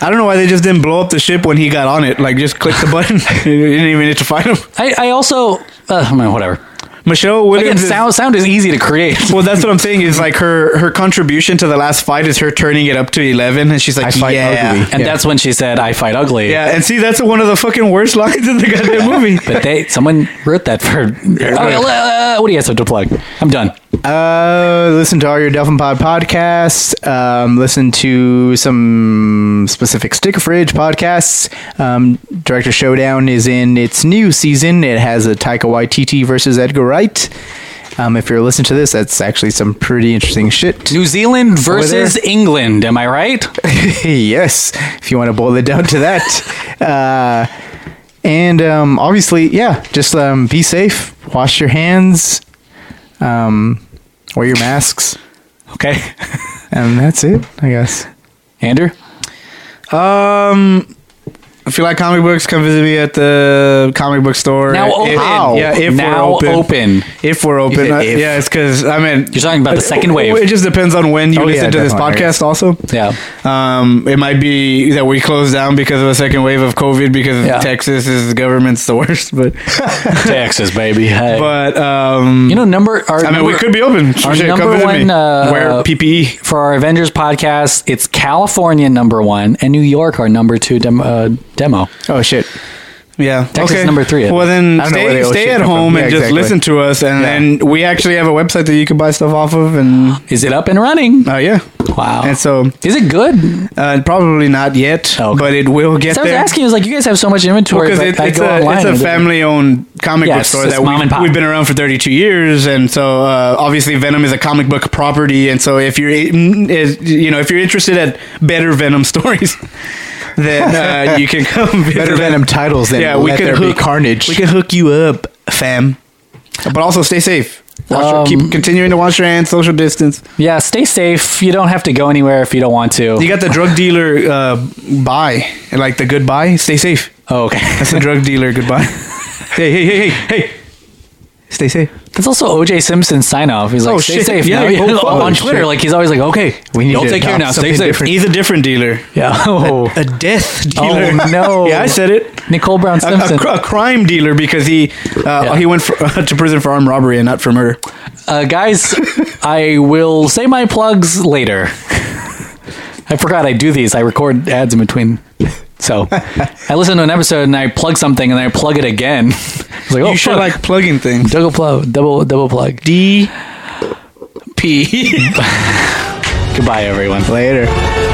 Speaker 3: I don't know why they just didn't blow up the ship when he got on it. Like just click
Speaker 2: *laughs*
Speaker 3: the button. *laughs* you didn't even need to fight him.
Speaker 1: I, I also, uh, I mean, whatever.
Speaker 3: Michelle Williams.
Speaker 1: Again,
Speaker 3: is-
Speaker 1: sound sound is easy to create.
Speaker 3: well, that's what I'm saying. Is like her her contribution to the last fight is her turning it up to eleven, and she's like,
Speaker 2: I fight
Speaker 3: *laughs* yeah.
Speaker 2: ugly.
Speaker 1: And
Speaker 2: Yeah.
Speaker 1: that's when she said, "I fight ugly."
Speaker 3: Yeah, and see, that's one of the fucking worst lines in the goddamn movie.
Speaker 1: But they, someone wrote that for. Okay, uh, what do you guys have to plug? I'm done.
Speaker 2: Uh, listen to all your Delphin Pod podcasts. Um, listen to some specific Sticker Fridge podcasts. Um, Director Showdown is in its new season. It has a Taika Waititi versus Edgar Wright. Um, if you're listening to this, that's actually some pretty interesting shit. *laughs*
Speaker 1: New Zealand versus
Speaker 2: there.
Speaker 1: England. Am I right?
Speaker 2: yes, if you want to boil it down to that. *laughs* Uh, and um, obviously, yeah, just um, be safe. Wash your hands. Um, wear your masks.
Speaker 1: Okay,
Speaker 2: And that's it, I guess.
Speaker 1: Andrew.
Speaker 3: Um, if you like comic books, come visit me at the comic book store.
Speaker 1: Now open.
Speaker 3: If- Yeah, if
Speaker 1: Now
Speaker 3: we're open.
Speaker 1: open.
Speaker 3: If we're
Speaker 2: You
Speaker 3: open.
Speaker 2: said
Speaker 3: Uh,
Speaker 2: if.
Speaker 3: Yeah, it's because, I mean.
Speaker 1: You're talking about the second wave.
Speaker 3: It just depends on when you
Speaker 2: Oh,
Speaker 3: listen
Speaker 2: yeah,
Speaker 3: to this
Speaker 2: definitely.
Speaker 3: podcast, also.
Speaker 1: Yeah.
Speaker 3: Um, it might be that we close down because of the second wave of COVID because
Speaker 1: Yeah.
Speaker 3: Texas is the government's the
Speaker 1: *laughs*
Speaker 3: worst. But,
Speaker 1: Texas,
Speaker 3: *laughs*
Speaker 1: baby.
Speaker 3: but, um,
Speaker 1: you know, number. Our
Speaker 3: I mean, we
Speaker 1: number-
Speaker 3: could be open.
Speaker 1: Our
Speaker 3: Shit,
Speaker 1: number
Speaker 3: come visit
Speaker 1: one.
Speaker 3: me.
Speaker 1: Uh,
Speaker 3: Wear E. PPE.
Speaker 1: for our Avengers podcast. It's California number one and New York our number two dem- uh, demo.
Speaker 2: Oh shit!
Speaker 3: Yeah.
Speaker 1: Texas number three, I
Speaker 3: Well, then
Speaker 2: I don't know where
Speaker 3: stay,
Speaker 2: they all
Speaker 3: stay
Speaker 2: shit
Speaker 3: at
Speaker 2: come from.
Speaker 3: home
Speaker 2: Yeah,
Speaker 3: and just
Speaker 2: exactly.
Speaker 3: listen to us. And
Speaker 2: Yeah.
Speaker 3: then we actually have a website that you can buy stuff off of.
Speaker 1: *gasps*
Speaker 3: And,
Speaker 1: Is it up and running?
Speaker 3: uh, yeah.
Speaker 1: Wow.
Speaker 3: And so,
Speaker 1: Is it good?
Speaker 3: uh, probably not yet,
Speaker 1: Oh, okay.
Speaker 3: but it will get
Speaker 1: So I was
Speaker 3: there.
Speaker 1: asking, I was like, you guys have so much inventory.
Speaker 3: because
Speaker 1: but
Speaker 3: it,
Speaker 1: I
Speaker 3: it's,
Speaker 1: go
Speaker 3: a,
Speaker 1: online
Speaker 3: it's a
Speaker 1: and it-
Speaker 3: family-owned comic
Speaker 1: Yes,
Speaker 3: book store
Speaker 1: it's
Speaker 3: that
Speaker 1: mom and
Speaker 3: we've,
Speaker 1: pop.
Speaker 3: we've been around for 32 years, and so uh, obviously Venom is a comic book property, and so if you're mm, is, you know if you're interested at better Venom *laughs* stories, then uh, you can come visit
Speaker 2: Better
Speaker 3: us.
Speaker 2: Venom titles than Let There Be Carnage.
Speaker 3: We can hook you up, fam. But also stay safe. Wash your,
Speaker 1: Um,
Speaker 3: keep continuing to wash your hands, social distance.
Speaker 1: Yeah, stay safe. You don't have to go anywhere if you don't want to.
Speaker 3: You got the drug dealer uh, buy, like the goodbye. Stay safe.
Speaker 1: oh, okay. *laughs*
Speaker 3: *laughs* That's a drug dealer goodbye. hey, hey, hey, hey, hey. Stay safe.
Speaker 1: That's also OJ Simpson's sign off. He's like,
Speaker 2: Oh,
Speaker 1: stay
Speaker 2: shit.
Speaker 1: safe. *laughs*
Speaker 2: Yeah,
Speaker 1: now.
Speaker 2: go follow
Speaker 1: on
Speaker 2: this
Speaker 1: Twitter,
Speaker 2: shit.
Speaker 1: like he's always like, okay,
Speaker 2: We need
Speaker 1: y'all
Speaker 2: to
Speaker 1: take care
Speaker 2: adopt
Speaker 1: now. Stay
Speaker 2: something
Speaker 1: safe.
Speaker 2: different.
Speaker 3: He's a different dealer.
Speaker 1: *laughs*
Speaker 3: *laughs*
Speaker 1: Yeah. Oh,
Speaker 3: A death dealer.
Speaker 1: oh no.
Speaker 3: *laughs* Yeah, I said it.
Speaker 1: Nicole Brown
Speaker 3: A, a
Speaker 1: Simpson.
Speaker 3: cr- a crime dealer because he uh, he went for, *laughs* to prison for armed robbery and not for murder.
Speaker 1: Uh,
Speaker 3: *laughs*
Speaker 1: guys, I will say my plugs later. I forgot I do these. I record ads in between. So I listen to an episode and I plug something and I plug it again. It's like, oh,
Speaker 3: you should
Speaker 1: fuck.
Speaker 3: like plugging things.
Speaker 1: double plug, double double plug.
Speaker 3: D *laughs*
Speaker 1: *laughs* Goodbye, everyone.
Speaker 2: Later.